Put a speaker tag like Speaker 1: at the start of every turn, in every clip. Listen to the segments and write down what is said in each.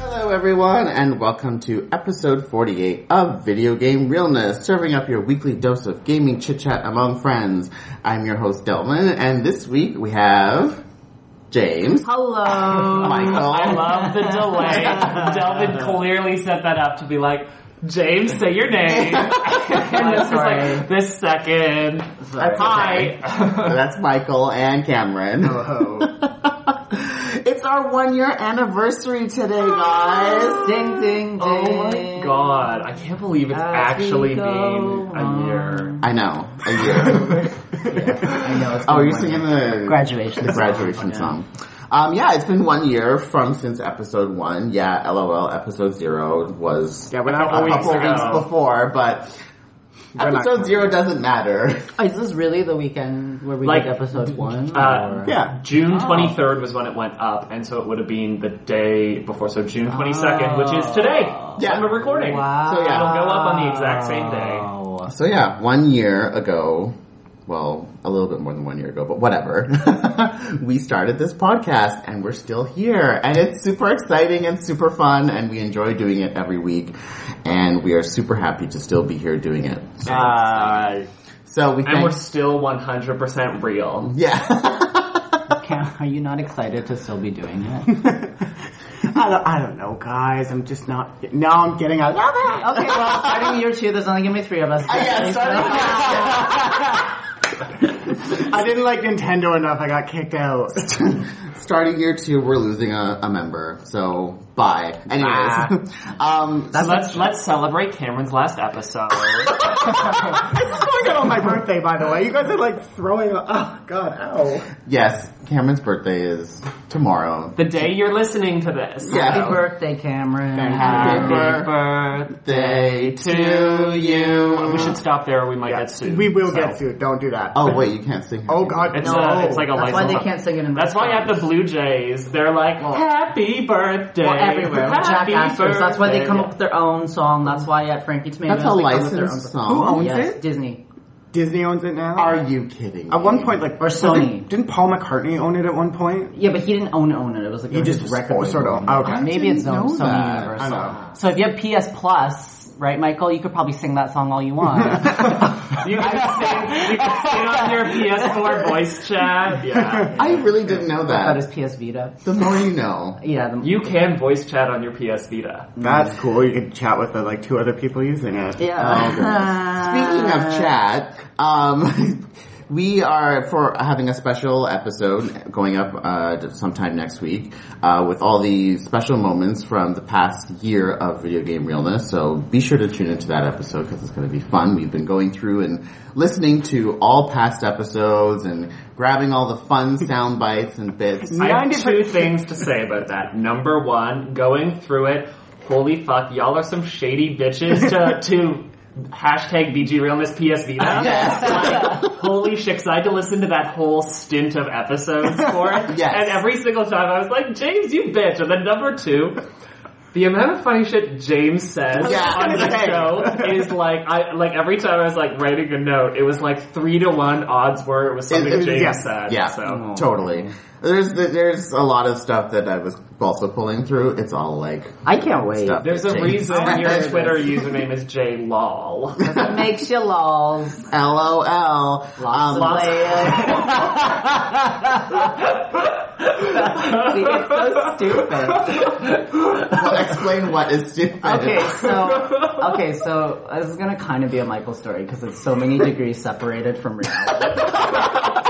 Speaker 1: everyone, and welcome to episode 48 of Video Game Realness, serving up your weekly dose of gaming chit chat among friends. I'm your host, Delman, and this week we have James,
Speaker 2: Hello.
Speaker 3: I
Speaker 1: Michael,
Speaker 3: love the delay. Delvin clearly set that up to be like, James, say your name. and this is like, this second.
Speaker 1: That's okay.
Speaker 3: Hi.
Speaker 1: that's Michael, and Cameron.
Speaker 3: Oh,
Speaker 4: Hello.
Speaker 1: it's our one year anniversary today, guys.
Speaker 2: Ding ding ding.
Speaker 3: oh my god. I can't believe it's
Speaker 2: As we
Speaker 3: actually been
Speaker 2: go
Speaker 3: a
Speaker 2: on.
Speaker 3: year.
Speaker 1: I know, a year.
Speaker 4: I know. It's
Speaker 1: Oh,
Speaker 4: been
Speaker 1: you're
Speaker 4: one
Speaker 1: singing
Speaker 4: year.
Speaker 1: the
Speaker 2: Graduation.
Speaker 1: the graduation song. Um, yeah, it's been one year from since episode one. Yeah, LOL. Episode zero was
Speaker 3: Yeah, we're not
Speaker 1: a
Speaker 3: weeks
Speaker 1: couple
Speaker 3: ago.
Speaker 1: weeks before, but
Speaker 4: We're not
Speaker 1: episode
Speaker 4: counting.
Speaker 1: zero doesn't matter.
Speaker 2: Oh, Is this really the weekend where we
Speaker 3: Like,
Speaker 2: did episode one?
Speaker 3: uh,
Speaker 2: or-
Speaker 1: Yeah,
Speaker 3: June
Speaker 2: Oh.
Speaker 3: 23rd was when it went up, and so it would have been the day before, so June 22nd, which is today.
Speaker 1: Oh. Yeah.
Speaker 3: When we're recording.
Speaker 2: Wow.
Speaker 1: So, yeah.
Speaker 3: It'll go up on the exact same day.
Speaker 1: So yeah, one year ago, well, a little bit more than one year ago, but whatever. we started this podcast and we're still here and it's super exciting and super fun and we enjoy doing it every week and we are super happy to still be here doing it. So, so we
Speaker 3: And
Speaker 1: thank
Speaker 3: we're still 100% real.
Speaker 1: Yeah.
Speaker 2: Cam, are you not excited to still be doing it?
Speaker 4: I don't, I don't know, guys. I'm just not. Now I'm getting out.
Speaker 2: okay, well, starting year two, there's only gonna be three of us.
Speaker 1: yeah, starting-
Speaker 4: I didn't like Nintendo enough. I got kicked out.
Speaker 1: Starting year two, we're losing a, a member, so bye. Anyways, um,
Speaker 3: So let's let's celebrate Cameron's last episode.
Speaker 4: I got on my birthday, by the way. You guys are like throwing. Oh God, ow.
Speaker 1: yes, Cameron's birthday is tomorrow.
Speaker 3: the day you're listening to this.
Speaker 1: Yeah.
Speaker 2: Happy birthday, Cameron.
Speaker 1: Happy birthday to
Speaker 4: Oh,
Speaker 1: you.
Speaker 3: We should stop there or we might
Speaker 4: Uh, Yeah,
Speaker 3: get sued.
Speaker 4: we will
Speaker 3: So,
Speaker 4: get sued. Don't do that.
Speaker 1: Oh wait, you can't sing.
Speaker 4: Oh God,
Speaker 3: It's,
Speaker 4: no.
Speaker 3: a, it's like a
Speaker 2: That's why
Speaker 3: license.
Speaker 2: they can't sing it in
Speaker 3: That's why at the Blue Jays, they're like, happy birthday.
Speaker 2: Well, everywhere. with Jack
Speaker 3: Happy
Speaker 2: Astor's. That's why they
Speaker 3: birthday."
Speaker 2: come up with their own song. That's why at Frankie Tomatoes
Speaker 1: That's a
Speaker 2: they come up with their own
Speaker 1: licensed
Speaker 2: song.
Speaker 4: Who
Speaker 1: song.
Speaker 4: owns
Speaker 2: Yes,
Speaker 4: it?
Speaker 2: Disney.
Speaker 4: Disney owns it now.
Speaker 1: Are you kidding?
Speaker 4: at one point, like
Speaker 2: Or Sony.
Speaker 4: Didn't Paul McCartney own it at one point?
Speaker 2: Yeah, but he didn't own own it. It was like
Speaker 4: He
Speaker 2: it was
Speaker 4: just
Speaker 2: his
Speaker 4: sort of-
Speaker 2: label.
Speaker 4: okay.
Speaker 2: Maybe it's
Speaker 1: I didn't
Speaker 2: own
Speaker 1: know
Speaker 2: Sony
Speaker 1: that.
Speaker 2: Universal.
Speaker 4: I know.
Speaker 2: So if you have PS Plus, right, Michael, you could probably sing that song all you want.
Speaker 3: You can sing, you can sing on your PS4 voice chat. Yeah.
Speaker 1: I really didn't know
Speaker 2: that is
Speaker 1: that.
Speaker 2: PS Vita.
Speaker 1: The more you know.
Speaker 2: Yeah, the,
Speaker 3: You can voice chat on your PS Vita.
Speaker 4: That's cool. You can chat with the, like two other people using it.
Speaker 1: Oh,
Speaker 2: yeah.
Speaker 1: goodness. Speaking
Speaker 3: Uh,
Speaker 1: of chat, um, we are for having a special episode going up uh, sometime next week uh, with all the special moments from the past year of video game realness. So be sure to tune into that episode because it's going to be fun. We've been going through and listening to all past episodes and grabbing all the fun sound bites and bits.
Speaker 3: I have two things to say about that. Number one, going through it, holy fuck, y'all are some shady bitches to, to hashtag BG Realness PS Vita. Like, holy shit, 'cause I had to listen to that whole stint of episodes for it.
Speaker 1: Yes.
Speaker 3: And every single time I was like, James, you bitch. And then number two, the amount of funny shit James says
Speaker 1: Yeah, I
Speaker 3: on
Speaker 1: was
Speaker 3: the
Speaker 1: gonna say.
Speaker 3: show is like, I like every time I was like writing a note, it was like three to one odds where it was something
Speaker 1: It- it-
Speaker 3: James
Speaker 1: yes,
Speaker 3: said.
Speaker 1: Yeah, Mm-hmm.
Speaker 3: So.
Speaker 1: totally. There's there's a lot of stuff that I was also pulling through. It's all like
Speaker 2: I can't wait.
Speaker 1: stuff.
Speaker 3: There's
Speaker 1: that
Speaker 3: a
Speaker 1: James-
Speaker 3: reason your Twitter username is JLol.
Speaker 2: It makes you lols.
Speaker 1: LOL. Um,
Speaker 2: See, it's so stupid.
Speaker 1: explain what is stupid.
Speaker 2: Okay, so okay, so this is gonna kind of be a Michael story because it's so many degrees separated from reality.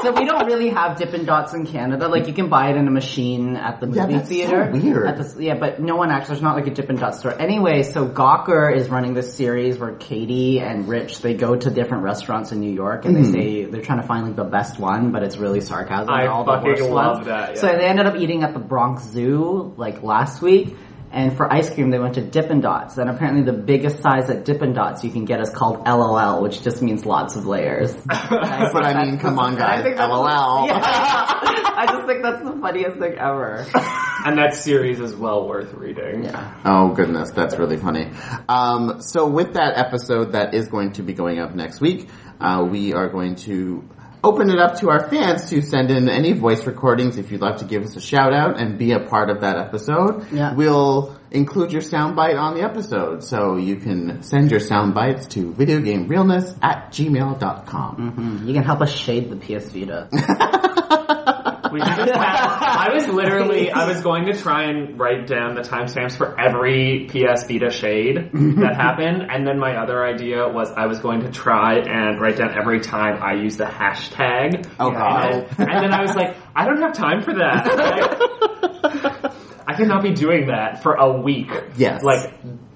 Speaker 2: so we don't really have Dippin' Dots in Canada. Like you can buy it in a machine at the movie
Speaker 1: Yeah, that's so
Speaker 2: theater.
Speaker 1: weird.
Speaker 2: At the, yeah, but no one actually. There's not like a Dippin' Dot store. Anyway, so Gawker is running this series where Katie and Rich they go to different restaurants in New York and
Speaker 1: Mm-hmm.
Speaker 2: they say they're trying to find like the best one, but it's really sarcasm.
Speaker 3: I
Speaker 2: and all the
Speaker 3: fucking
Speaker 2: worst
Speaker 3: love
Speaker 2: ones.
Speaker 3: that, yeah.
Speaker 2: So they ended up eating at the Bronx Zoo like last week. And for ice cream, they went to Dippin' Dots. And apparently, the biggest size at Dippin' Dots you can get is called LOL, which just means lots of layers.
Speaker 1: That's what I mean. Come on, guys. LOL.
Speaker 2: Yeah. I just think that's the funniest thing ever.
Speaker 3: And that series is well worth reading.
Speaker 2: Yeah.
Speaker 1: Oh goodness, that's really funny. Um, so with that episode that is going to be going up next week, uh, we are going to. open it up to our fans to send in any voice recordings if you'd like to give us a shout out and be a part of that episode.
Speaker 2: Yeah.
Speaker 1: We'll include your soundbite on the episode. So you can send your soundbites to videogamerealness at gmail.com.
Speaker 2: Mm, You can help us shade the PS Vita.
Speaker 3: We should just have- I was literally, I was going to try and write down the timestamps for every PS Vita shade that happened, and then my other idea was I was going to try and write down every time I used the hashtag.
Speaker 1: Oh,
Speaker 3: and,
Speaker 1: God.
Speaker 3: and then I was like, I don't have time for that. Like, I cannot be doing that for a week.
Speaker 1: Yes.
Speaker 3: Like,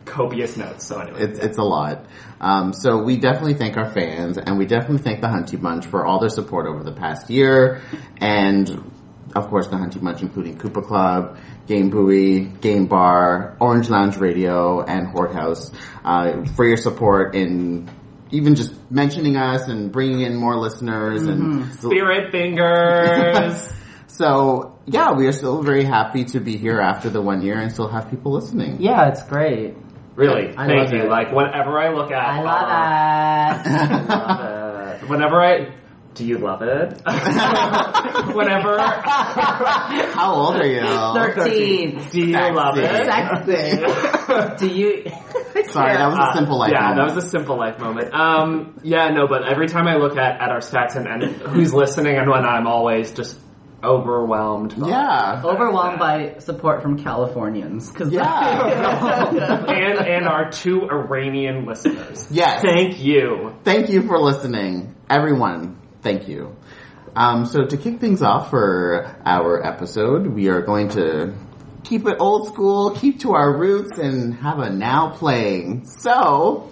Speaker 3: copious notes, so anyway.
Speaker 1: It's, it's a lot. Um, so we definitely thank our fans and we definitely thank the Hunty Bunch for all their support over the past year. And of course the Hunty Bunch including Koopa Club, Game Buoy, Game Bar, Orange Lounge Radio, and Horde House, uh, for your support in even just mentioning us and bringing in more listeners and
Speaker 3: Spirit fingers.
Speaker 1: so yeah, we are still very happy to be here after the one year and still have people listening.
Speaker 2: yeah, it's great.
Speaker 3: Really,
Speaker 2: I
Speaker 3: thank
Speaker 2: love
Speaker 3: you.
Speaker 2: it.
Speaker 3: Like, whenever I look at
Speaker 2: I
Speaker 3: our-
Speaker 1: Uh-huh.
Speaker 2: love it.
Speaker 3: love it. Whenever I. Do you love it? Whenever.
Speaker 1: How old are you?
Speaker 2: 13.
Speaker 3: Do you love it? Uh,
Speaker 2: Sexy. Do you?
Speaker 1: Sorry, that was a simple life.
Speaker 3: Yeah,
Speaker 1: moment.
Speaker 3: that was a simple life moment. Um, yeah, no, but every time I look at, at our stats and, and who's listening and when I'm always just overwhelmed. by-
Speaker 1: Yeah.
Speaker 2: Overwhelmed by support from Californians. 'cause-
Speaker 1: Yeah.
Speaker 3: And, and our two Iranian listeners.
Speaker 1: Yes.
Speaker 3: Thank you.
Speaker 1: Thank you for listening, everyone. Thank you. Um, so to kick things off for our episode, we are going to keep it old school, keep to our roots, and have a now playing. So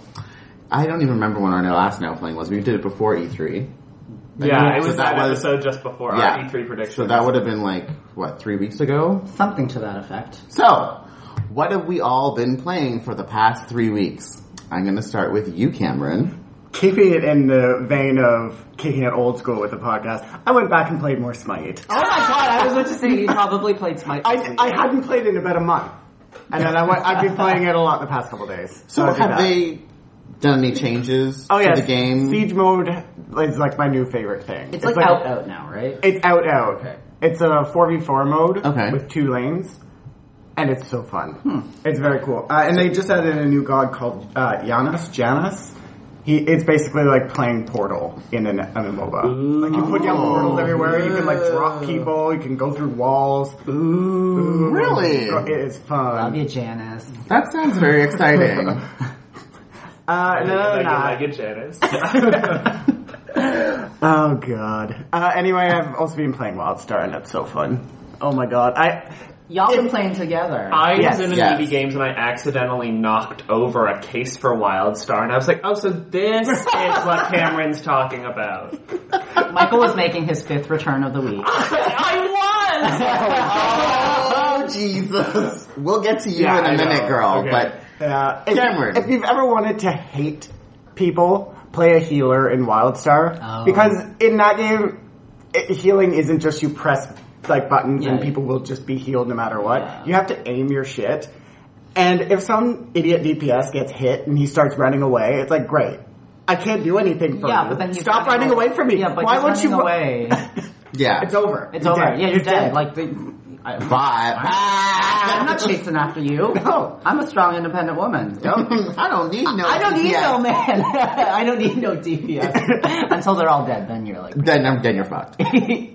Speaker 1: I don't even remember when our last now playing was. We did it before E E3.
Speaker 3: Yeah, it
Speaker 1: So
Speaker 3: was
Speaker 1: that
Speaker 3: that,
Speaker 1: was-
Speaker 3: episode just before
Speaker 1: Yeah.
Speaker 3: our E3 prediction.
Speaker 1: So that would have been like what three weeks ago.
Speaker 2: Something to that effect.
Speaker 1: So what have we all been playing for the past three weeks? I'm going to start with you, Cameron.
Speaker 4: Keeping it in the vein of kicking it old school with the podcast, I went back and played more Smite.
Speaker 2: Oh my god, I was about to say you probably played Smite.
Speaker 4: I, I hadn't played it in about a month. And then I went, I've been playing it a lot the past couple days.
Speaker 1: So
Speaker 4: I did
Speaker 1: have
Speaker 4: that.
Speaker 1: they done any changes
Speaker 4: oh, yeah,
Speaker 1: to the game?
Speaker 4: Siege mode is like my new favorite thing.
Speaker 2: it's like, out out now, right?
Speaker 4: It's out out.
Speaker 2: Okay.
Speaker 4: It's a 4v4 mode
Speaker 1: Okay. Hmm.
Speaker 4: with two lanes. And it's so fun. It's very cool. Uh, and they just added a new god called uh, Janus. Janus. He, it's basically like playing Portal in an, in a MOBA. Like you put down portals everywhere. You can like drop people. You can go through walls. Ooh,
Speaker 1: Really?
Speaker 4: It is
Speaker 2: Love
Speaker 4: fun.
Speaker 2: you, Janice.
Speaker 1: That sounds very exciting.
Speaker 4: Uh, and then other than
Speaker 3: Like,
Speaker 4: that-
Speaker 3: like it, Janice.
Speaker 4: Oh god. Uh, anyway, I've also been playing WildStar, and that's so fun. Oh my god. I
Speaker 2: Y'all been playing together. Uh,
Speaker 3: I
Speaker 4: Yes,
Speaker 3: was in an
Speaker 1: yes.
Speaker 3: indie games and I accidentally knocked over a case for WildStar, and I was like, "Oh, so this is what Cameron's talking about."
Speaker 2: Michael was making his fifth return of the week.
Speaker 1: oh Jesus! We'll get to you
Speaker 3: Yeah,
Speaker 1: in a
Speaker 3: I know.
Speaker 1: minute, girl.
Speaker 3: Okay.
Speaker 1: But
Speaker 4: uh, if,
Speaker 1: Cameron.
Speaker 4: If you've ever wanted to hate people, play a healer in WildStar
Speaker 2: Oh.
Speaker 4: because in that game, it, healing isn't just you press like buttons and
Speaker 2: Yeah.
Speaker 4: people will just be healed no matter what.
Speaker 2: Yeah.
Speaker 4: You have to aim your shit. And if some idiot DPS gets hit and he starts running away, it's like great. I can't do anything for
Speaker 2: yeah,
Speaker 4: you.
Speaker 2: but then he's
Speaker 4: stop running away from me.
Speaker 2: Yeah, but
Speaker 4: Why
Speaker 2: he's
Speaker 4: won't
Speaker 2: running
Speaker 4: you? ru-
Speaker 2: away?
Speaker 1: yeah,
Speaker 4: It's over.
Speaker 2: It's
Speaker 4: You're
Speaker 2: over.
Speaker 4: dead.
Speaker 2: Yeah, you're dead. Like the, I,
Speaker 1: bye.
Speaker 2: I'm not chasing after you.
Speaker 4: No.
Speaker 2: I'm a strong, independent woman.
Speaker 1: I don't need no.
Speaker 2: I don't need
Speaker 1: yeah.
Speaker 2: no man. I don't need no DPS until they're all dead. Then you're like,
Speaker 1: Then I'm then you're fucked.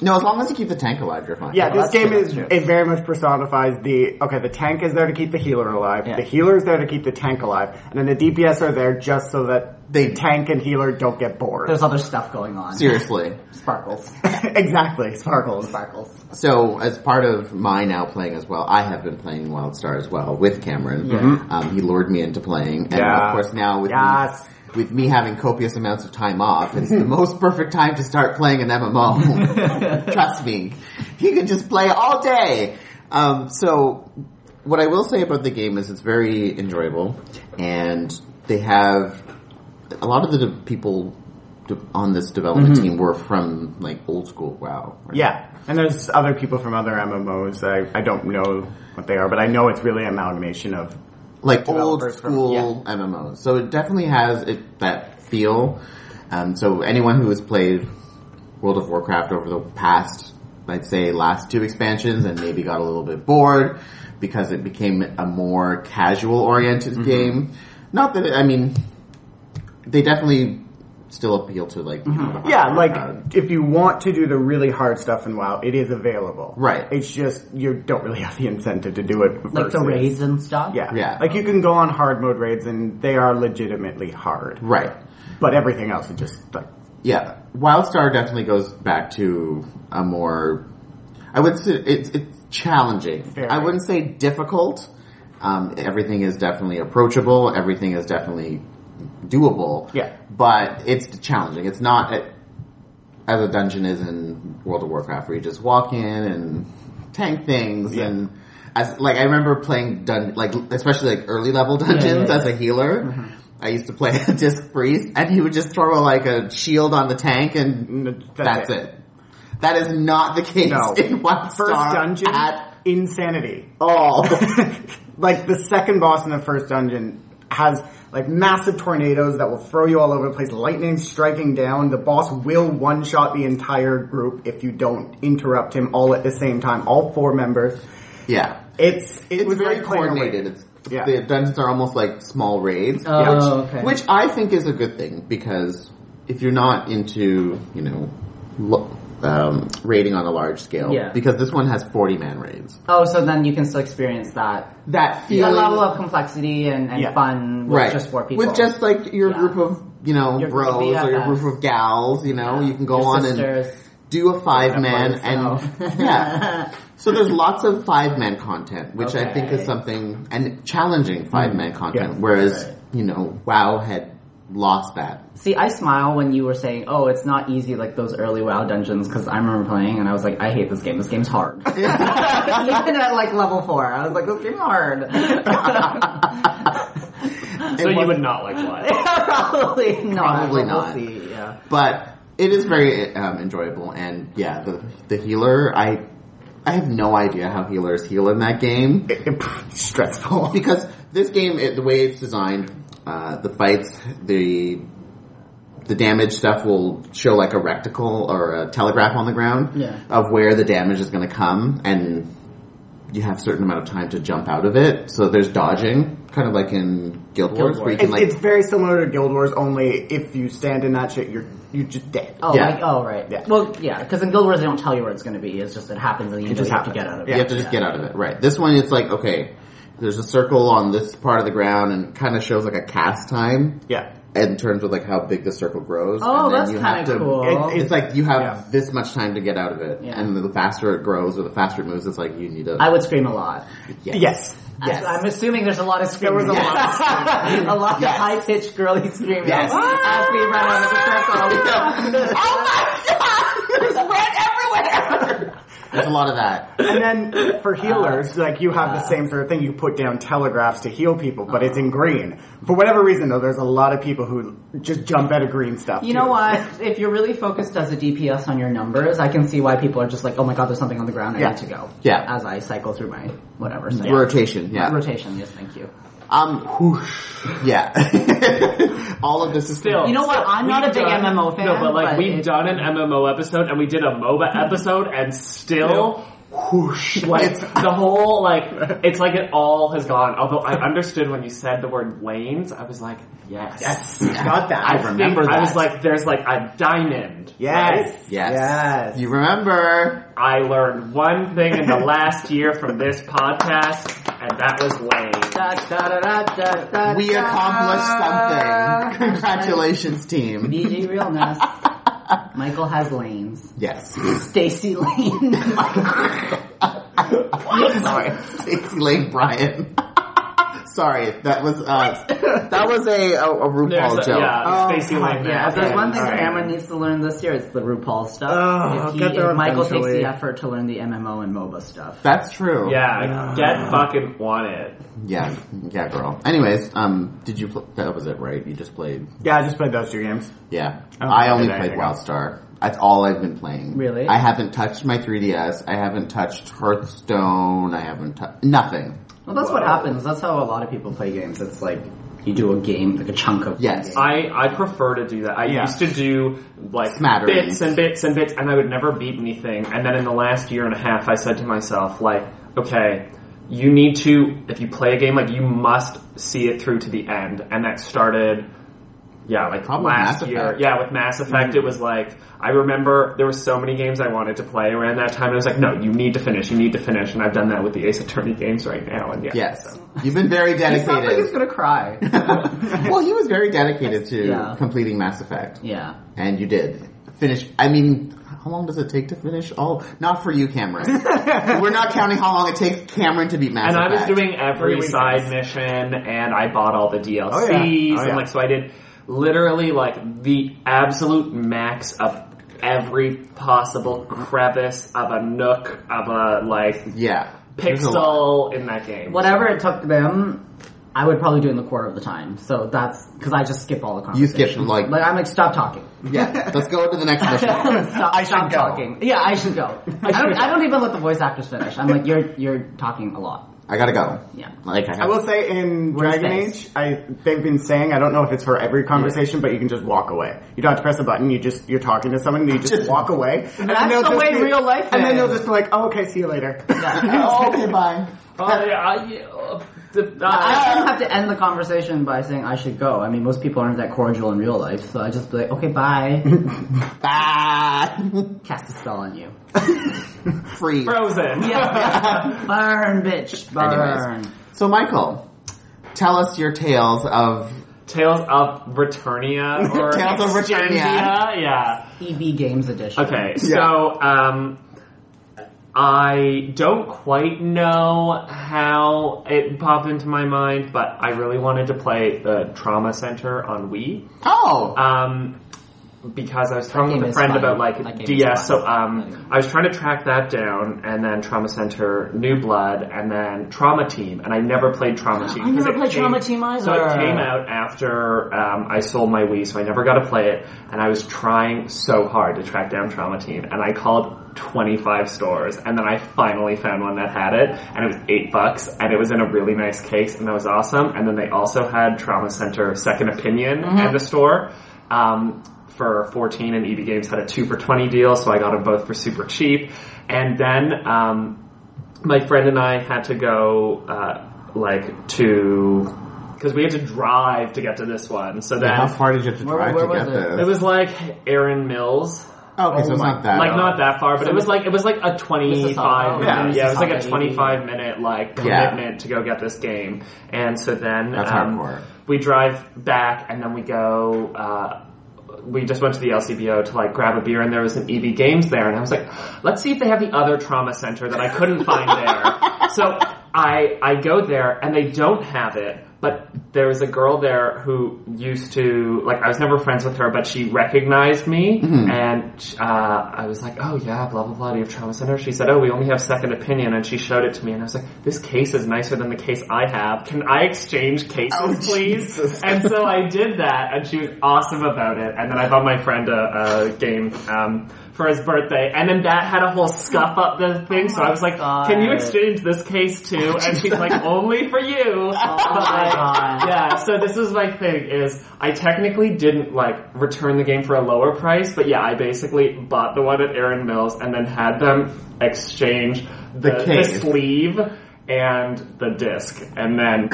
Speaker 1: No, as long as you keep the tank alive, you're fine.
Speaker 4: Yeah,
Speaker 2: Well,
Speaker 4: this
Speaker 2: that's
Speaker 4: game
Speaker 2: true,
Speaker 4: is
Speaker 2: that's true.
Speaker 4: it very much personifies the okay. The tank is there to keep the healer alive.
Speaker 2: Yeah.
Speaker 4: The healer is there to keep the tank alive, and then the DPS are there just so that
Speaker 1: They-
Speaker 4: the tank and healer don't get bored.
Speaker 2: there's other stuff going on.
Speaker 1: Seriously.
Speaker 2: Sparkles,
Speaker 4: exactly, sparkles.
Speaker 2: sparkles.
Speaker 1: So, as part of my now playing as well, I have been playing WildStar as well with Cameron. Um, he lured me into playing, and
Speaker 4: Yeah.
Speaker 1: of course now with
Speaker 4: Yes.
Speaker 1: me, with me having copious amounts of time off, it's the most perfect time to start playing an MMO. Trust me, he could just play all day. Um, so, what I will say about the game is it's very enjoyable, and they have a lot of the de- people. de- On this development
Speaker 4: Mm-hmm.
Speaker 1: team, were from like old school WoW. right?
Speaker 4: Yeah, and there's other people from other MMOs. I I don't know what they are, but I know it's really an amalgamation of
Speaker 1: like old
Speaker 4: Developers from-
Speaker 1: school MMOs. So it definitely has it, that feel. Um, so anyone who has played World of Warcraft over the past, I'd say, last two expansions, and maybe got a little bit bored because it became a more casual oriented
Speaker 4: Mm-hmm.
Speaker 1: game. Not that it, I mean, they definitely still appeal to like you know, the
Speaker 4: Mm-hmm. Yeah,
Speaker 2: Uh,
Speaker 1: hardcore
Speaker 4: like
Speaker 1: crowd.
Speaker 4: if you want to do the really hard stuff in WoW, it is available.
Speaker 1: Right.
Speaker 4: It's just you don't really have the incentive to do it.
Speaker 2: Like the
Speaker 4: versus-
Speaker 2: raids and stuff?
Speaker 4: Yeah.
Speaker 1: Yeah.
Speaker 4: Like you can go on hard mode raids and they are legitimately hard.
Speaker 1: right.
Speaker 4: But everything else is just like
Speaker 1: yeah, Wildstar definitely goes back to a more. I would say it's it's challenging.
Speaker 4: Very.
Speaker 1: I wouldn't say difficult. Um, everything is definitely approachable. Everything is definitely doable.
Speaker 4: Yeah.
Speaker 1: but it's challenging. It's not a, as a dungeon is in World of Warcraft, where you just walk in and tank things
Speaker 4: Yeah.
Speaker 1: and. As, like I remember playing dun- like especially like early level dungeons
Speaker 2: yeah,
Speaker 1: as a healer. I used to play a disc priest, and he would just throw like a shield on the tank, and
Speaker 4: n-
Speaker 1: that's, it. That is not the case
Speaker 4: No.
Speaker 1: in one
Speaker 4: First
Speaker 1: star
Speaker 4: dungeon
Speaker 1: at
Speaker 4: insanity.
Speaker 1: all.
Speaker 4: like the second boss in the first dungeon has like massive tornadoes that will throw you all over the place, lightning striking down. The boss will one shot the entire group if you don't interrupt him all at the same time, all four members.
Speaker 1: yeah,
Speaker 4: It's it
Speaker 1: it's
Speaker 4: was
Speaker 1: very
Speaker 4: like playing a
Speaker 1: coordinated.
Speaker 4: raid.
Speaker 1: It's,
Speaker 4: Yeah.
Speaker 1: The dungeons are almost like small raids,
Speaker 2: Oh,
Speaker 4: Yeah, which-
Speaker 2: okay.
Speaker 1: which I think is a good thing because if you're not into you know lo- um, raiding on a large scale,
Speaker 2: Yeah.
Speaker 1: because this one has 40 man raids.
Speaker 2: oh, so then you can still experience that.
Speaker 1: That
Speaker 2: The
Speaker 1: feeling,
Speaker 2: level of complexity and, and
Speaker 4: Yeah.
Speaker 2: fun with
Speaker 1: right,
Speaker 2: just four people.
Speaker 1: with just like your
Speaker 2: Yeah.
Speaker 1: group of you know
Speaker 2: Your group of
Speaker 1: bros or your
Speaker 2: BFFs.
Speaker 1: group of gals, you know, you can go
Speaker 2: Your
Speaker 1: on and
Speaker 2: sisters.
Speaker 1: do a five man
Speaker 2: That
Speaker 1: and
Speaker 2: works out.
Speaker 1: yeah. So there's lots of five man content, which I think is
Speaker 2: Okay. Hmm.
Speaker 1: something and challenging five man content.
Speaker 4: yeah.
Speaker 1: Whereas
Speaker 2: Right.
Speaker 1: you know WoW had lost that.
Speaker 2: See, I smile when you were saying, "Oh, it's not easy like those early WoW dungeons," because I remember playing and I was like, "I hate this game. This game's hard." Even at like level four, I was like, "This game's hard."
Speaker 3: So
Speaker 1: It
Speaker 3: you
Speaker 1: was-
Speaker 3: would not like one.
Speaker 2: Probably not.
Speaker 1: Probably
Speaker 2: but
Speaker 1: not.
Speaker 2: We'll see. Yeah.
Speaker 1: but it is very um, enjoyable and yeah, the the healer I I have no idea how healers heal in that game.
Speaker 4: It- it- stressful.
Speaker 1: because this game, it, the way it's designed, uh, the fights, the the damage stuff will show like a rectangle or a telegraph on the ground
Speaker 2: Yeah.
Speaker 1: of where the damage is going to come, and you have a certain amount of time to jump out of it. So there's dodging, kind of like in Guild Wars, where you can
Speaker 4: It's,
Speaker 1: like
Speaker 4: it's very similar to Guild Wars, only if you stand in that shit, you're you're just dead.
Speaker 2: Oh,
Speaker 1: Yeah.
Speaker 2: like, oh, right.
Speaker 4: Yeah.
Speaker 2: Well, yeah, because in Guild Wars they don't tell you where it's going to be. It's just it happens and you
Speaker 4: just
Speaker 2: just have to
Speaker 4: happens.
Speaker 2: get out of
Speaker 1: You
Speaker 2: it.
Speaker 1: have to just get out of it, right? This one, it's like okay, there's a circle on this part of the ground, and kind of shows like a cast time.
Speaker 4: Yeah.
Speaker 1: in terms of like how big the circle grows.
Speaker 2: Oh,
Speaker 1: and then
Speaker 2: that's
Speaker 1: you
Speaker 2: kind
Speaker 1: have
Speaker 2: of
Speaker 1: to-
Speaker 2: cool.
Speaker 4: it-
Speaker 1: It's like you have
Speaker 4: Yeah.
Speaker 1: this much time to get out of it,
Speaker 2: Yeah.
Speaker 1: and the faster it grows or the faster it moves, it's like you need to.
Speaker 2: I would scream a lot.
Speaker 1: yes.
Speaker 4: Yes.
Speaker 2: Yes. I'm assuming there's a lot of screaming.
Speaker 4: was a lot
Speaker 2: a lot of
Speaker 1: Yes.
Speaker 2: high pitched girly screaming.
Speaker 1: Yes.
Speaker 2: As we run out of the circle.
Speaker 1: There's a lot of that.
Speaker 4: And then
Speaker 2: Uh,
Speaker 4: for healers, like you have the same sort of thing. You put down telegraphs to heal people, but
Speaker 2: Uh-huh.
Speaker 4: it's in green. For whatever reason, though, there's a lot of people who just jump out of green stuff.
Speaker 2: You know
Speaker 4: too.
Speaker 2: what? If you're really focused as a DPS on your numbers, I can see why people are just like, oh my god, there's something on the ground, I
Speaker 4: Yeah.
Speaker 2: need to go.
Speaker 1: Yeah.
Speaker 2: As I cycle through my whatever. So,
Speaker 1: Rotation, yeah.
Speaker 2: Rotation, yes, thank you.
Speaker 1: um, whoosh. yeah. All of this is
Speaker 3: Still,
Speaker 2: You know what?
Speaker 3: still,
Speaker 2: I'm not
Speaker 3: we've
Speaker 2: a big
Speaker 3: done-
Speaker 2: MMO fan,
Speaker 3: No, but like
Speaker 2: but
Speaker 3: we've
Speaker 2: it-
Speaker 3: done an MMO episode and we did a MOBA episode, and still. Whoosh! Like the whole, like it's like it all has gone. Although I understood when you said the word lanes, I was like, yes,
Speaker 4: Yes, got that.
Speaker 1: I remember
Speaker 3: think- I was
Speaker 1: that.
Speaker 3: like, there's like a diamond.
Speaker 4: Yes.
Speaker 1: Yes.
Speaker 4: Yes.
Speaker 1: You remember?
Speaker 3: I learned one thing in the last year from this podcast, and that was lame.
Speaker 2: Da, da, da, da, da,
Speaker 1: We
Speaker 2: da.
Speaker 1: accomplished something. Congratulations, team.
Speaker 2: BG Realness. Michael has lanes.
Speaker 1: Yes.
Speaker 2: Stacy Lane.
Speaker 1: Sorry, Stacey Lane Bryant. Sorry, that was uh, that was a a, a
Speaker 3: There's
Speaker 1: RuPaul
Speaker 3: a,
Speaker 1: joke.
Speaker 3: yeah,
Speaker 4: Oh,
Speaker 3: Stacey
Speaker 4: my
Speaker 3: Lane.
Speaker 2: Yeah, if there's
Speaker 3: Mack.
Speaker 2: one thing
Speaker 4: Alright.
Speaker 2: Cameron needs to learn this year, it's the RuPaul stuff.
Speaker 4: Oh,
Speaker 2: if he,
Speaker 4: I'll get there
Speaker 2: if Michael takes
Speaker 4: eventually.
Speaker 2: the effort to learn the MMO and MOBA stuff.
Speaker 1: That's true.
Speaker 3: Yeah, get fucking on it.
Speaker 1: yeah, yeah, girl. Anyways, um, did you? Pl- that was it, right? You just played.
Speaker 4: Yeah, I just played those two games.
Speaker 1: Yeah,
Speaker 3: Oh,
Speaker 4: I
Speaker 1: I
Speaker 4: don't think I
Speaker 1: only
Speaker 4: did
Speaker 1: played
Speaker 4: anything else.
Speaker 1: WildStar. That's all I've been playing.
Speaker 2: Really?
Speaker 1: I haven't touched my 3DS. I haven't touched Hearthstone. I haven't touched nothing.
Speaker 2: Well, that's what happens. That's how a lot of people play games. It's like you do a game, like a chunk of
Speaker 1: Yes.
Speaker 3: I, I prefer to do that. I
Speaker 4: Yeah.
Speaker 3: used to do like
Speaker 1: Smatterings.
Speaker 3: bits and bits and bits, and I would never beat anything. And then in the last year and a half, I said to myself, like, okay, you need to if you play a game, like you must see it through to the end. And that started, yeah, like
Speaker 1: Probably
Speaker 3: last
Speaker 1: Mass
Speaker 3: year.
Speaker 1: Effect. Mm-hmm.
Speaker 3: Yeah, with Mass Effect, it was like I remember there were so many games I wanted to play around that time. And I was like, no, you need to finish. You need to finish. And I've done that with the Ace Attorney games right now. And yeah,
Speaker 1: Yes. You've been very
Speaker 2: It sounds like he's
Speaker 1: dedicated.
Speaker 2: gonna cry.
Speaker 1: well, he was very dedicated to
Speaker 2: Yeah.
Speaker 1: completing Mass Effect.
Speaker 2: yeah.
Speaker 1: And you did. Finish. I mean, how long does it take to finish all? Not for you, Cameron. We're not counting how long it takes Cameron to beat Mass
Speaker 3: and I
Speaker 1: Effect.
Speaker 3: was doing every
Speaker 4: Three
Speaker 3: side mission, and I bought all the DLCs,
Speaker 4: Oh, yeah. Oh,
Speaker 3: and
Speaker 4: yeah.
Speaker 3: like so I did literally like the absolute max of every possible crevice of a nook of a like
Speaker 1: Yeah. There's a lot.
Speaker 3: pixel in that game.
Speaker 2: Whatever it took them, I would probably do in the quarter of the time. So that's because I just skip all the
Speaker 1: You
Speaker 2: conversation.
Speaker 1: skipped like
Speaker 2: Like I'm like, stop talking.
Speaker 1: yeah. Let's go to the next mission.
Speaker 2: stop
Speaker 4: I should
Speaker 2: stop
Speaker 4: go.
Speaker 2: talking. Yeah, I should go. I, don't, I don't even let the voice actors finish. I'm like, you're you're talking a lot.
Speaker 1: I gotta go.
Speaker 2: Yeah.
Speaker 1: Like I
Speaker 4: I
Speaker 1: have
Speaker 4: will say in
Speaker 2: What is
Speaker 4: Dragon
Speaker 2: this?
Speaker 4: Age, I they've been saying I don't know if it's for every conversation, but you can just walk away. You don't have to press a button. You just you're talking to someone, and you just, walk away. And
Speaker 2: That's
Speaker 4: then they'll
Speaker 2: the
Speaker 4: just
Speaker 2: way
Speaker 4: be-
Speaker 2: real life
Speaker 4: And then
Speaker 2: is.
Speaker 4: they'll just be like, "Oh, okay, see you later."
Speaker 2: Yeah.
Speaker 1: Oh, okay, bye.
Speaker 3: Uh, I, uh, the-
Speaker 2: I
Speaker 3: uh,
Speaker 2: don't have to end the conversation by saying I should go. I mean, most people aren't that cordial in real life, so I just be like, okay, bye.
Speaker 1: Bye.
Speaker 2: Cast a spell on you.
Speaker 1: Free.
Speaker 3: Frozen.
Speaker 2: Burn, bitch. Burn.
Speaker 1: Anyways. So Michael, tell us your tales of
Speaker 3: Tales of Returnia or
Speaker 1: Tales of Returnia.
Speaker 3: Extendia, Yeah.
Speaker 2: EV Games Edition.
Speaker 3: Okay, so um, I don't quite know how it popped into my mind, but I really wanted to play the Trauma Center on Wii
Speaker 1: Oh
Speaker 3: um, because I was talking
Speaker 2: game
Speaker 3: with a
Speaker 2: is
Speaker 3: friend
Speaker 2: fun.
Speaker 3: about like
Speaker 2: That game is
Speaker 3: DS.
Speaker 2: fun.
Speaker 3: So um, I was trying to track that down, and then Trauma Center, New Blood, and then Trauma Team, and I never played Trauma Team.
Speaker 2: I never
Speaker 3: 'cause it
Speaker 2: played
Speaker 3: came-
Speaker 2: Trauma Team either.
Speaker 3: So it came out after um, I sold my Wii, so I never got to play it, and I was trying so hard to track down Trauma Team, and I called. 25 stores and then I finally found one that had it and it was 8 bucks and it was in a really nice case and that was awesome and then they also had Trauma Center Second Opinion
Speaker 2: Mm-hmm.
Speaker 3: at the store um, for 14 and EB Games had a 2 for 20 deal, so I got them both for super cheap. And then um, my friend and I had to go uh, like to because we had to drive to get to this one. So then
Speaker 1: how far did you have to
Speaker 2: Where-
Speaker 1: drive
Speaker 2: where
Speaker 1: to get
Speaker 2: was it?
Speaker 1: this?
Speaker 3: it was like Aaron Mills.
Speaker 1: oh, okay, so it's not that.
Speaker 3: Uh, Like not that far, but it was like it was like a twenty
Speaker 2: Mississauga.
Speaker 3: five minute,
Speaker 4: Yeah,
Speaker 3: yeah, it was like a
Speaker 2: Mississauga,
Speaker 3: twenty five minute like
Speaker 1: Yeah.
Speaker 3: commitment to go get this game, and so then
Speaker 1: That's
Speaker 3: um,
Speaker 1: hardcore.
Speaker 3: we drive back and then we go. Uh, we just went to the LCBO to like grab a beer and there was an EB Games there and I was like, let's see if they have the other trauma center that I couldn't find there. so I I go there and they don't have it, but there was a girl there who used to like I was never friends with her, but she recognized me
Speaker 1: Mm-hmm.
Speaker 3: and uh, I was like, oh yeah, blah blah blah, do you have trauma center? She said, oh, we only have second opinion, and she showed it to me and I was like, this case is nicer than the case I have. Can I exchange cases,
Speaker 1: Oh,
Speaker 3: please?
Speaker 1: Jesus.
Speaker 3: And so I did that, and she was awesome about it. And then I bought my friend a, a game um, for his birthday, and then that had a whole scuff up the thing. so I was like,
Speaker 2: Oh God.
Speaker 3: "Can you exchange this case too?" And she's like, "Only for you."
Speaker 2: Oh my god.
Speaker 3: yeah. So this is my thing: is I technically didn't like return the game for a lower price, but yeah, I basically bought the one at Aaron Mills and then had them exchange the,
Speaker 1: The
Speaker 3: the,
Speaker 1: case.
Speaker 3: sleeve and the disc, and then.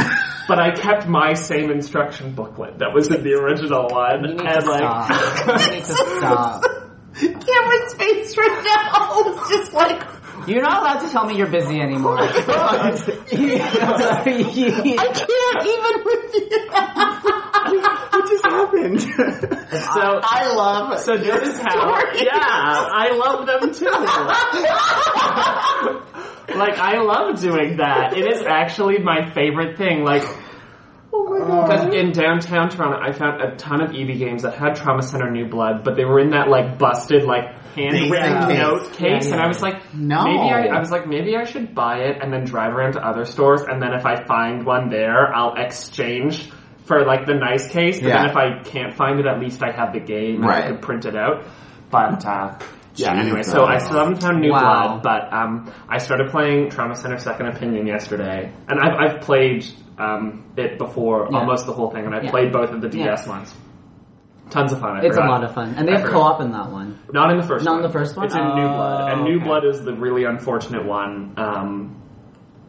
Speaker 3: But I kept my same instruction booklet that was in the original one,
Speaker 2: You need to
Speaker 3: and
Speaker 2: stop.
Speaker 3: like.
Speaker 2: You Uh, need to stop.
Speaker 1: Cameron's face right now is just like Oh
Speaker 2: You're not allowed to tell me you're busy anymore.
Speaker 1: I can't even with you.
Speaker 4: what just happened?
Speaker 3: so
Speaker 1: I love
Speaker 3: So notice how,
Speaker 1: Stories.
Speaker 3: yeah, I love them too. like I love doing that. It is actually my favorite thing. Like,
Speaker 1: Oh
Speaker 3: because in downtown Toronto, I found a ton of EB games that had Trauma Center New Blood, but they were in that like busted like handwritten
Speaker 1: Case.
Speaker 3: note case,
Speaker 2: Yeah,
Speaker 3: and
Speaker 2: yeah.
Speaker 3: I was like,
Speaker 1: No.
Speaker 3: Maybe I, I was like, maybe I should buy it and then drive around to other stores, and then if I find one there, I'll exchange. For like the nice case, but
Speaker 1: Yeah.
Speaker 3: then if I can't find it, at least I have the game and
Speaker 1: Right.
Speaker 3: I could print it out. But uh, Yeah, anyway, so I still haven't found new
Speaker 2: Wow.
Speaker 3: blood, but um, I started playing Trauma Center Second Opinion yesterday, and I've, I've played um, it before,
Speaker 2: Yeah.
Speaker 3: almost the whole thing, and I
Speaker 2: Yeah.
Speaker 3: played both of the
Speaker 2: Yeah.
Speaker 3: DS ones. Tons of fun. I
Speaker 2: It's a
Speaker 3: forgot.
Speaker 2: lot of fun, and they
Speaker 3: I
Speaker 2: have
Speaker 3: forgot.
Speaker 2: co-op in that one.
Speaker 3: Not in the first.
Speaker 2: Not
Speaker 3: one.
Speaker 2: in the first one?
Speaker 3: It's in New
Speaker 2: Oh,
Speaker 3: Blood, and New
Speaker 2: okay.
Speaker 3: Blood is the really unfortunate one. Um,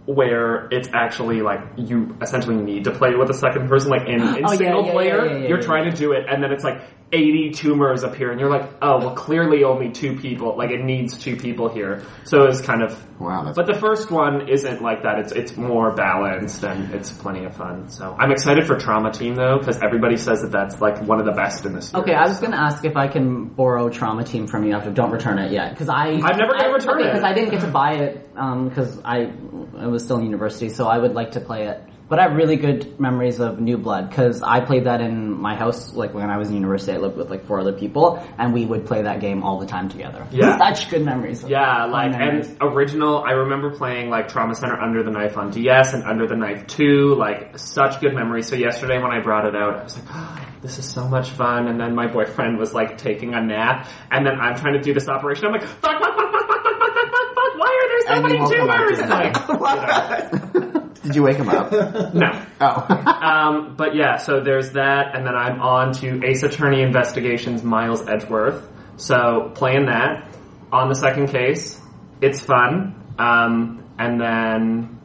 Speaker 3: where it's actually like you essentially need to play it with a second person. Like in, in
Speaker 2: Oh, yeah,
Speaker 3: single
Speaker 2: yeah, yeah,
Speaker 3: player,
Speaker 2: yeah, yeah,
Speaker 3: you're
Speaker 2: yeah.
Speaker 3: trying to do it, and then it's like 80 tumors appear, and you're like, oh, well, clearly only two people. Like it needs two people here, so it's kind of.
Speaker 1: Wow, that's
Speaker 3: But the first one isn't like that. It's it's more balanced and it's plenty of fun. So I'm excited for Trauma Team though, because everybody says that that's like one of the best in this.
Speaker 2: Okay, I was gonna ask if I can borrow Trauma Team from you after. Don't return it yet, because I
Speaker 3: I'm never gonna return it.
Speaker 2: because I didn't get to buy it because I I was still in university, so I would like to play it. But I have really good memories of New Blood because I played that in my house. Like when I was in university, I lived with like four other people, and we would play that game all the time together.
Speaker 3: Yeah.
Speaker 2: such good memories.
Speaker 3: Yeah, like
Speaker 2: Fun memories.
Speaker 3: and original. I remember playing like Trauma Center Under the Knife on DS and Under the Knife Two. Like such good memories. So yesterday when I brought it out, I was like, "Ah, "This is so much fun." And then my boyfriend was like taking a nap, and then I'm trying to do this operation. I'm like, "Fuck, fuck, fuck, fuck, fuck, fuck, fuck, fuck, fuck, fuck. Why are there so
Speaker 1: And you
Speaker 3: many
Speaker 1: woke him up,
Speaker 3: tumors?"
Speaker 1: didn't
Speaker 3: Like,
Speaker 1: Did you wake him up?
Speaker 3: no.
Speaker 1: oh.
Speaker 3: Um, but yeah, so there's that, and then I'm on to Ace Attorney Investigations Miles Edgeworth. So playing that on the second case, it's fun. Um, and then,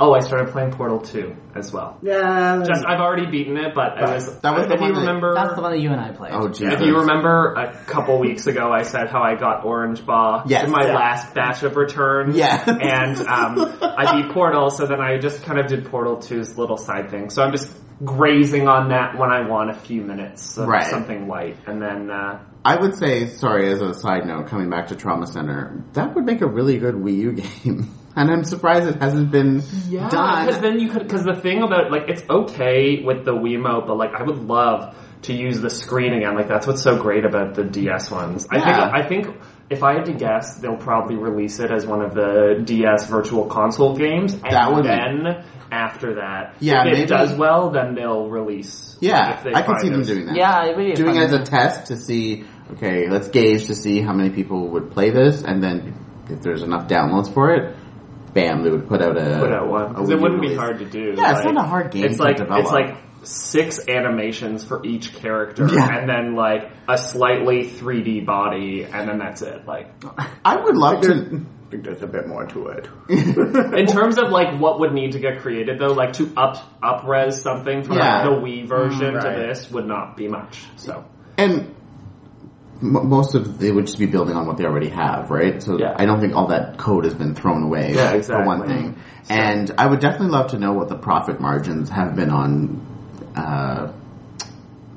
Speaker 3: oh, I started playing Portal 2 as well.
Speaker 4: Yeah.
Speaker 3: Just I've already beaten it, but I was.
Speaker 1: That was the
Speaker 3: if you
Speaker 1: one that-
Speaker 3: remember,
Speaker 2: that's the one that you and I played.
Speaker 1: Oh, Jesus.
Speaker 3: if you remember, a couple weeks ago, I said how I got Orange Ball
Speaker 1: Yes.
Speaker 3: in my
Speaker 1: Yeah.
Speaker 3: last batch of returns.
Speaker 1: Yeah.
Speaker 3: and um, I beat Portal, so then I just kind of did Portal 2's little side thing. So I'm just grazing on that when I want a few minutes of
Speaker 1: Right.
Speaker 3: something light, and then uh,
Speaker 1: I would say, sorry, as a side note, coming back to Trauma Center, that would make a really good Wii U game. And I'm surprised it hasn't been
Speaker 3: because
Speaker 1: done.
Speaker 3: then you could because the thing about like it's okay with the Wiimote, but like I would love to use the screen again. Like that's what's so great about the DS ones.
Speaker 1: Yeah.
Speaker 3: I think I think if I had to guess, they'll probably release it as one of the DS Virtual Console games, and
Speaker 1: That would be-
Speaker 3: then after that,
Speaker 1: Yeah,
Speaker 3: if
Speaker 1: maybe-
Speaker 3: it does well, then they'll release.
Speaker 1: Yeah,
Speaker 3: if they
Speaker 1: I can
Speaker 3: find
Speaker 1: see them
Speaker 3: us.
Speaker 1: doing that.
Speaker 2: yeah, it would be
Speaker 1: Doing
Speaker 2: fun
Speaker 1: it as
Speaker 2: game.
Speaker 1: a test to see, okay, let's gauge to see how many people would play this, and then if there's enough downloads for it, bam, they would put out a.
Speaker 3: put out one
Speaker 1: a
Speaker 3: because
Speaker 1: Wii
Speaker 3: it
Speaker 1: U
Speaker 3: wouldn't be
Speaker 1: release.
Speaker 3: hard to do.
Speaker 1: Yeah, it's not a hard game
Speaker 3: It's
Speaker 1: to
Speaker 3: like
Speaker 1: develop.
Speaker 3: it's like six animations for each character,
Speaker 1: Yeah.
Speaker 3: and then like a slightly 3D body, and then that's it. Like
Speaker 1: I would love to.
Speaker 4: I think there's a bit more to it.
Speaker 3: in terms of like what would need to get created though, like to up upres something from
Speaker 1: Yeah.
Speaker 3: like, the Wii version
Speaker 4: right.
Speaker 3: to this would not be much. So
Speaker 1: And m- most of they would just be building on what they already have, right? So
Speaker 3: Yeah.
Speaker 1: I don't think all that code has been thrown away.
Speaker 3: Yeah,
Speaker 1: For one
Speaker 3: exactly.
Speaker 1: thing, and I would definitely love to know what the profit margins have been on uh,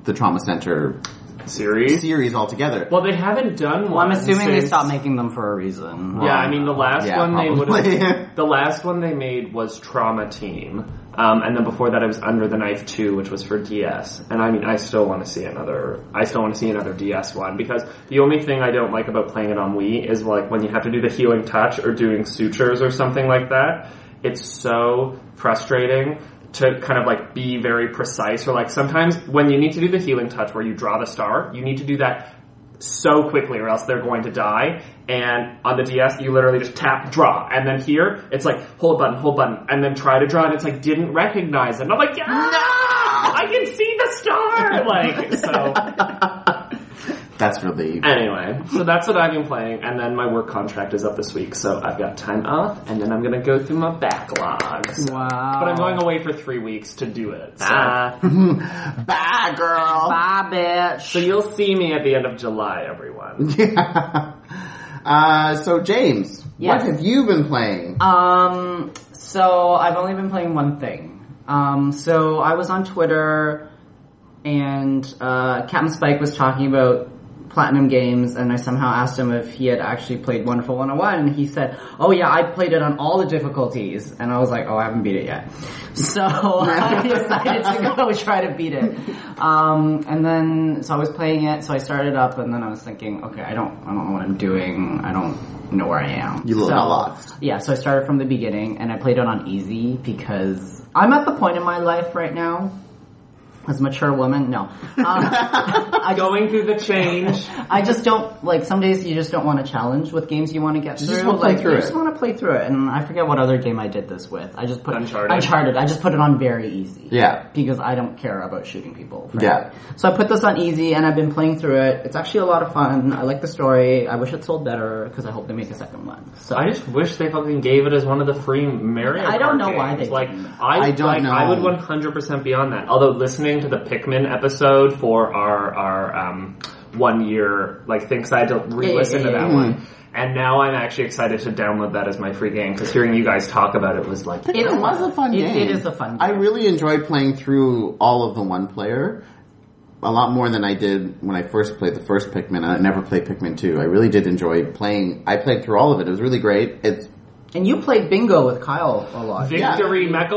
Speaker 1: the trauma center
Speaker 3: series.
Speaker 1: series altogether.
Speaker 3: Well, they haven't done one.
Speaker 2: Well, I'm assuming they
Speaker 3: since-
Speaker 2: stopped making them for a reason.
Speaker 3: Yeah, I mean the last
Speaker 1: Yeah,
Speaker 3: one they would
Speaker 1: probably.
Speaker 3: have the last one they made was Trauma Team, um, and then before that it was Under the Knife Two, which was for DS. And I mean, I still want to see another. I still want to see another DS one because the only thing I don't like about playing it on Wii is like when you have to do the healing touch or doing sutures or something like that. It's so frustrating. To kind of like be very precise, or like sometimes when you need to do the healing touch where you draw the star, you need to do that so quickly or else they're going to die. And on the DS, you literally just tap draw. And then here, it's like, hold button, hold button, and then try to draw, and it's like, didn't recognize it. And I'm like, ah, I can see the star! Like, so.
Speaker 1: That's really
Speaker 3: Anyway, so that's what I've been playing, and then my work contract is up this week, so I've got time off, and then I'm gonna go through my backlogs.
Speaker 2: Wow.
Speaker 3: But I'm going away for three weeks to do it. So.
Speaker 1: bye, girl.
Speaker 2: Bye, bitch.
Speaker 3: so you'll see me at the end of July, everyone.
Speaker 1: uh, so James,
Speaker 2: Yes.
Speaker 1: what have you been playing?
Speaker 2: Um, so I've only been playing one thing. Um, so I was on Twitter, and uh, Captain Spike was talking about platinum games, and I somehow asked him if he had actually played Wonderful 101, and he said, "Oh yeah, I played it on all the difficulties," and I was like, "Oh, I haven't beat it yet," so I decided to go try to beat it. Um, and then so I was playing it, so I started up, and then I was thinking, "Okay, I don't, I don't know what I'm doing. I don't know where I am."
Speaker 1: You little
Speaker 2: so,
Speaker 1: lost.
Speaker 2: yeah, so I started from the beginning and I played it on easy because I'm at the point in my life right now as a mature woman, no. Um, I just-
Speaker 3: Going through the change.
Speaker 2: I just don't like. Some days you just don't want to challenge with games you want to get
Speaker 1: You just
Speaker 2: through.
Speaker 1: wanna play
Speaker 2: like
Speaker 1: through
Speaker 2: you
Speaker 1: it.
Speaker 2: just want to play through it. And I forget what other game I did this with. I just put
Speaker 3: Uncharted.
Speaker 2: Uncharted. I just put it on very easy.
Speaker 1: Yeah.
Speaker 2: Because I don't care about shooting people. frankly.
Speaker 1: Yeah.
Speaker 2: So I put this on easy, and I've been playing through it. It's actually a lot of fun. I like the story. I wish it sold better because I hope they make a second one. So
Speaker 3: I just wish they fucking gave it as one of the free Mario.
Speaker 2: I don't
Speaker 3: Kart
Speaker 2: know why
Speaker 3: games.
Speaker 2: they
Speaker 3: like.
Speaker 2: didn't.
Speaker 3: I,
Speaker 1: I don't
Speaker 3: like,
Speaker 1: know.
Speaker 3: I would one hundred percent be on that. Although listening to the Pikmin episode for our our um, one year like thinks I had to re-listen
Speaker 2: yeah, yeah,
Speaker 3: to that
Speaker 2: yeah.
Speaker 3: one. And now I'm actually excited to download that as my free game because hearing you guys talk about it was like
Speaker 1: It,
Speaker 2: It's
Speaker 1: was
Speaker 2: fun.
Speaker 1: a fun
Speaker 2: It-
Speaker 1: game.
Speaker 2: it is a fun
Speaker 1: I
Speaker 2: game.
Speaker 1: really enjoyed playing through all of the one player. A lot more than I did when I first played the first Pikmin. I never played Pikmin 2. I really did enjoy playing. I played through all of it. It was really great. It's
Speaker 2: and you played bingo with Kyle a lot. Oh,
Speaker 3: victory yeah.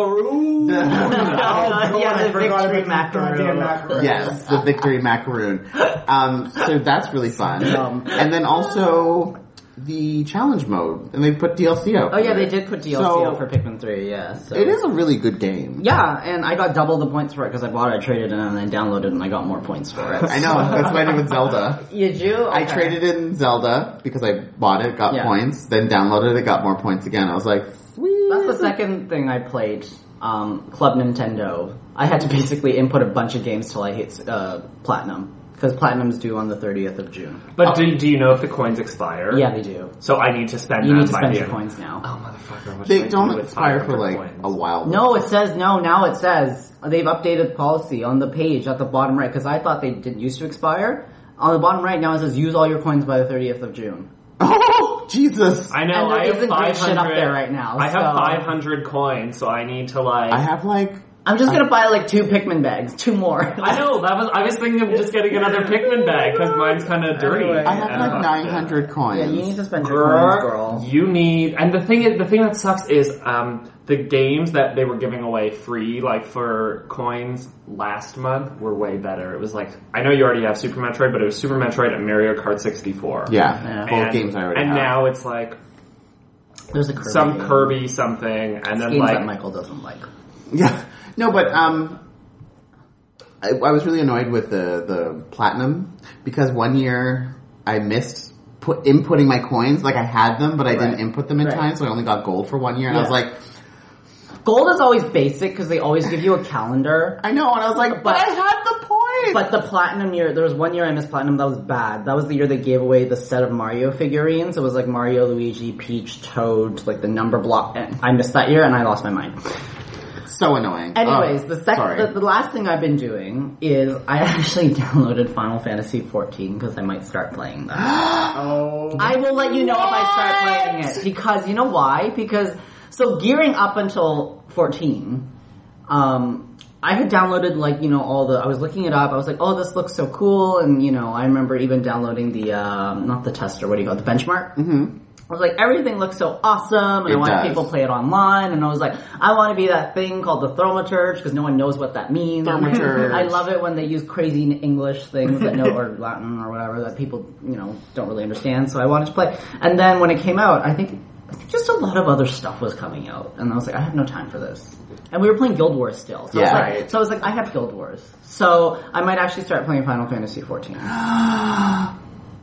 Speaker 2: yeah,
Speaker 4: God,
Speaker 2: the
Speaker 4: Oh, I forgot
Speaker 2: victory
Speaker 4: about the goddamn
Speaker 2: macaroon.
Speaker 4: macaroon.
Speaker 1: yes, the victory macaroon. Um, so that's really fun. Um,
Speaker 4: Yum.
Speaker 1: and then also the challenge mode, and they put DLC out.
Speaker 2: Oh yeah, they did put DLC
Speaker 1: So-
Speaker 2: out for Pikmin Three. Yeah. So.
Speaker 1: It is a really good game.
Speaker 2: Yeah, and I got double the points for it because I bought it, I traded it, and then downloaded, it, and I got more points for it.
Speaker 1: I know. That's why I did with Zelda.
Speaker 2: You do?
Speaker 1: I
Speaker 2: Okay.
Speaker 1: traded in Zelda because I bought it, got
Speaker 2: Yeah.
Speaker 1: points, then downloaded it, got more points again. I was like, sweet.
Speaker 2: That's the second thing I played. Um, Club Nintendo. I had to basically input a bunch of games till I hit uh, platinum because platinum's due on the thirtieth of June.
Speaker 3: But do, do you know if the coins expire?
Speaker 2: Yeah, they do.
Speaker 3: So I need to spend.
Speaker 2: You
Speaker 3: that
Speaker 2: need to
Speaker 3: by
Speaker 2: spend
Speaker 3: the
Speaker 2: your
Speaker 3: end.
Speaker 2: coins now.
Speaker 3: Oh motherfucker! what should I
Speaker 1: They
Speaker 3: do
Speaker 1: don't
Speaker 3: with
Speaker 1: expire for
Speaker 3: 500
Speaker 1: like
Speaker 3: coins?
Speaker 1: a while.
Speaker 2: No, it says no. Now it says they've updated the policy on the page at the bottom right because I thought they didn't used to expire. On the bottom right now it says use all your coins by the thirtieth of June.
Speaker 1: Oh, Jesus. I,
Speaker 3: I know.
Speaker 2: And there
Speaker 3: I have
Speaker 2: isn't good
Speaker 3: 500
Speaker 2: shit up there right now,
Speaker 3: I have
Speaker 2: so-
Speaker 3: 500 coins, so I need to like.
Speaker 1: have like,
Speaker 2: I'm just gonna buy like two Pikmin bags, two more.
Speaker 3: I know that was. I was thinking of just getting another Pikmin bag because mine's kind of dirty.
Speaker 2: Anyway.
Speaker 1: I have
Speaker 3: and
Speaker 1: like
Speaker 3: busted.
Speaker 1: 900 coins.
Speaker 2: Yeah, you need to spend your coins,
Speaker 3: Girl,
Speaker 2: girl.
Speaker 3: you need. And the thing is, the thing that sucks is um, the games that they were giving away free, like for coins last month, were way better. It was like I know you already have Super Metroid, but it was Super Metroid and Mario Kart 64.
Speaker 1: yeah,
Speaker 2: Yeah.
Speaker 1: both
Speaker 3: And-
Speaker 1: games I already
Speaker 3: And
Speaker 1: have.
Speaker 3: now it's like
Speaker 2: There's a Kirby
Speaker 3: some
Speaker 2: game.
Speaker 3: Kirby something, and then
Speaker 2: games that
Speaker 3: like
Speaker 2: Michael doesn't like.
Speaker 1: Yeah. No, but um, I, I was really annoyed with the the platinum because one year I missed put inputting my coins. Like I had them, but I
Speaker 2: Right.
Speaker 1: didn't input them in
Speaker 2: Right.
Speaker 1: time, so I only got gold for one year. And I was
Speaker 2: Yeah.
Speaker 1: like,
Speaker 2: Gold is always basic because they always give you a calendar.
Speaker 1: I know, and I was like, but,
Speaker 2: But-
Speaker 1: I had the points.
Speaker 2: But the platinum year, there was one year I missed platinum that was bad. That was the year they gave away the set of Mario figurines. It was like Mario, Luigi, Peach, Toad, like the number block. And I missed that year and I lost my mind.
Speaker 1: so annoying.
Speaker 2: Anyways,
Speaker 1: Oh,
Speaker 2: the second,
Speaker 1: sorry.
Speaker 2: the, the last thing I've been doing is I actually downloaded Final Fantasy 14 because I might start playing that.
Speaker 4: Oh.
Speaker 2: I will let you know if I start playing it because you know why? Because so gearing up until 14, um, I had downloaded like you know all the. I was looking it up. I was like, oh, this looks so cool, and you know I remember even downloading the um, not the tester. What do you call it? The benchmark. Mm-hmm. I was like, everything looks so awesome, and I
Speaker 1: It
Speaker 2: want
Speaker 1: does.
Speaker 2: people to play it online. And I was like, I want to be that thing called the thaumaturge because no one knows what that means.
Speaker 1: Thaumaturge.
Speaker 2: I love it when they use crazy English things that no or Latin or whatever that people you know don't really understand. So I wanted to play, and then when it came out, I think I think just a lot of other stuff was coming out, and I was like, I have no time for this. And we were playing Guild Wars still, so,
Speaker 1: Yeah.
Speaker 2: I, was like, so I was like, I have Guild Wars, so I might actually start playing Final Fantasy 14.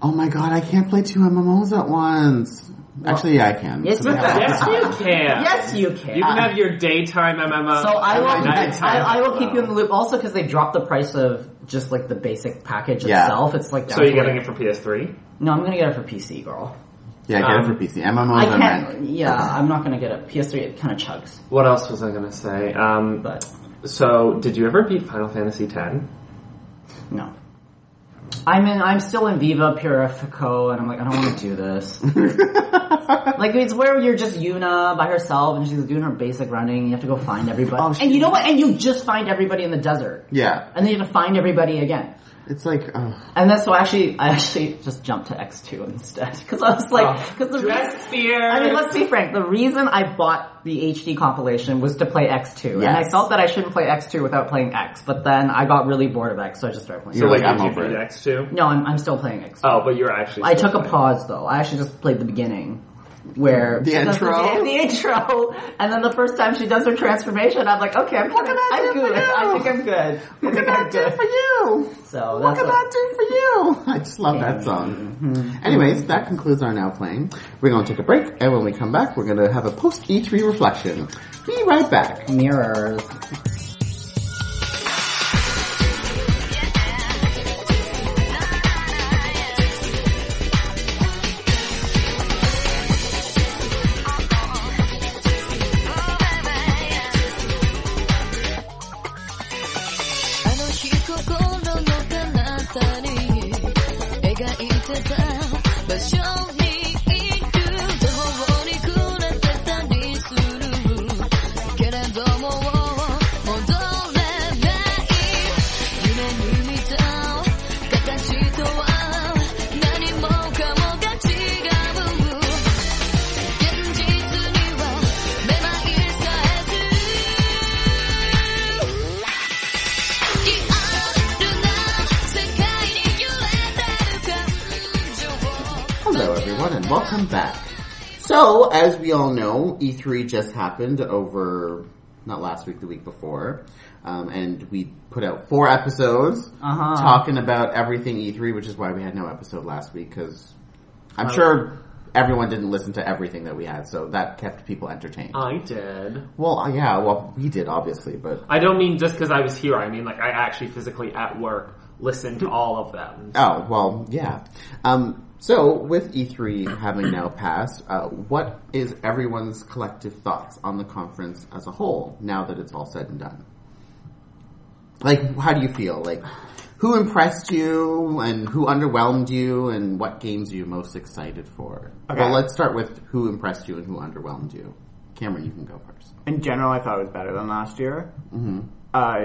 Speaker 1: oh my god, I can't play two MMOs at once. Actually, yeah, I can.
Speaker 2: Yes,
Speaker 1: So
Speaker 2: you
Speaker 1: they have-
Speaker 3: yes, you can.
Speaker 2: yes, you can.
Speaker 3: You can have your daytime MMO.
Speaker 2: Uh, So I will,
Speaker 1: I like that.
Speaker 2: I, I will keep you in the loop. Also, because they dropped the price of just like the basic package
Speaker 1: Yeah.
Speaker 2: itself. It's like
Speaker 3: So you're
Speaker 2: down to,
Speaker 3: getting
Speaker 2: like-
Speaker 3: it for PS3?
Speaker 2: No, I'm gonna get it for PC, girl.
Speaker 1: Yeah, get
Speaker 3: Um,
Speaker 1: it for PC. MMOs
Speaker 2: I
Speaker 1: are meant.
Speaker 2: can't. Yeah, I'm not gonna get it. PS3 it kind of chugs,
Speaker 3: What else was I gonna say? Um,
Speaker 2: but
Speaker 3: so did you ever beat Final Fantasy X?
Speaker 2: no. I'm in. I'm still in Viva Purifico, and I'm like, I don't want to do this. like it's where you're just Yuna by herself, and she's doing her basic running. You have to go find everybody,
Speaker 1: Oh, she-
Speaker 2: and you know what? And you just find everybody in the desert,
Speaker 1: Yeah,
Speaker 2: and then you have to find everybody again.
Speaker 1: it's like. ugh.
Speaker 2: And that's so actually, I actually just jumped to X2 instead because Oh. I was like, because the
Speaker 3: Oh, Dress fear.
Speaker 2: I mean, let's be frank. The reason I bought the HD compilation was to play X2, and I
Speaker 1: Yes.
Speaker 2: felt that I shouldn't play X2 without playing X. But then I got really bored of X, so I just started playing.
Speaker 1: You're
Speaker 2: X.
Speaker 1: like, I'm
Speaker 3: Did you
Speaker 1: over
Speaker 3: beat
Speaker 1: it.
Speaker 3: X2?
Speaker 2: No, I'm, I'm still playing X.
Speaker 3: Oh, but you're actually.
Speaker 2: I
Speaker 3: still
Speaker 2: took a
Speaker 3: playing.
Speaker 2: pause though. I actually just played the beginning. where
Speaker 1: The
Speaker 2: she does
Speaker 1: intro?
Speaker 2: the, the intro, and then the first time she does her transformation, I'm like, okay, I'm, good.
Speaker 1: I
Speaker 2: I'm
Speaker 1: do for
Speaker 2: good.
Speaker 1: you?
Speaker 2: I think I'm good. I
Speaker 1: Look
Speaker 2: think
Speaker 1: at
Speaker 2: I'm
Speaker 1: that do
Speaker 2: good.
Speaker 1: for you.
Speaker 2: So
Speaker 1: What
Speaker 2: that's
Speaker 1: can
Speaker 2: what-
Speaker 1: I do for you? I just love that song. Anyways, that concludes our now playing. We're going to take a break, and when we come back, we're going to have a post E3 reflection. Be right back.
Speaker 2: mirrors.
Speaker 5: 「あの日心の彼方に描いてた場所にいる」「途方に暮れてたりする」「けれども戻れない」「夢に見た形とは何もかもが違う」「現実にはめまいさえする」リアルな世界に揺れてる感情を
Speaker 1: Hello, everyone, and welcome back. So, as we all know, E3 just happened over, not last week, the week before. Um, and we put out four episodes
Speaker 2: Uh-huh.
Speaker 1: talking about everything E3, which is why we had no episode last week, because I'm sure everyone didn't listen to everything that we had, so that kept people entertained.
Speaker 3: I did.
Speaker 1: Well, uh, yeah, well, we did, obviously, but.
Speaker 3: I don't mean just because I was here. I mean like I actually physically at work listened to all of them.
Speaker 1: Oh, well, yeah. Um, so, with E3 having now passed, uh, what is everyone's collective thoughts on the conference as a whole now that it's all said and done? Like, how do you feel? Like, who impressed you and who underwhelmed you and what games are you most excited for?
Speaker 4: Okay.
Speaker 1: Well, let's start with who impressed you and who underwhelmed you. Cameron, you can go first.
Speaker 4: In general, I thought it was better than last year.
Speaker 1: Mm-hmm.
Speaker 4: Uh,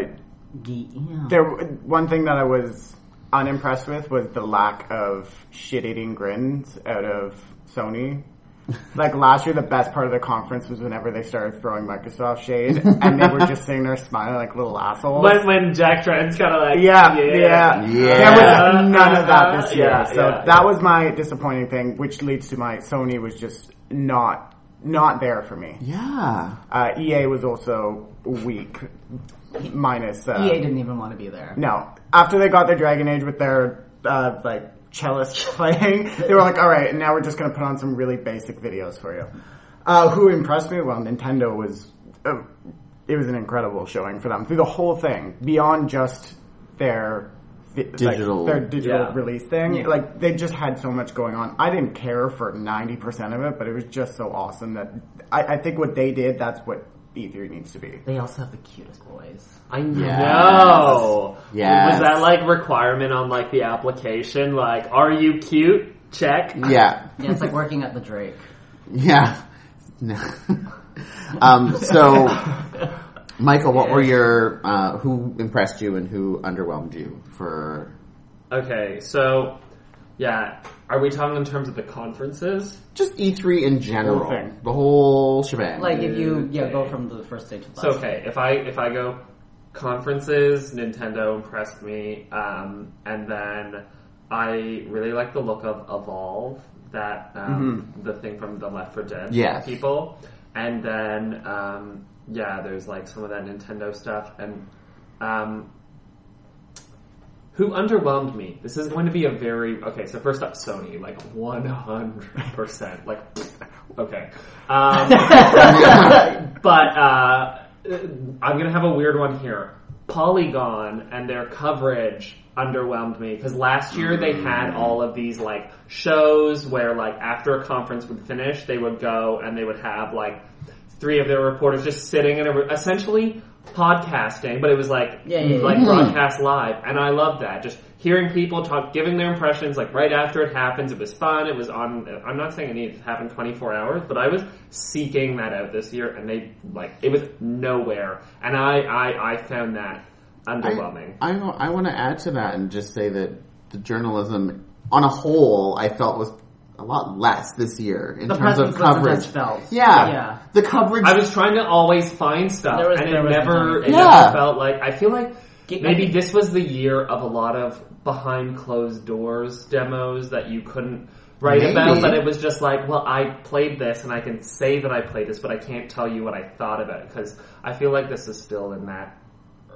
Speaker 2: Ge- yeah.
Speaker 4: There, one thing that I was unimpressed with was the lack of shit-eating grins out of Sony. Like last year, the best part of the conference was whenever they started throwing Microsoft shade, and they were just sitting there smiling like little assholes.
Speaker 3: When when Jack Trent's kind of like
Speaker 4: yeah,
Speaker 1: Yeah.
Speaker 4: yeah, There was none of that this year,
Speaker 3: Yeah,
Speaker 4: so
Speaker 3: yeah,
Speaker 4: that was my disappointing thing, which leads to my Sony was just not not there for me.
Speaker 1: Yeah.
Speaker 4: Uh, EA was also weak, minus uh,
Speaker 2: EA didn't even want to be there.
Speaker 4: no. After they got their Dragon Age with their uh, like cellist playing, they were like, "All right, now we're just going to put on some really basic videos for you." Uh, who impressed me? Well, Nintendo was. Uh, it was an incredible showing for them through the whole thing, beyond just their vi- like,
Speaker 1: Digital.
Speaker 4: their digital
Speaker 3: Yeah.
Speaker 4: release thing.
Speaker 2: Yeah.
Speaker 4: Like they just had so much going on. I didn't care for ninety percent of it, but it was just so awesome that I, I think what they did, that's what E3 needs to be.
Speaker 2: They also have the cutest boys.
Speaker 3: I know.
Speaker 1: Yes.
Speaker 3: Was that like requirement on like the application? Like, are you cute? Check.
Speaker 1: Yeah.
Speaker 2: Yeah, it's like working at the Drake.
Speaker 1: Yeah. No. um, so, Michael, what were your uh, who impressed you and who underwhelmed you for
Speaker 3: Okay, so yeah, are we talking in terms of the conferences?
Speaker 1: just E three in general,
Speaker 4: Whole thing.
Speaker 1: the whole shebang?
Speaker 2: Like if you yeah go from the first day to the last.
Speaker 3: So okay, if I if I go conferences, Nintendo impressed me, um, and then I really like the look of Evolve, that um, the thing from the Left 4 Dead
Speaker 1: Yes.
Speaker 3: people, and then um, yeah, there's like some of that Nintendo stuff, and um, who underwhelmed me. This is going to be a very okay. So first up, Sony, like one hundred percent, like okay. Um, but uh, I'm gonna have a weird one here. Polygon and their coverage underwhelmed me because last year they
Speaker 2: Mm.
Speaker 3: had all of these like shows where like after a conference would finish, they would go and they would have like three of their reporters just sitting in a room, essentially podcasting, but it was like
Speaker 2: Yeah, yeah, yeah.
Speaker 3: like
Speaker 1: Mhm.
Speaker 3: broadcast live, and I love that. Just hearing people talk, giving their impressions, like right after it happens, it was fun. It was on. I'm not saying it needed to happen 24 hours, but I was seeking that out this year, and they like it was nowhere, and I I, I found that underwhelming.
Speaker 1: I, I, wa- I want to add to that and just say that the journalism, on a whole, I felt was a lot less this year in
Speaker 2: The
Speaker 1: terms of
Speaker 2: presence wasn't
Speaker 1: coverage.
Speaker 2: as felt.
Speaker 1: Yeah,
Speaker 2: Yeah.
Speaker 1: the coverage.
Speaker 3: I, was trying to always find stuff,
Speaker 2: There was-
Speaker 3: and it
Speaker 2: there was
Speaker 3: never
Speaker 2: nothing.
Speaker 3: it
Speaker 1: Yeah.
Speaker 3: never felt like I feel like.
Speaker 2: Get-
Speaker 3: Maybe this was the year of a lot of behind closed doors demos that you couldn't right about
Speaker 1: Maybe.
Speaker 3: but it was just like well i played this and i can say that i played this but i can't tell you what i thought about it because i feel like this is still in that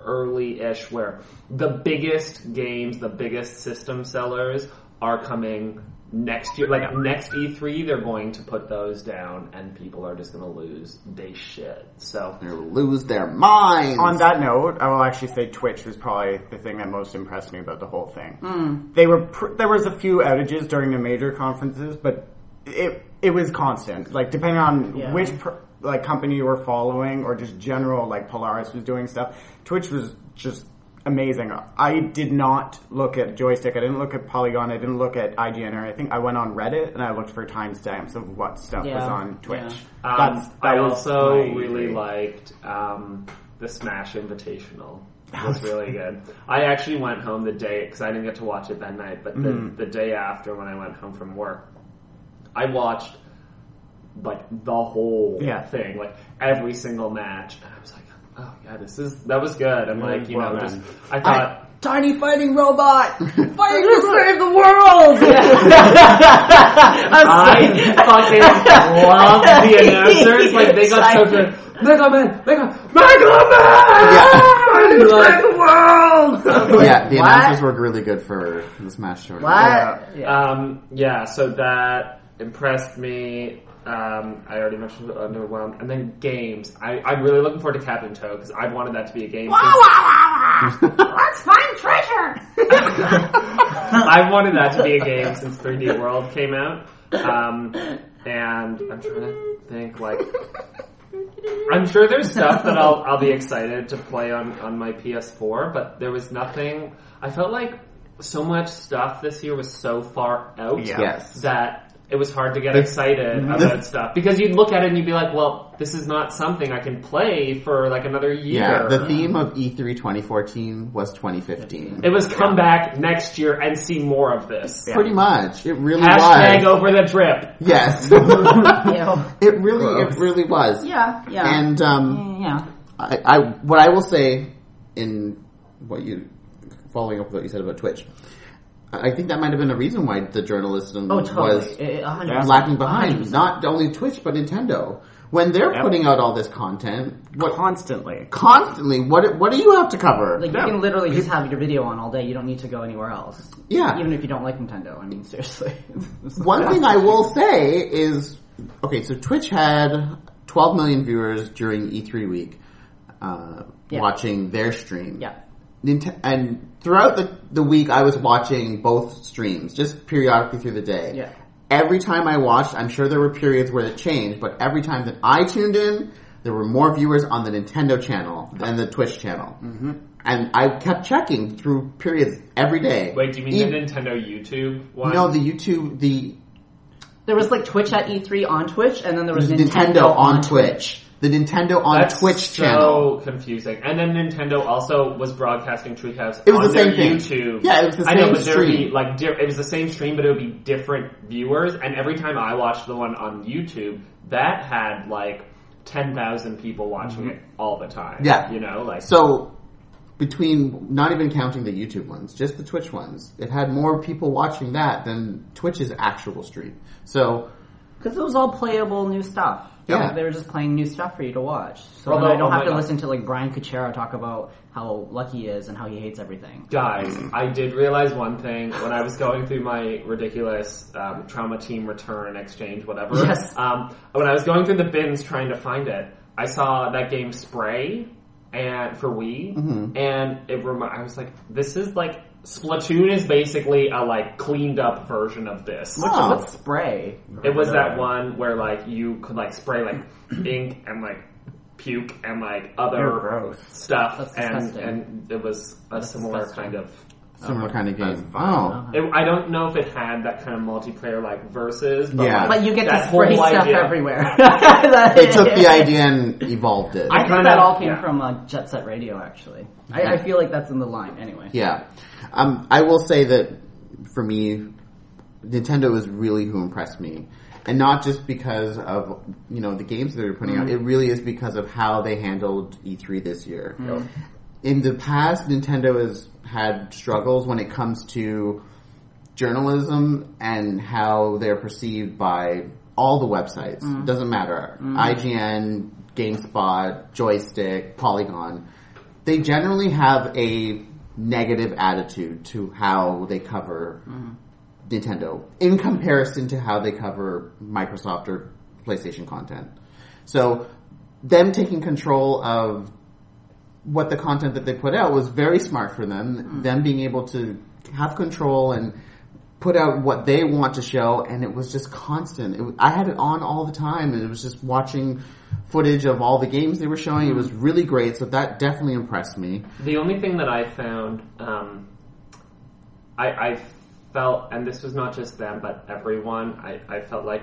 Speaker 3: early-ish where the biggest games the biggest system sellers are coming next year like next e3 they're going to put those down and people are just going to lose they shit so
Speaker 1: They lose their minds.
Speaker 4: On that note, I will actually say Twitch was probably the thing that most impressed me about the whole thing.
Speaker 2: Hmm.
Speaker 4: They were pr- there was a few outages during the major conferences, but it it was constant. Like depending on
Speaker 2: Yeah.
Speaker 4: which pr- like company you were following or just general like Polaris was doing stuff, Twitch was just amazing. I did not look at joystick. I didn't look at Polygon. I didn't look at IGN or anything. I went on Reddit and I looked for timestamps of what stuff
Speaker 2: Yeah.
Speaker 4: was on Twitch.
Speaker 3: um,
Speaker 4: That's- that
Speaker 3: i
Speaker 4: was
Speaker 3: also
Speaker 4: my-
Speaker 3: really liked um, the smash invitational It was really good. I actually went home the day because I didn't get to watch it that night, but the,
Speaker 4: Mm.
Speaker 3: the day after when I went home from work, I watched like the whole
Speaker 4: Yeah.
Speaker 3: thing, like every single match, and I was like, "Oh yeah, this is that was good." And like you
Speaker 4: well
Speaker 3: know,
Speaker 4: done.
Speaker 3: just I thought
Speaker 2: Tiny fighting robot! Fighting to save the world! I'm
Speaker 3: I fucking love the announcers. Like they got so good. Mega Man, Mega, Mega Man!
Speaker 1: Yeah.
Speaker 3: Like,
Speaker 1: yeah, the
Speaker 2: What?
Speaker 1: announcers were really good for the Smash tournament.
Speaker 2: What? Yeah.
Speaker 3: Um, yeah, so that impressed me. Um, I already mentioned underwhelmed, and then games. I, I'm really looking forward to Captain Toad because I've wanted that to be a game.
Speaker 2: Oh,
Speaker 3: since-
Speaker 2: Let's find treasure!
Speaker 3: I wanted that to be a game since 3D World came out. Um, and I'm trying to think, like, I'm sure there's stuff that I'll, I'll be excited to play on, on my PS4, but there was nothing. I felt like so much stuff this year was so far out
Speaker 4: Yeah.
Speaker 1: Yes.
Speaker 3: that it was hard to get excited
Speaker 1: Mm-hmm.
Speaker 3: about stuff. Because you'd look at it and you'd be like, well, this is not something I can play for like another year.
Speaker 1: Yeah, the theme of E E3 2014 was 2015.
Speaker 3: it was come back next year and see more of this.
Speaker 1: Pretty much. It really
Speaker 3: Hashtag
Speaker 1: was.
Speaker 3: over the drip.
Speaker 1: Yes. it really, it really was.
Speaker 2: Yeah, yeah.
Speaker 1: And, um,
Speaker 2: yeah.
Speaker 1: I, I what I will say in what you following up with what you said about Twitch, I think that might have been a reason why the journalism
Speaker 2: Oh, totally.
Speaker 1: was
Speaker 2: It- it- 100%.
Speaker 1: lacking behind.
Speaker 2: 100%.
Speaker 1: Not only Twitch but Nintendo. When they're
Speaker 4: Yep.
Speaker 1: putting out all this content, what
Speaker 4: Constantly.
Speaker 1: constantly? What what do you have to cover?
Speaker 2: Like, you can literally just have your video on all day. You don't need to go anywhere else.
Speaker 1: Yeah.
Speaker 2: Even if you don't like Nintendo. I mean, seriously. It's-
Speaker 1: One thing I will say is, okay, so Twitch had 12 million viewers during E3 week uh,
Speaker 2: Yeah.
Speaker 1: watching their stream.
Speaker 2: Yeah.
Speaker 1: Nint- and throughout the, the week, I was watching both streams, just periodically through the day.
Speaker 2: Yeah.
Speaker 1: Every time I watched, I'm sure there were periods where it changed, but every time that I tuned in, there were more viewers on the Nintendo channel than the Twitch channel. Mm-hmm. And I kept checking through periods every day.
Speaker 3: Wait, do you mean
Speaker 1: E-
Speaker 3: the Nintendo YouTube one?
Speaker 1: No, the YouTube, the
Speaker 2: There was like Twitch at E3 on Twitch, and then there was
Speaker 1: Nintendo, on Twitch. The Nintendo on
Speaker 3: That's
Speaker 1: Twitch
Speaker 3: so
Speaker 1: channel.
Speaker 3: confusing. And then Nintendo also was broadcasting Treehouse
Speaker 1: It was
Speaker 3: on
Speaker 1: the same
Speaker 3: their
Speaker 1: thing.
Speaker 3: YouTube.
Speaker 1: Yeah, it was the
Speaker 3: I know,
Speaker 1: same
Speaker 3: but there would be
Speaker 1: stream.
Speaker 3: like di- it was the same stream, but it would be different viewers. And every time I watched the one on YouTube, that had like ten thousand people watching it all the time.
Speaker 1: Mm-hmm. Yeah.
Speaker 3: you know, like
Speaker 1: So between not even counting the YouTube ones, just the Twitch ones, it had more people watching that than Twitch's actual stream. So
Speaker 2: Because it was all playable new stuff.
Speaker 1: Yeah.
Speaker 2: They were just playing new stuff for you to watch. So
Speaker 3: Although-
Speaker 2: then I don't
Speaker 3: oh my
Speaker 2: have to
Speaker 3: God.
Speaker 2: listen to like Brian Kuchera talk about how lucky he is and how he hates everything.
Speaker 3: Guys, I did realize one thing when I was going through my ridiculous um, trauma team return exchange, whatever.
Speaker 2: Yes.
Speaker 3: Um, when I was going through the bins trying to find it, I saw that game Spray and for Wii, and it remi- I was like, this is like Splatoon is basically a like cleaned up version of this.
Speaker 1: Oh.
Speaker 2: What's spray?
Speaker 3: It was that one where like you could like spray like ink and like puke and like
Speaker 4: You're
Speaker 3: other
Speaker 4: gross.
Speaker 3: stuff,
Speaker 2: That's
Speaker 3: and
Speaker 2: disgusting.
Speaker 3: and it was a similar
Speaker 2: disgusting.
Speaker 3: kind of.
Speaker 1: similar kind of game. Oh.
Speaker 3: It, I don't know if it had that kind of multiplayer like versus, but
Speaker 1: Yeah.
Speaker 3: like,
Speaker 2: But you get
Speaker 3: that
Speaker 2: to spray
Speaker 3: whole
Speaker 2: stuff
Speaker 3: idea.
Speaker 2: everywhere.
Speaker 1: They took the idea and evolved it.
Speaker 2: I think
Speaker 3: kinda-
Speaker 2: that all came
Speaker 3: yeah.
Speaker 2: from uh, Jet Set Radio, actually. I, I feel like that's in the line, anyway.
Speaker 1: Yeah. Um, I will say that for me, Nintendo is really who impressed me. And not just because of, you know, the games that they're putting out. It really is because of how they handled E3 this year. In the past, Nintendo has had struggles when it comes to journalism and how they're perceived by all the websites. It doesn't matter. IGN, GameSpot, Joystick, Polygon. They generally have a negative attitude to how they cover Nintendo in comparison to how they cover Microsoft or PlayStation content. So them taking control of what the content that they put out was very smart for them. Them being able to have control and put out what they want to show, and it was just constant. It, wa- I had it on all the time, and it was just watching footage of all the games they were showing. It was
Speaker 4: Mm-hmm.
Speaker 1: really great, so that definitely impressed me.
Speaker 3: The only thing that I found, um, I, I felt, and this was not just them, but everyone, I, I felt like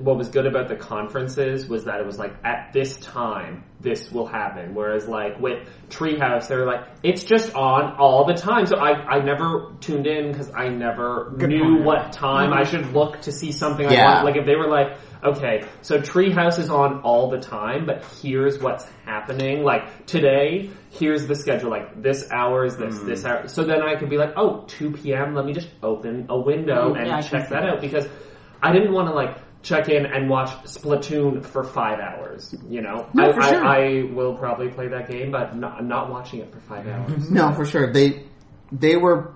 Speaker 3: what was good about the conferences was that it was like, at this time, this will happen. Whereas like with Treehouse, they were like, it's just on all the time. So I, I never tuned in because I never knew what time
Speaker 2: Mm-hmm.
Speaker 3: I should look to see something I
Speaker 1: Yeah.
Speaker 3: want. Like if they were like, okay, so Treehouse is on all the time, but here's what's happening. Like today, here's the schedule. Like this hour is
Speaker 2: Hmm.
Speaker 3: this, this hour. So then I could be like, oh, 2 p.m. Let me just open a window and
Speaker 2: Hmm, yeah, I can
Speaker 3: check
Speaker 2: see
Speaker 3: that out because I didn't want to like check in and watch Splatoon for five hours. You know, I,
Speaker 1: for sure.
Speaker 3: I, I will probably play that game, but not, not watching it for five
Speaker 2: Mm-hmm.
Speaker 3: hours.
Speaker 1: No, for sure. They they were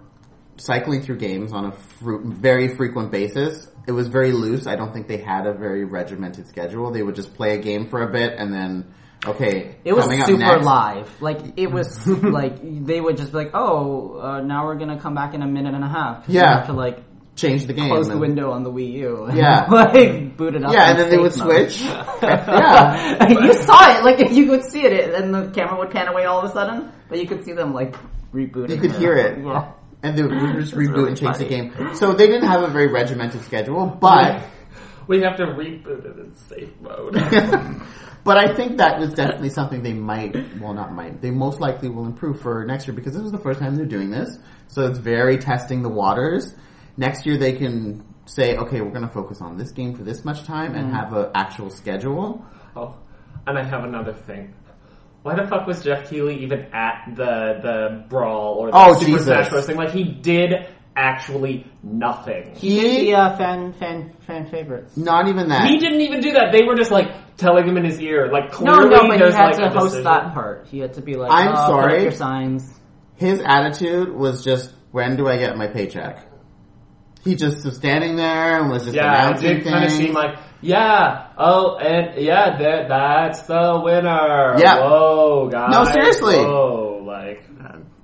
Speaker 1: cycling through games on a fru- very frequent basis. It was very loose. I don't think they had a very regimented schedule. They would just play a game for a bit and then okay,
Speaker 2: It was
Speaker 1: coming up
Speaker 2: super
Speaker 1: next.
Speaker 2: live. Like it was like they would just be like, "Oh, uh, now we're gonna come back in a minute and a half." 'cause we
Speaker 1: Yeah.
Speaker 2: have to like
Speaker 1: Change the game.
Speaker 2: close the
Speaker 1: and-
Speaker 2: window on the Wii U. and,
Speaker 1: Yeah.
Speaker 2: like boot it up.
Speaker 1: Yeah,
Speaker 2: in
Speaker 1: and then they would
Speaker 2: safe mode.
Speaker 1: switch. yeah.
Speaker 2: you saw it. Like you could see it, and the camera would pan away all of a sudden, but you could see them like rebooting.
Speaker 1: You could hear it.
Speaker 2: Yeah.
Speaker 1: And they would just reboot
Speaker 2: really
Speaker 1: and change the
Speaker 2: funny.
Speaker 1: game. So they didn't have a very regimented schedule, but
Speaker 3: We have to reboot it in safe mode.
Speaker 1: but I think that was definitely something they might, well, not might, they most likely will improve for next year because this is the first time they're doing this. So it's very testing the waters. Next year they can say, okay, we're going to focus on this game for this much time
Speaker 3: Mm.
Speaker 1: and have an actual schedule.
Speaker 3: Oh, and I have another thing. Why the fuck was Jeff Keighley even at the the brawl or the
Speaker 1: Oh,
Speaker 3: Super
Speaker 1: Jesus.
Speaker 3: Smash Bros. thing? Like he did actually nothing. He,
Speaker 2: He did the uh, fan fan fan favorites.
Speaker 1: Not even that.
Speaker 3: didn't even do that. They were just like telling him in his ear, like
Speaker 2: No,
Speaker 3: clearly
Speaker 2: no, but he
Speaker 3: there's
Speaker 2: had
Speaker 3: like
Speaker 2: to
Speaker 3: a
Speaker 2: host
Speaker 3: decision.
Speaker 2: that part. He had to be like,
Speaker 1: I'm
Speaker 2: "Oh, put up
Speaker 1: sorry.
Speaker 2: your signs."
Speaker 1: His attitude was just, when do I get my paycheck? He just was standing there and was just
Speaker 3: Yeah, it
Speaker 1: announcing
Speaker 3: did kind of
Speaker 1: things.
Speaker 3: seem like yeah. Oh, and yeah, that that's the winner.
Speaker 1: Yeah.
Speaker 3: Whoa, guys.
Speaker 1: No, seriously.
Speaker 3: Whoa, like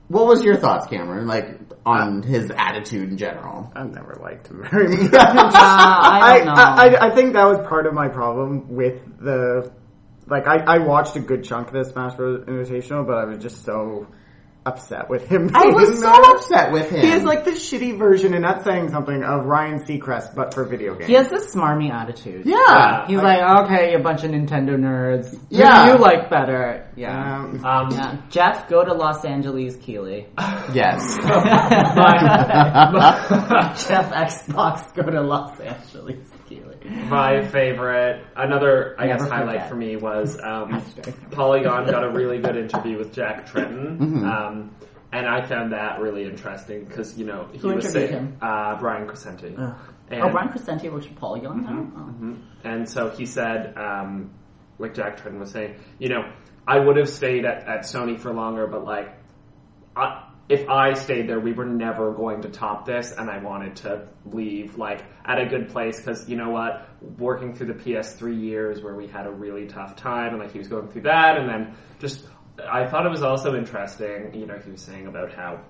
Speaker 1: What was your thoughts, Cameron? Like on his attitude in general?
Speaker 4: I've never liked him very much.
Speaker 2: Uh, I don't know.
Speaker 4: I, I, I think that was part of my problem with the, like, I, I watched a good chunk of the Smash Bros. Invitational, but I was just so upset with him.
Speaker 1: I was
Speaker 4: being
Speaker 1: so
Speaker 4: there.
Speaker 1: upset with him.
Speaker 4: He is like the shitty version, and that's saying something, of Ryan Seacrest, but for video games.
Speaker 2: He has this smarmy attitude.
Speaker 1: yeah.
Speaker 2: He's like, okay, you bunch of Nintendo nerds. Who do
Speaker 1: Yeah.
Speaker 2: you like better. Yeah.
Speaker 4: Um,
Speaker 3: um,
Speaker 2: yeah. Jeff, go to Los Angeles, Keeley.
Speaker 1: Yes.
Speaker 2: Jeff Xbox, go to Los Angeles, Keeley.
Speaker 3: My favorite, another I
Speaker 2: Never
Speaker 3: guess highlight
Speaker 2: forget.
Speaker 3: for me was um, Polygon got a really good interview with Jack Trenton,
Speaker 2: Mm-hmm.
Speaker 3: um, and I found that really interesting because you know he
Speaker 2: Who
Speaker 3: was
Speaker 2: interviewed
Speaker 3: saying
Speaker 2: him?
Speaker 3: Uh, Brian Crescenti, and,
Speaker 2: Oh, Brian Crescenti works for Polygon Oh.
Speaker 3: Mm-hmm.
Speaker 2: now?
Speaker 3: and so he said, um, like Jack Trenton was saying, you know, I would have stayed at, at Sony for longer, but like, I, if I stayed there, we were never going to top this, and I wanted to leave like at a good place because you know what, working through the PS3 years where we had a really tough time, and like he was going through that, and then just I thought it was also interesting, you know, he was saying about how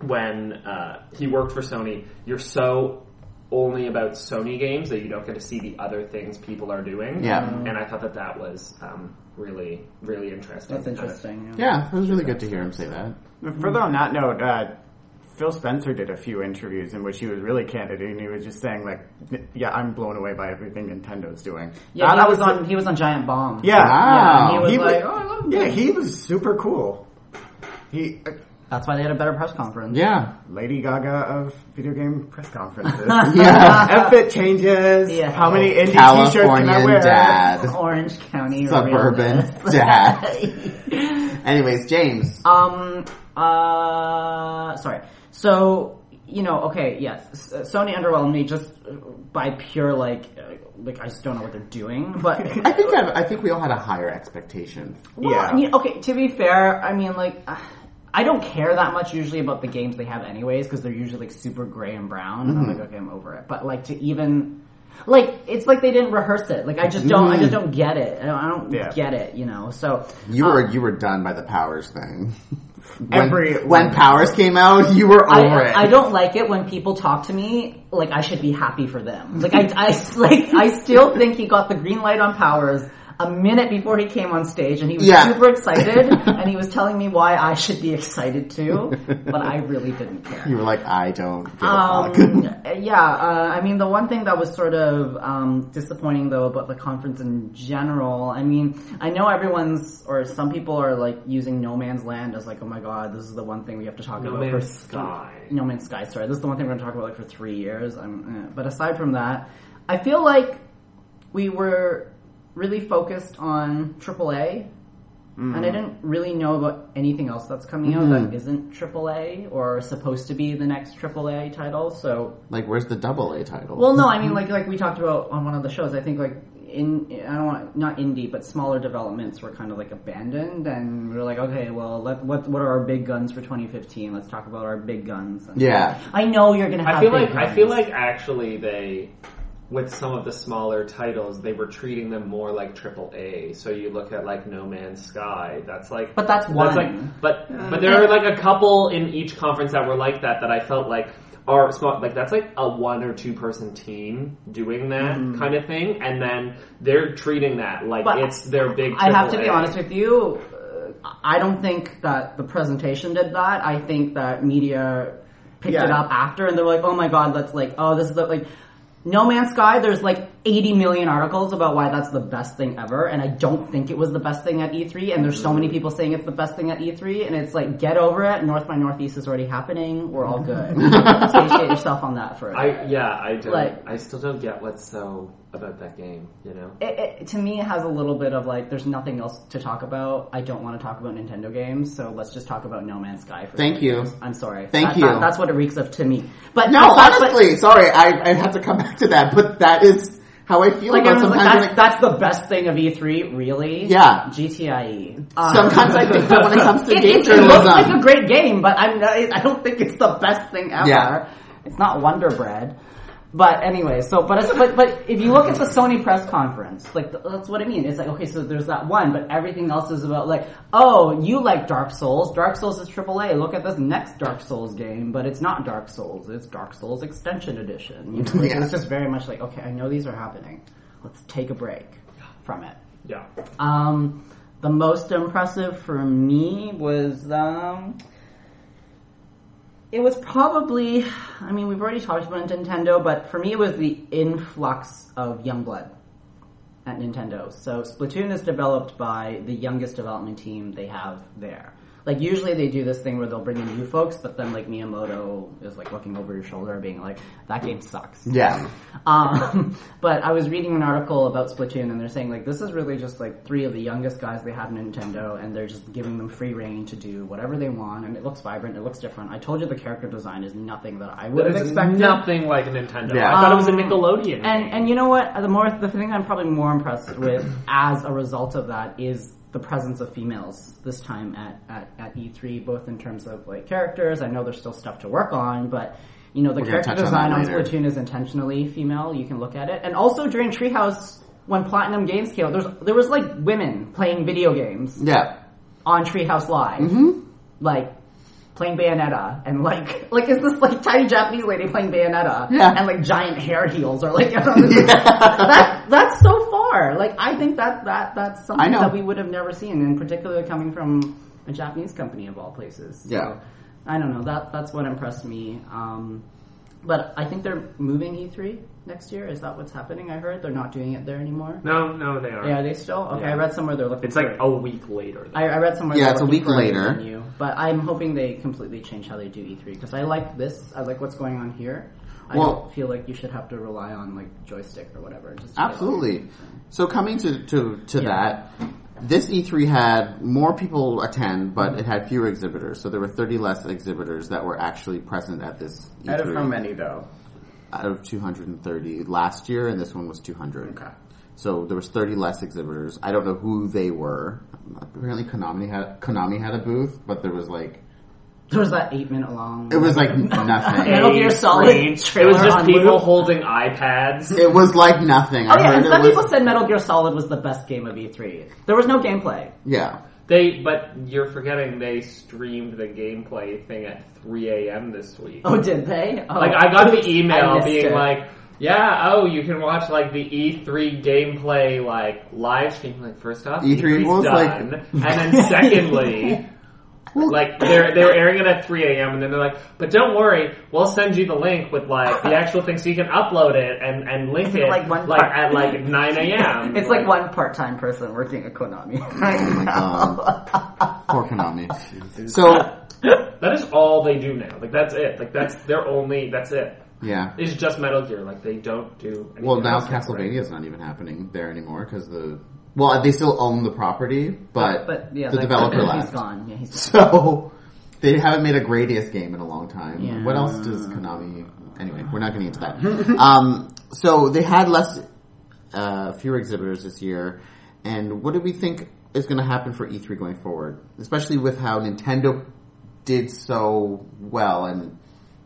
Speaker 3: when uh, he worked for Sony, you're so only about Sony games that you don't get to see the other things people are doing.
Speaker 1: Yeah.
Speaker 2: Mm-hmm.
Speaker 3: and I thought that that was um, really, really interesting.
Speaker 2: That's interesting. Yeah.
Speaker 1: Yeah, it was really good to hear him say that.
Speaker 4: Further on that note, uh, Phil Spencer did a few interviews in which he was really candid, and he was just saying like, "Yeah, I'm blown away by everything Nintendo's doing."
Speaker 2: Yeah,
Speaker 4: That
Speaker 2: he was on. He was on Giant Bomb.
Speaker 4: Yeah,
Speaker 1: Wow.
Speaker 2: Yeah, he was like, "Oh, I love
Speaker 4: yeah, he was super cool. He, uh,
Speaker 2: That's why they had a better press conference.
Speaker 1: Yeah.
Speaker 4: Lady Gaga of video game press conferences.
Speaker 1: Yeah.
Speaker 4: Outfit changes.
Speaker 2: Yeah.
Speaker 4: How many indie t-shirts can I
Speaker 1: Californian
Speaker 4: wear?
Speaker 1: dad.
Speaker 2: Orange County
Speaker 1: Suburban
Speaker 2: realness.
Speaker 1: dad. Anyways, James.
Speaker 2: Um. Uh. Sorry. So you know, okay, yes, S- uh, Sony underwhelmed me just uh, by pure like, uh, like I just don't know what they're doing. But
Speaker 1: I think I've, I think we all had a higher expectation.
Speaker 2: Well,
Speaker 4: Yeah.
Speaker 2: I mean, okay. To be fair, I mean, like, uh, I don't care that much usually about the games they have, anyways, because they're usually like super gray and brown. And I'm like, okay, I'm over it. But like to even, like, it's like they didn't rehearse it. Like, I just don't, I just don't get it. I don't, I don't
Speaker 4: Yeah.
Speaker 2: get it. You know. So
Speaker 1: You
Speaker 2: uh,
Speaker 1: were you were done by the Powers thing. When,
Speaker 4: Every-
Speaker 1: when Powers came out, you were over it.
Speaker 2: I, I don't like it when people talk to me like I should be happy for them. Like I, I, like I still think he got the green light on Powers a minute before he came on stage, and he was
Speaker 1: Yeah.
Speaker 2: super excited, and he was telling me why I should be excited too, but I really didn't care.
Speaker 1: You were like, I don't give a fuck.
Speaker 2: Um, yeah, uh, I mean, the one thing that was sort of um, disappointing though about the conference in general, I mean, I know everyone's, or some people are like using No Man's Land as like, oh my god, this is the one thing we have to talk
Speaker 3: No
Speaker 2: about for
Speaker 3: Man's Sky.
Speaker 2: No Man's Sky, sorry. This is the one thing we're going to talk about like for three years. Um, eh. but aside from that, I feel like we were really focused on AAA, and I didn't really know about anything else that's coming out that isn't AAA or supposed to be the next AAA title. So,
Speaker 1: Like, where's the double A title?
Speaker 2: well, no, I mean, like like we talked about on one of the shows. I think like in I don't want not indie, but smaller developments were kind of like abandoned, and we were like, okay, well, let, what what are our big guns for 2015? Let's talk about our big guns. And
Speaker 1: yeah.
Speaker 2: I know you're gonna have.
Speaker 3: I feel like
Speaker 2: big
Speaker 3: I feel
Speaker 2: guns.
Speaker 3: like actually they with some of the smaller titles they were treating them more like triple A. So you look at like No Man's Sky, that's like
Speaker 2: But that's one.
Speaker 3: like but but there are like a couple in each conference that were like that that I felt like are small like that's like a one or two person team doing that kind of thing and then they're treating that like
Speaker 2: Mm-hmm. But
Speaker 3: it's their big
Speaker 2: I have to be
Speaker 3: AAA.
Speaker 2: honest with you. uh, I don't think that the presentation did that. I think that media picked it
Speaker 4: Yeah.
Speaker 2: up after, and they're like, "Oh my god, that's like, oh, this is the, like." No Man's Sky, there's like 80 million articles about why that's the best thing ever, and I don't think it was the best thing at E3, and there's so
Speaker 3: Mm-hmm.
Speaker 2: many people saying it's the best thing at E3, and it's like, get over it, North by Northeast is already happening, we're all good. Satiate yourself on that for a
Speaker 3: I yeah, I don't
Speaker 2: Like-
Speaker 3: I still don't get what's so about that game, you know?
Speaker 2: it, it, to me, it has a little bit of like, there's nothing else to talk about. I don't want to talk about Nintendo games, so let's just talk about No Man's Sky. For
Speaker 1: Thank you.
Speaker 2: I'm sorry.
Speaker 1: Thank
Speaker 2: That-
Speaker 1: you.
Speaker 2: that- that's what it reeks of to me. But
Speaker 1: No,
Speaker 2: but- but-
Speaker 1: honestly, sorry, I, I had to come back to that, but that is how I feel
Speaker 2: like,
Speaker 1: about
Speaker 2: everyone's like,
Speaker 1: sometimes.
Speaker 2: that's,
Speaker 1: when it-
Speaker 2: that's the best thing of E3, really.
Speaker 1: Yeah.
Speaker 2: GTIE. Um,
Speaker 1: sometimes I think that when it comes to
Speaker 2: it,
Speaker 1: game
Speaker 2: it, it looks like a
Speaker 1: journalism,
Speaker 2: great game, but I'm not, I don't think it's the best thing ever.
Speaker 1: Yeah.
Speaker 2: It's not Wonder Bread. But anyway, so but it's, but but if you look at the Sony press conference, like that's what I mean. It's like okay, so there's that one, but everything else is about like oh, you like Dark Souls. Dark Souls is AAA. Look at this next Dark Souls game, but it's not Dark Souls. It's Dark Souls Extension Edition. You know, like,
Speaker 1: Yeah.
Speaker 2: it's just very much like okay, I know these are happening. Let's take a break from it.
Speaker 3: Yeah.
Speaker 2: Um, the most impressive for me was um, it was probably. I mean, we've already talked about Nintendo, but for me, it was the influx of young blood at Nintendo. So Splatoon is developed by the youngest development team they have there. Like usually they do this thing where they'll bring in new folks, but then like Miyamoto is like looking over your shoulder, being like, "That game sucks."
Speaker 1: yeah.
Speaker 2: Um, but I was reading an article about Splatoon, and they're saying like this is really just like three of the youngest guys they have in Nintendo, and they're just giving them free reign to do whatever they want, and it looks vibrant, it looks different. I told you the character design is nothing that I would
Speaker 3: That
Speaker 2: have
Speaker 3: is
Speaker 2: expected.
Speaker 3: nothing like a Nintendo.
Speaker 1: Yeah.
Speaker 3: I thought it was a
Speaker 2: Um,
Speaker 3: Nickelodeon.
Speaker 2: And and you know what? The more the thing I'm probably more impressed with as a result of that is the presence of females this time at, at, at E3, both in terms of like characters. I know there's still stuff to work on, but you know the
Speaker 1: gonna
Speaker 2: character
Speaker 1: touch on that
Speaker 2: design on,
Speaker 1: later.
Speaker 2: Splatoon is intentionally female. You can look at it, and also during Treehouse when Platinum Games came out, there's there was like women playing video games
Speaker 1: Yeah.
Speaker 2: on Treehouse Live,
Speaker 1: Mm-hmm.
Speaker 2: like playing Bayonetta, and like like is this like tiny Japanese lady playing Bayonetta,
Speaker 1: Yeah.
Speaker 2: and like giant hair heels, or like that that's so far. Like I think that that that's something
Speaker 1: I know.
Speaker 2: that we would have never seen, and particularly coming from a Japanese company of all places. So,
Speaker 1: Yeah.
Speaker 2: I don't know. That that's what impressed me. Um, but I think they're moving E3 next year. Is that what's happening? I heard they're not doing it there anymore.
Speaker 3: no, no, they are.
Speaker 2: Yeah, are they still? Okay, I
Speaker 3: Yeah.
Speaker 2: read somewhere they're looking.
Speaker 3: It's like
Speaker 2: for
Speaker 3: a
Speaker 2: it.
Speaker 3: week later. Though.
Speaker 2: I, I read somewhere.
Speaker 1: Yeah,
Speaker 2: they're
Speaker 1: it's a
Speaker 2: looking
Speaker 1: week
Speaker 2: for
Speaker 1: later.
Speaker 2: venue, but I'm hoping they completely change how they do E3 because I like this. I like what's going on here. I
Speaker 1: Well-
Speaker 2: don't feel like you should have to rely on like joystick or whatever. Just to get
Speaker 1: Absolutely. So coming to to, to
Speaker 2: Yeah.
Speaker 1: that, This E3 had more people attend, but it had fewer exhibitors. So there were 30 less exhibitors that were actually present at this E3.
Speaker 4: Out of how many though?
Speaker 1: Out of 230 last year, and this one was 200.
Speaker 4: Okay.
Speaker 1: So there was 30 less exhibitors. I don't know who they were. Apparently Konami had Konami had a booth, but there was like
Speaker 2: There was that eight minute long.
Speaker 1: it was like nothing.
Speaker 2: Metal Gear Solid
Speaker 3: It
Speaker 2: trailer
Speaker 3: was just
Speaker 2: on
Speaker 3: people
Speaker 2: loop.
Speaker 3: holding iPads.
Speaker 1: It was like nothing.
Speaker 2: Oh yeah, and
Speaker 1: it
Speaker 2: some
Speaker 1: was-
Speaker 2: people said Metal Gear Solid was the best game of E3. There was no gameplay.
Speaker 1: yeah.
Speaker 3: They, but you're forgetting they streamed the gameplay thing at 3 a.m. this week.
Speaker 2: Oh, did they? Oh.
Speaker 3: Like I got the
Speaker 2: I
Speaker 3: email
Speaker 2: missed
Speaker 3: being
Speaker 2: it.
Speaker 3: like, yeah, oh, you can watch like the E3 gameplay like live stream. Like first off,
Speaker 1: E3
Speaker 3: E3's
Speaker 1: was, E like-
Speaker 3: done, and then secondly. Like they're they were airing it at 3 a.m. and then they're like, but don't worry, we'll send you the link with like the actual thing so you can upload it and and link it
Speaker 2: Like one part.
Speaker 3: at like 9 a.m.
Speaker 2: It's like one part time person working at Konami right
Speaker 1: Oh my
Speaker 2: now.
Speaker 1: Poor Konami. So
Speaker 3: that is all they do now. Like that's it. Like that's their only. That's it.
Speaker 1: yeah.
Speaker 3: It's just Metal Gear. Like they don't do. anything
Speaker 1: Well, now
Speaker 3: else anymore.
Speaker 1: Castlevania's not even happening there anymore because the well, they still own the property, but,
Speaker 2: but yeah,
Speaker 1: the
Speaker 2: like,
Speaker 1: developer
Speaker 2: He's
Speaker 1: left.
Speaker 2: gone. Yeah, he's
Speaker 1: So they haven't made a Gradius game in a long time.
Speaker 2: Yeah.
Speaker 1: What else does Konami? Anyway, we're not getting into that. um, so they had less, uh, fewer exhibitors this year, and what do we think is going to happen for E3 going forward, especially with how Nintendo did so well and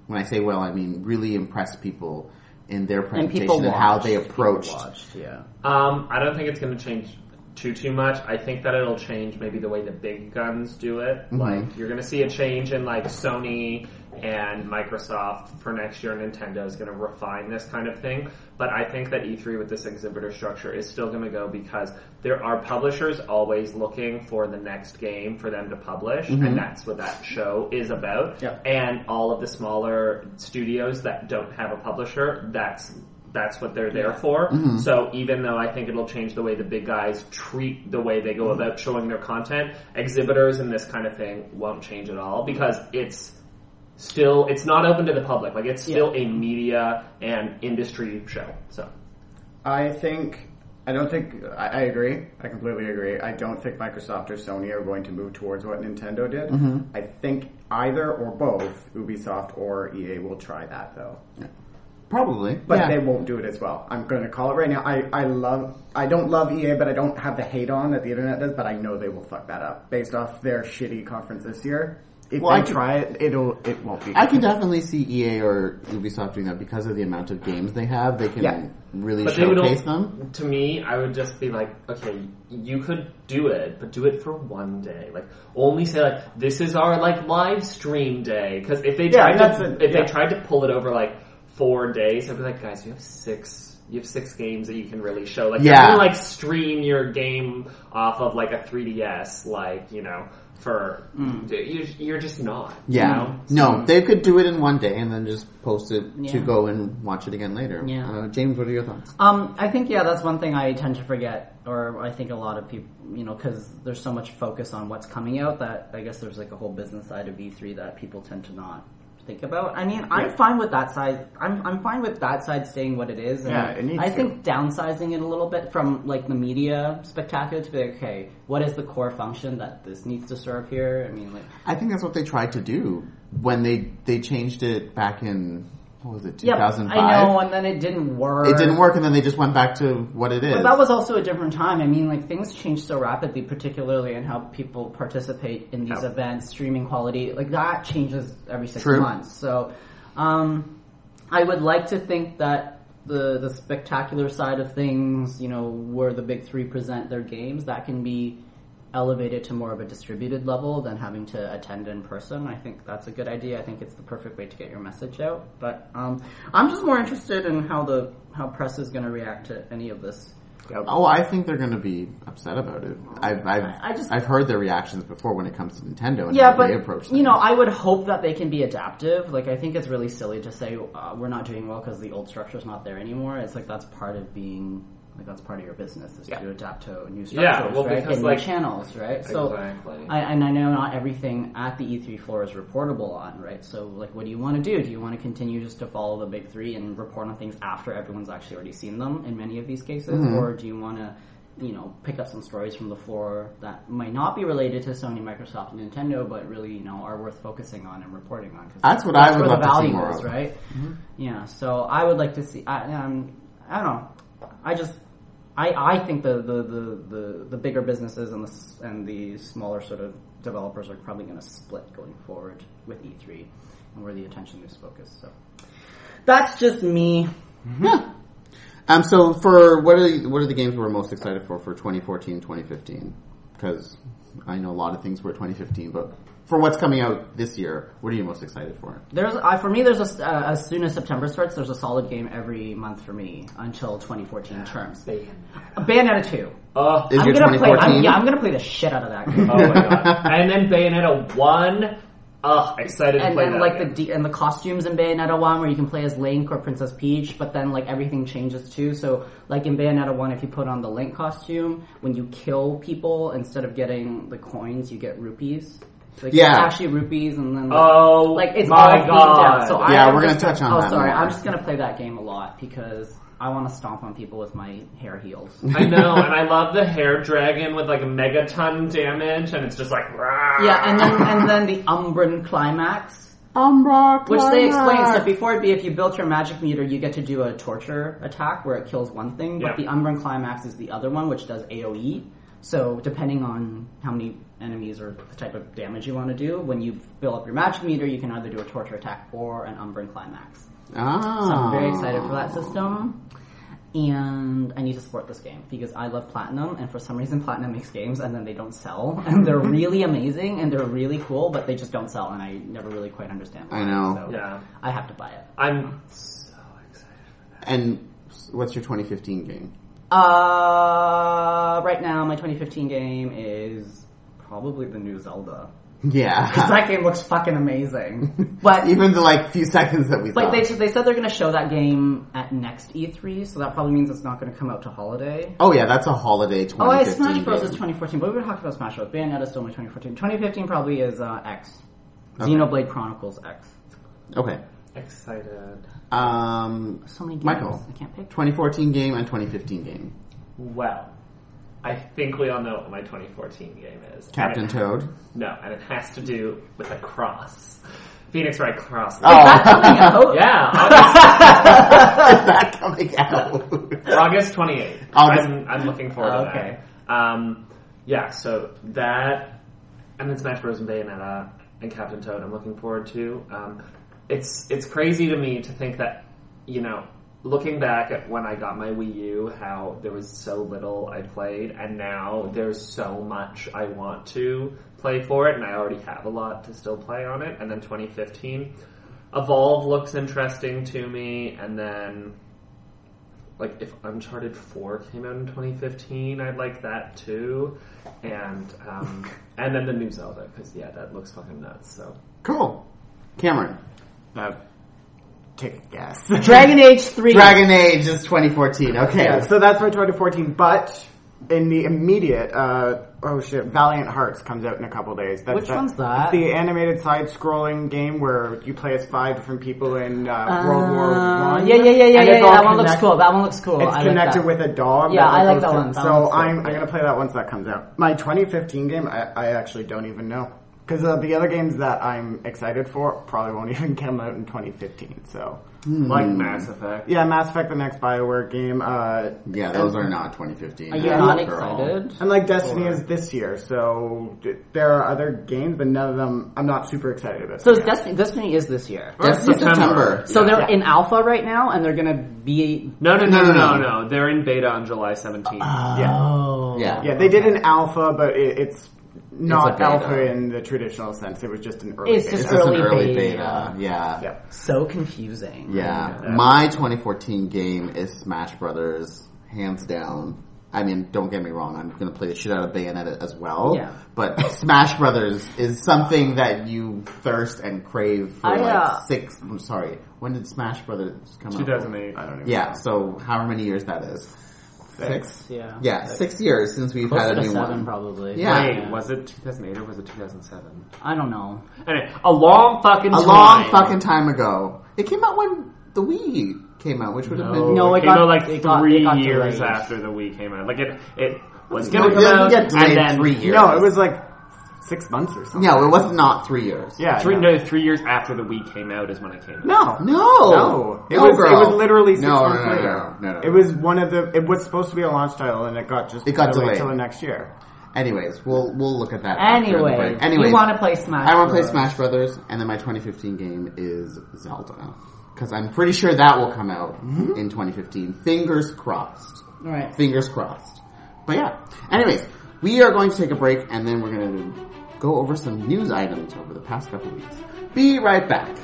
Speaker 1: when I say well, I mean really impressed people in their
Speaker 2: and
Speaker 1: presentation
Speaker 2: people
Speaker 1: and,
Speaker 2: watched.
Speaker 1: how they
Speaker 2: People
Speaker 1: approached.
Speaker 2: watched, yeah.
Speaker 3: Um, I don't think it's going to change too too much. I think that it'll change maybe the way the big guns do it.
Speaker 1: Mm-hmm.
Speaker 3: Like you're going to see a change in like Sony and Microsoft for next year. Nintendo is going to refine this kind of thing, but I think that E3 with this exhibitor structure is still going to go because there are publishers always looking for the next game for them to publish, and that's what that show is about.
Speaker 2: Yep.
Speaker 3: And all of the smaller studios that don't have a publisher, that's that's what they're there for. So even though I think it'll change the way the big guys treat the way they go about showing their content, exhibitors and this kind of thing won't change at all because it's still it's not open to the public. Like it's still a media and industry show. So
Speaker 4: I think I don't think I, I agree. I completely agree. I don't think Microsoft or Sony are going to move towards what Nintendo did.
Speaker 1: Mm-hmm.
Speaker 4: I think either or both Ubisoft or EA will try that though,
Speaker 1: Probably,
Speaker 4: but
Speaker 1: yeah.
Speaker 4: they won't do it as well. I'm going to call it right now. I I love I don't love EA, but I don't have the hate on that the internet does. But I know they will fuck that up based off their shitty conference this year. If
Speaker 1: Well,
Speaker 4: they
Speaker 1: I could-
Speaker 4: try it, it'll it won't be.
Speaker 1: I can definitely see EA or Ubisoft doing that because of the amount of games they have. They can
Speaker 4: Yeah.
Speaker 1: really
Speaker 3: But they would
Speaker 1: showcase
Speaker 3: al-
Speaker 1: them.
Speaker 3: To me, I would just be like, okay, you could do it, but do it for one day. Like, only say like, this is our like live stream day. Because if they
Speaker 4: Yeah,
Speaker 3: tried
Speaker 4: that's
Speaker 3: to,
Speaker 4: a-
Speaker 3: if
Speaker 4: yeah.
Speaker 3: they tried to pull it over like four days, I'd be like, guys, you have six. You have six games that you can really show. Like,
Speaker 1: Yeah.
Speaker 3: you can like stream your game off of like a 3DS. Like, you know, for you're, you're just not.
Speaker 1: Mm. Yeah,
Speaker 3: You know?
Speaker 1: no, they could do it in one day and then just post it to
Speaker 2: Yeah.
Speaker 1: go and watch it again later.
Speaker 2: Yeah.
Speaker 1: uh, James, what are your thoughts?
Speaker 2: Um, I think yeah, that's one thing I tend to forget, or I think a lot of people, you know, because there's so much focus on what's coming out that I guess there's like a whole business side of E3 that people tend to not think about. I mean, I'm fine with that side. I'm I'm fine with that side staying what it is. And
Speaker 4: Yeah, it needs
Speaker 2: I
Speaker 4: to.
Speaker 2: think downsizing it a little bit from like the media spectacular to be like, okay, what is the core function that this needs to serve here? I mean, like
Speaker 1: I think that's what they tried to do when they they changed it back in what was it two
Speaker 2: yeah,
Speaker 1: thousand
Speaker 2: I know,
Speaker 1: five.
Speaker 2: and then it didn't work.
Speaker 1: It didn't work, and then they just went back to what it is.
Speaker 2: But that was also a different time. I mean, like things change so rapidly, particularly in how people participate in these
Speaker 3: Yeah.
Speaker 2: events, streaming quality, like that changes every six
Speaker 1: True.
Speaker 2: months. So, um, I would like to think that the the spectacular side of things, you know, where the big three present their games, that can be elevated to more of a distributed level than having to attend in person. I think that's a good idea. I think it's the perfect way to get your message out. But um, I'm just more interested in how the how press is going to react to any of this.
Speaker 1: Oh, I think they're going to be upset about it. I've I've,
Speaker 2: I just-
Speaker 1: I've heard their reactions before when it comes to Nintendo and
Speaker 2: yeah,
Speaker 1: how
Speaker 2: but
Speaker 1: they approach
Speaker 2: you know,
Speaker 1: things.
Speaker 2: I would hope that they can be adaptive. Like, I think it's really silly to say uh, we're not doing well because the old structure's not there anymore. It's like that's part of being like that's part of your business is to adapt to new structures,
Speaker 3: Yeah, well,
Speaker 2: right?
Speaker 3: because,
Speaker 2: and
Speaker 3: like-
Speaker 2: new channels, right?
Speaker 3: Exactly.
Speaker 2: So, I, and I know not everything at the E3 floor is reportable on, right? So, like, what do you want to do? Do you want to continue just to follow the big three and report on things after everyone's actually already seen them in many of these cases, or do you want to you know, pick up some stories from the floor that might not be related to Sony, Microsoft, and Nintendo, but really, you know, are worth focusing on and reporting on. 'cause
Speaker 1: That's what I would
Speaker 2: where
Speaker 1: love
Speaker 2: the
Speaker 1: to see
Speaker 2: value
Speaker 1: more
Speaker 2: is,
Speaker 1: of. Mm-hmm.
Speaker 2: right? Yeah. So I would like to see. I, um, I don't know. I just. I, I think the, the, the, the, the bigger businesses and the, s- and the smaller sort of developers are probably going to split going forward with E3 and where the attention is focused. So that's just me.
Speaker 1: Yeah. Um, so for what are the, what are the games we're most excited for for 2014, 2015? Because I know a lot of things were 2015, but for what's coming out this year, what are you most excited for?
Speaker 2: There's I, for me. There's a s uh, as soon as September starts, there's a solid game every month for me until 2014 terms. Bayonetta two.
Speaker 3: Oh,
Speaker 1: Is
Speaker 2: I'm
Speaker 1: your
Speaker 2: gonna play.
Speaker 1: 2014?
Speaker 2: I'm, yeah, I'm gonna play the shit out of that game.
Speaker 3: oh my god. And then Bayonetta 1. Ugh, excited to
Speaker 2: and,
Speaker 3: play
Speaker 2: and
Speaker 3: that
Speaker 2: like
Speaker 3: again.
Speaker 2: the D- and the costumes in Bayonetta one, where you can play as Link or Princess Peach, but then like everything changes too. So like in Bayonetta one, if you put on the Link costume, when you kill people, instead of getting the coins, you get rupees. So, like,
Speaker 1: Yeah.
Speaker 2: it's actually rupees, and then like,
Speaker 3: Oh
Speaker 2: like it's all
Speaker 3: my
Speaker 2: themed
Speaker 3: god.
Speaker 2: out. So
Speaker 1: Yeah,
Speaker 2: I am
Speaker 1: we're gonna
Speaker 2: just
Speaker 1: touch on
Speaker 2: oh,
Speaker 1: that
Speaker 2: sorry,
Speaker 1: more.
Speaker 2: I'm just gonna play that game a lot because I want to stomp on people with my hair heels.
Speaker 3: I know, and I love the hair dragon with like megaton damage, and it's just like rah.
Speaker 2: yeah, and then and then the Umbran climax.
Speaker 1: Umbra,
Speaker 2: Which they explain. So
Speaker 1: Climax.
Speaker 2: before it'd be if you built your magic meter, you get to do a torture attack where it kills one thing, but
Speaker 3: Yeah.
Speaker 2: the Umbran Climax is the other one, which does AoE. So depending on how many enemies or the type of damage you want to do, when you fill up your magic meter, you can either do a torture attack or an Umbran Climax.
Speaker 1: Ah.
Speaker 2: So I'm very excited for that system. And I need to support this game because I love Platinum, and for some reason, Platinum makes games and then they don't sell. And they're really amazing and they're really cool, but they just don't sell, and I never really quite understand.
Speaker 1: I know.
Speaker 2: So
Speaker 3: Yeah.
Speaker 2: I have to buy it.
Speaker 3: I'm so excited.
Speaker 1: And what's your 2015 game?
Speaker 2: Uh, right now, my 2015 game is probably the new Zelda.
Speaker 1: Yeah.
Speaker 2: 'Cause that game looks fucking amazing. But
Speaker 1: Even the like few seconds that we
Speaker 2: But
Speaker 1: saw.
Speaker 2: they, they said they're going to show that game at next E3, so that probably means it's not going to come out to holiday.
Speaker 1: oh yeah, that's a holiday
Speaker 2: Oh, I
Speaker 1: 2015
Speaker 2: Smash Bros. is
Speaker 1: game.
Speaker 2: 2014, but we were talking about Smash Bros. Bayonetta's still my 2014. 2015 probably is uh, X. Xenoblade Chronicles X.
Speaker 1: okay.
Speaker 3: Excited.
Speaker 1: Um,
Speaker 2: So many games.
Speaker 1: Michael.
Speaker 2: I can't pick.
Speaker 1: 2014 game and 2015 game.
Speaker 3: Well, I think we all know what my 2014 game is.
Speaker 1: Captain
Speaker 3: And it-
Speaker 1: Toad.
Speaker 3: No, and it has to do with a cross. Phoenix Wright cross.
Speaker 1: Oh.
Speaker 2: That's coming out.
Speaker 3: Yeah, August,
Speaker 1: Is that coming out?
Speaker 3: August 28th.
Speaker 1: August-
Speaker 3: I'm, I'm looking forward
Speaker 2: Oh,
Speaker 3: to
Speaker 2: okay.
Speaker 3: that. Um, yeah, so that, and then Smash Bros. and Bayonetta and Captain Toad I'm looking forward to. Um, it's, it's crazy to me to think that, you know, looking back at when I got my Wii U, how there was so little I played, and now there's so much I want to play for it, and I already have a lot to still play on it. And then 2015, Evolve looks interesting to me, and then like if Uncharted Four came out in 2015, I'd like that too, and um, and then the new Zelda because yeah, that looks fucking nuts. So
Speaker 1: Cool. Cameron.
Speaker 4: Uh, take a guess.
Speaker 2: Dragon Age 3.
Speaker 1: Dragon Age is 2014. Okay.
Speaker 4: Yeah, so that's my 2014. But in the immediate, uh, oh shit, Valiant Hearts comes out in a couple days. That's
Speaker 2: Which one's that?
Speaker 4: It's the animated side-scrolling game where you play as five different people in uh, World War One.
Speaker 2: Uh, Yeah, yeah, yeah, yeah,
Speaker 4: And
Speaker 2: yeah.
Speaker 4: it's
Speaker 2: yeah,
Speaker 4: all
Speaker 2: That one looks
Speaker 4: connect-
Speaker 2: cool. That one looks cool.
Speaker 4: It's
Speaker 2: I like
Speaker 4: connected
Speaker 2: that.
Speaker 4: with a dog.
Speaker 2: Yeah, I like that
Speaker 4: goes
Speaker 2: one.
Speaker 4: to-
Speaker 2: That one's
Speaker 4: So
Speaker 2: cool.
Speaker 4: I'm, I'm gonna play that once that comes out. My 2015 game, I, I actually don't even know because uh, the other games that I'm excited for probably won't even come out in 2015. So
Speaker 3: like Mass Effect.
Speaker 4: yeah, Mass Effect, the next Bioware game. Uh,
Speaker 1: Yeah, those are not 2015.
Speaker 2: Are you
Speaker 1: That's
Speaker 2: not
Speaker 1: for all.
Speaker 2: excited?
Speaker 4: And like Destiny is this year, so d- there are other games, but none of them I'm not super excited about.
Speaker 2: So
Speaker 4: Yeah.
Speaker 2: it's Destiny, Destiny is this year.
Speaker 1: That's in September.
Speaker 2: So they're in alpha right now, and they're going to be.
Speaker 3: No, no, no,
Speaker 1: No,
Speaker 3: no,
Speaker 1: no,
Speaker 3: no, no. They're in beta on July 17th.
Speaker 4: yeah,
Speaker 2: Oh.
Speaker 1: Yeah.
Speaker 4: yeah, they did an alpha, but it, it's not
Speaker 1: It's a beta.
Speaker 4: alpha in the traditional sense. It was just an early.
Speaker 2: It's
Speaker 4: beta.
Speaker 1: It's
Speaker 2: just-
Speaker 1: just an
Speaker 2: Early
Speaker 1: early
Speaker 2: beta.
Speaker 1: beta. Yeah.
Speaker 4: yeah.
Speaker 2: So confusing.
Speaker 1: Yeah. My 2014 game is Smash Brothers, hands down. I mean, don't get me wrong, I'm gonna play the shit out of Bayonetta as well.
Speaker 2: Yeah.
Speaker 1: But Smash Brothers is something that you thirst and crave for
Speaker 2: I,
Speaker 1: like
Speaker 2: uh,
Speaker 1: six, I'm sorry, when did Smash Brothers come out?
Speaker 3: 2008.
Speaker 4: I don't even.
Speaker 1: Yeah, so however many years that is. Six?
Speaker 2: Yeah.
Speaker 1: Yeah, six years since we've
Speaker 2: Closer
Speaker 1: had a
Speaker 2: to
Speaker 1: new
Speaker 2: seven,
Speaker 1: one.
Speaker 2: probably.
Speaker 1: Yeah.
Speaker 3: Wait, was it 2008 or was it 2007?
Speaker 2: I don't know.
Speaker 3: Anyway, a long fucking
Speaker 1: A
Speaker 3: time.
Speaker 1: long fucking time ago. It came out when the Wii came out, which would have
Speaker 3: No,
Speaker 1: been
Speaker 2: No,
Speaker 3: Oh, it,
Speaker 2: it
Speaker 3: came
Speaker 2: got-
Speaker 3: out like
Speaker 2: it got-
Speaker 3: three
Speaker 2: it got
Speaker 3: years
Speaker 2: delayed.
Speaker 3: after the Wii came out. Like it, it was
Speaker 1: No,
Speaker 3: gonna
Speaker 1: it
Speaker 3: come
Speaker 1: didn't
Speaker 3: out,
Speaker 1: get delayed
Speaker 3: and then
Speaker 1: three years.
Speaker 4: No, it was like six months or something.
Speaker 1: No, it was not three years.
Speaker 4: Yeah.
Speaker 3: Three,
Speaker 4: no.
Speaker 3: no, three years after the Wii came out is when it came out.
Speaker 4: No.
Speaker 1: No,
Speaker 4: No. It
Speaker 1: No,
Speaker 4: was
Speaker 1: girl.
Speaker 4: it was literally six
Speaker 1: No, no,
Speaker 4: months
Speaker 1: no, no,
Speaker 4: later.
Speaker 1: no, no, no.
Speaker 4: It was one of the it was supposed to be a launch title and it got just
Speaker 1: It got delayed.
Speaker 4: till the next year.
Speaker 1: Anyways, we'll we'll look at that. after the
Speaker 2: Anyway,
Speaker 1: break. anyways,
Speaker 2: you want to play Smash?
Speaker 1: I want to play
Speaker 2: Bros.
Speaker 1: Smash Brothers, and then my 2015 game is Zelda, because I'm pretty sure that will come out
Speaker 4: Mm-hmm.
Speaker 1: in 2015. Fingers crossed.
Speaker 2: All right.
Speaker 1: Fingers crossed. But yeah. Anyways, we are going to take a break, and then we're going to go over some news items over the past couple weeks. Be right back.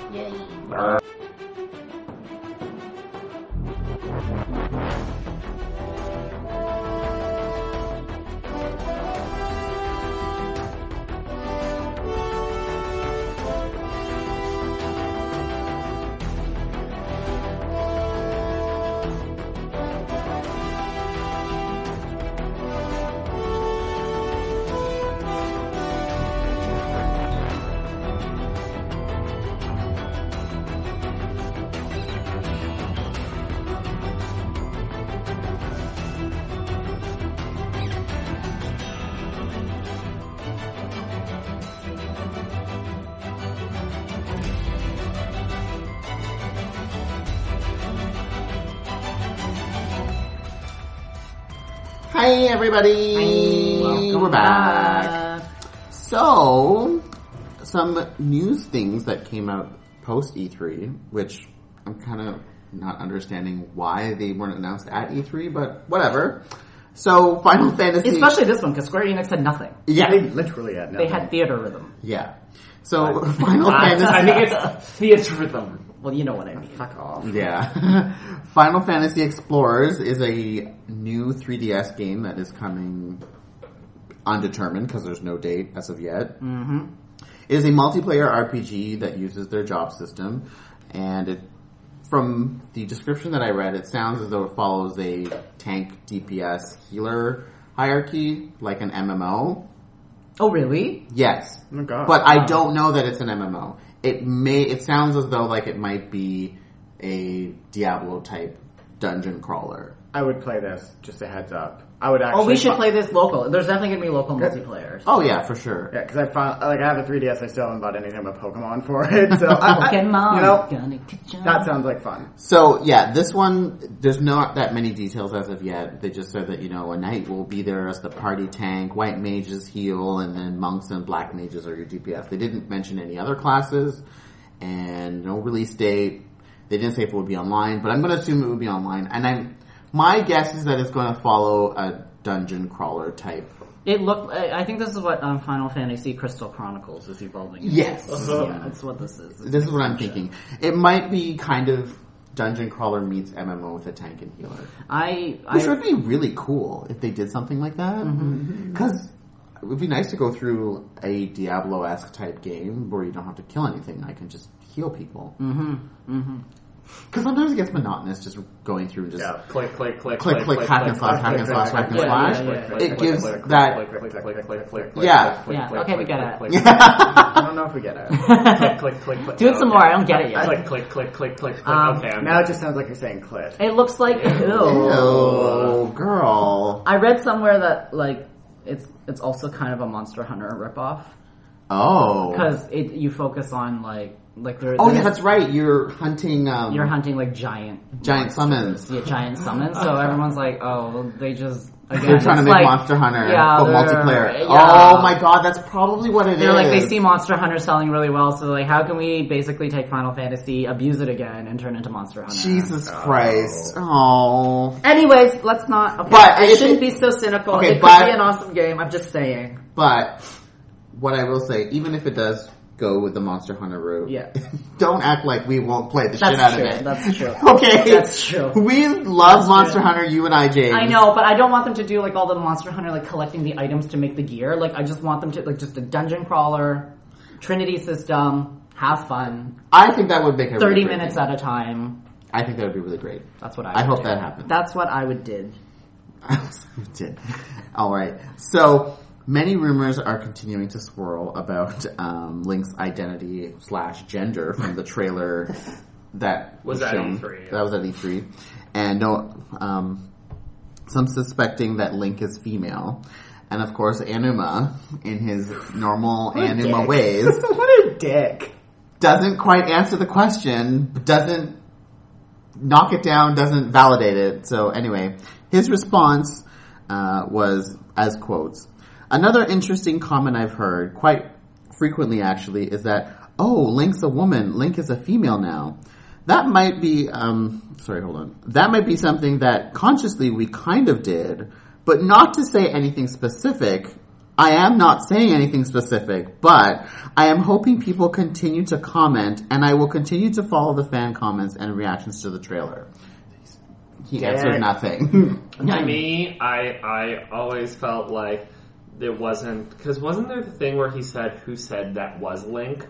Speaker 1: Hi, everybody. We're back. So, some news things that came out post E3, which I'm kind of not understanding why they weren't announced at E3, but whatever. So, Final Fantasy,
Speaker 2: Especially this one, because Square Enix had nothing.
Speaker 1: yeah,
Speaker 4: literally had
Speaker 2: They had theater rhythm.
Speaker 1: yeah. So, Final
Speaker 3: I
Speaker 1: Fantasy,
Speaker 3: think it's theater rhythm.
Speaker 2: Well, you know what I mean.
Speaker 4: fuck off.
Speaker 1: yeah, Final Fantasy Explorers is a new 3DS game that is coming undetermined because there's no date as of yet.
Speaker 2: Mm-hmm.
Speaker 1: It is a multiplayer RPG that uses their job system, and it, from the description that I read, it sounds as though it follows a tank DPS healer hierarchy, like an MMO.
Speaker 2: Oh, really?
Speaker 1: Yes,
Speaker 4: Oh my god.
Speaker 1: but I don't know that it's an MMO. It may. It sounds as though like it might be a Diablo type dungeon crawler.
Speaker 4: I would play this, just a heads up. I would actually
Speaker 2: Oh, we should
Speaker 4: bu-
Speaker 2: play this local. There's definitely gonna be local multiplayer.
Speaker 1: Oh yeah, for sure.
Speaker 4: Yeah, because I found like I have a 3DS. I still haven't bought anything but Pokemon for it. So I, I-
Speaker 2: Pokemon,
Speaker 4: you know,
Speaker 2: gonna catch 'em.
Speaker 4: that sounds like fun.
Speaker 1: So yeah, this one there's not that many details as of yet. They just said that you know a knight will be there as the party tank, white mages heal, and then monks and black mages are your DPS. They didn't mention any other classes, and no release date. They didn't say if it would be online, but I'm going to assume it would be online. And I'm my guess is that it's going to follow a dungeon crawler type.
Speaker 2: It looked. I I think this is what um, Final Fantasy Crystal Chronicles is evolving. into.
Speaker 1: Yes,
Speaker 2: Yeah, that's what this is.
Speaker 1: this is what I'm thinking. It might be kind of dungeon crawler meets MMO with a tank and healer.
Speaker 2: I. I Mm-hmm.
Speaker 1: Which would be really cool if they did something like that. Because it would be nice to go through a Diablo esque type game where you don't have to kill anything. I can just heal people.
Speaker 2: Mm.
Speaker 1: Because
Speaker 2: mm-hmm,
Speaker 1: sometimes it gets monotonous just going through and just.
Speaker 4: Yeah.
Speaker 3: Click, click, click,
Speaker 1: Click, click, hack and slash, hack and slash, hack and slash. It gives that. Yeah.
Speaker 2: Yeah, okay, we got it.
Speaker 4: I don't know if we get it.
Speaker 3: Click, click, click, click.
Speaker 2: Do it some
Speaker 3: Okay.
Speaker 2: more. I don't get it yet.
Speaker 3: Click, click, click, click, click, click.
Speaker 2: Um,
Speaker 3: Okay, I'm
Speaker 4: Now it just sounds like you're saying clit.
Speaker 2: It looks like. Ew.
Speaker 1: Oh, girl.
Speaker 2: I read somewhere that like it's it's also kind of a Monster Hunter ripoff
Speaker 1: Oh.
Speaker 2: because it you focus on like like there,
Speaker 1: Oh,
Speaker 2: there
Speaker 1: yeah,
Speaker 2: is-
Speaker 1: that's right. You're hunting um,
Speaker 2: you're hunting like giant
Speaker 1: giant summons.
Speaker 2: yeah giant summons so everyone's like oh well, they just again
Speaker 1: They're trying to
Speaker 2: it's
Speaker 1: make
Speaker 2: like-
Speaker 1: Monster Hunter,
Speaker 2: yeah,
Speaker 1: but
Speaker 2: they're-
Speaker 1: multiplayer.
Speaker 2: yeah.
Speaker 1: Oh my god, that's probably what it is.
Speaker 2: They're like they see Monster Hunter selling really well, so they're like how can we basically take Final Fantasy, abuse it again, and turn it into Monster Hunter?
Speaker 1: Jesus Christ. Oh.
Speaker 2: Anyways, let's not. Okay,
Speaker 1: But
Speaker 2: I
Speaker 1: if
Speaker 2: shouldn't
Speaker 1: it-
Speaker 2: be so cynical.
Speaker 1: Okay,
Speaker 2: it could
Speaker 1: but-
Speaker 2: be an awesome game. I'm just saying.
Speaker 1: But what I will say, even if it does go with the Monster Hunter route,
Speaker 2: Yeah.
Speaker 1: don't act like we won't play the shit
Speaker 2: That's
Speaker 1: out
Speaker 2: true.
Speaker 1: of it.
Speaker 2: That's true.
Speaker 1: okay.
Speaker 2: That's true.
Speaker 1: We love Monster Hunter, you and I, James.
Speaker 2: I know, but I don't want them to do like all the Monster Hunter, like collecting the items to make the gear. Like I just want them to like just a dungeon crawler, Trinity system, have fun,
Speaker 1: I think that would make a
Speaker 2: thirty
Speaker 1: really great
Speaker 2: minutes
Speaker 1: game.
Speaker 2: at a time.
Speaker 1: I think that would be really great.
Speaker 2: That's what I.
Speaker 1: I
Speaker 2: would
Speaker 1: hope
Speaker 2: do.
Speaker 1: that happens.
Speaker 2: That's what I would did.
Speaker 1: I did. All right. So many rumors are continuing to swirl about um, Link's identity slash gender from the trailer that
Speaker 3: Was at
Speaker 1: shown.
Speaker 3: E3, yeah.
Speaker 1: That was at E3, and no, um, some suspecting that Link is female, and of course Anuma, in his normal Anuma
Speaker 4: dick.
Speaker 1: ways,
Speaker 4: what a dick.
Speaker 1: doesn't quite answer the question, doesn't knock it down, doesn't validate it. So anyway, his response uh, was as quotes. Another interesting comment I've heard quite frequently actually is that oh, Link's a woman, Link is a female now. That might be um, sorry, hold on. That might be something that consciously we kind of did, but not to say anything specific. I am not saying anything specific, but I am hoping people continue to comment, and I will continue to follow the fan comments and reactions to the trailer. He answered nothing.
Speaker 3: To me, I I always felt like there wasn't because wasn't there the thing where he said who said that was Link?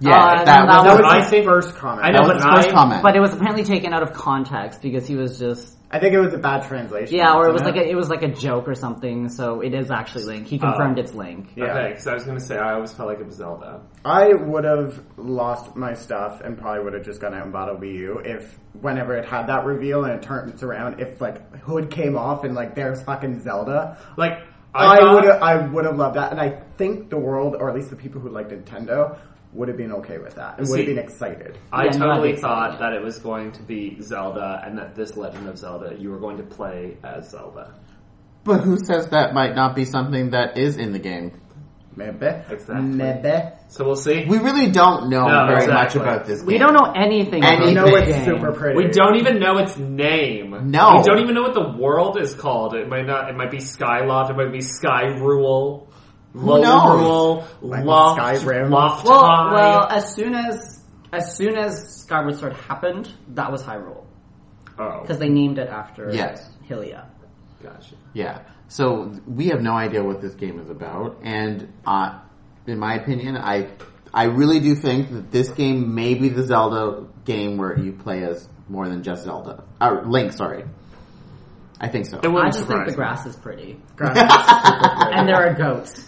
Speaker 1: yeah, that
Speaker 2: Uh, that
Speaker 1: was,
Speaker 2: was-
Speaker 3: I
Speaker 4: his
Speaker 3: think-
Speaker 4: first comment.
Speaker 3: I
Speaker 1: that
Speaker 3: know,
Speaker 1: was
Speaker 3: but
Speaker 1: his first
Speaker 3: I-
Speaker 1: comment.
Speaker 2: But it was apparently taken out of context because he was just
Speaker 4: I think it was a bad translation.
Speaker 2: yeah, or it was
Speaker 4: wasn't
Speaker 2: like a, it was like a joke or something. So it is actually Link. He confirmed
Speaker 3: Oh.
Speaker 2: it's Link.
Speaker 4: Yeah.
Speaker 3: Okay, because I was gonna say I always felt like it was Zelda.
Speaker 4: I would have lost my stuff and probably would have just gone out and bought a Wii U if whenever it had that reveal and it turns around, if like hood came off and like there's fucking Zelda.
Speaker 3: Like I,
Speaker 4: I
Speaker 3: thought-
Speaker 4: would have I would have loved that, and I think the world, or at least the people who like Nintendo, would have been okay with that. and would
Speaker 3: See-
Speaker 4: have been excited.
Speaker 3: I
Speaker 2: Yeah, no, I
Speaker 3: totally
Speaker 2: think so,
Speaker 3: thought
Speaker 2: yeah.
Speaker 3: that it was going to be Zelda, and that this Legend of Zelda, you were going to play as Zelda.
Speaker 1: but who says that might not be something that is in the game?
Speaker 4: Maybe,
Speaker 3: Exactly.
Speaker 4: Maybe.
Speaker 3: So we'll see.
Speaker 1: We really don't know
Speaker 3: No,
Speaker 1: very
Speaker 3: exactly.
Speaker 1: much about this game.
Speaker 2: We don't know anything. about
Speaker 1: Anything.
Speaker 4: You know
Speaker 2: the
Speaker 4: it's
Speaker 2: game.
Speaker 4: super pretty.
Speaker 3: We don't even know its name.
Speaker 1: No.
Speaker 3: We don't even know what the world is called. It might not. It might be Skyloft. It might be Sky Rule. Low
Speaker 1: knows?
Speaker 3: Rule.
Speaker 4: Might be
Speaker 3: Loft.
Speaker 4: Skyrim.
Speaker 3: Loft
Speaker 2: Well,
Speaker 3: High.
Speaker 2: well, as soon as as soon as Skyward Sword happened, that was Hyrule
Speaker 3: oh,
Speaker 2: because they named it after
Speaker 1: Yes.
Speaker 2: Hylia.
Speaker 3: gotcha.
Speaker 1: Yeah. So we have no idea what this game is about, and uh, in my opinion, I I really do think that this game may be the Zelda game where you play as more than just Zelda or Link. Sorry, I think so.
Speaker 3: It
Speaker 2: I
Speaker 3: wouldn't
Speaker 2: just
Speaker 3: surprise
Speaker 2: think the
Speaker 3: me.
Speaker 2: grass is pretty,
Speaker 4: Graphics.
Speaker 2: and there are goats.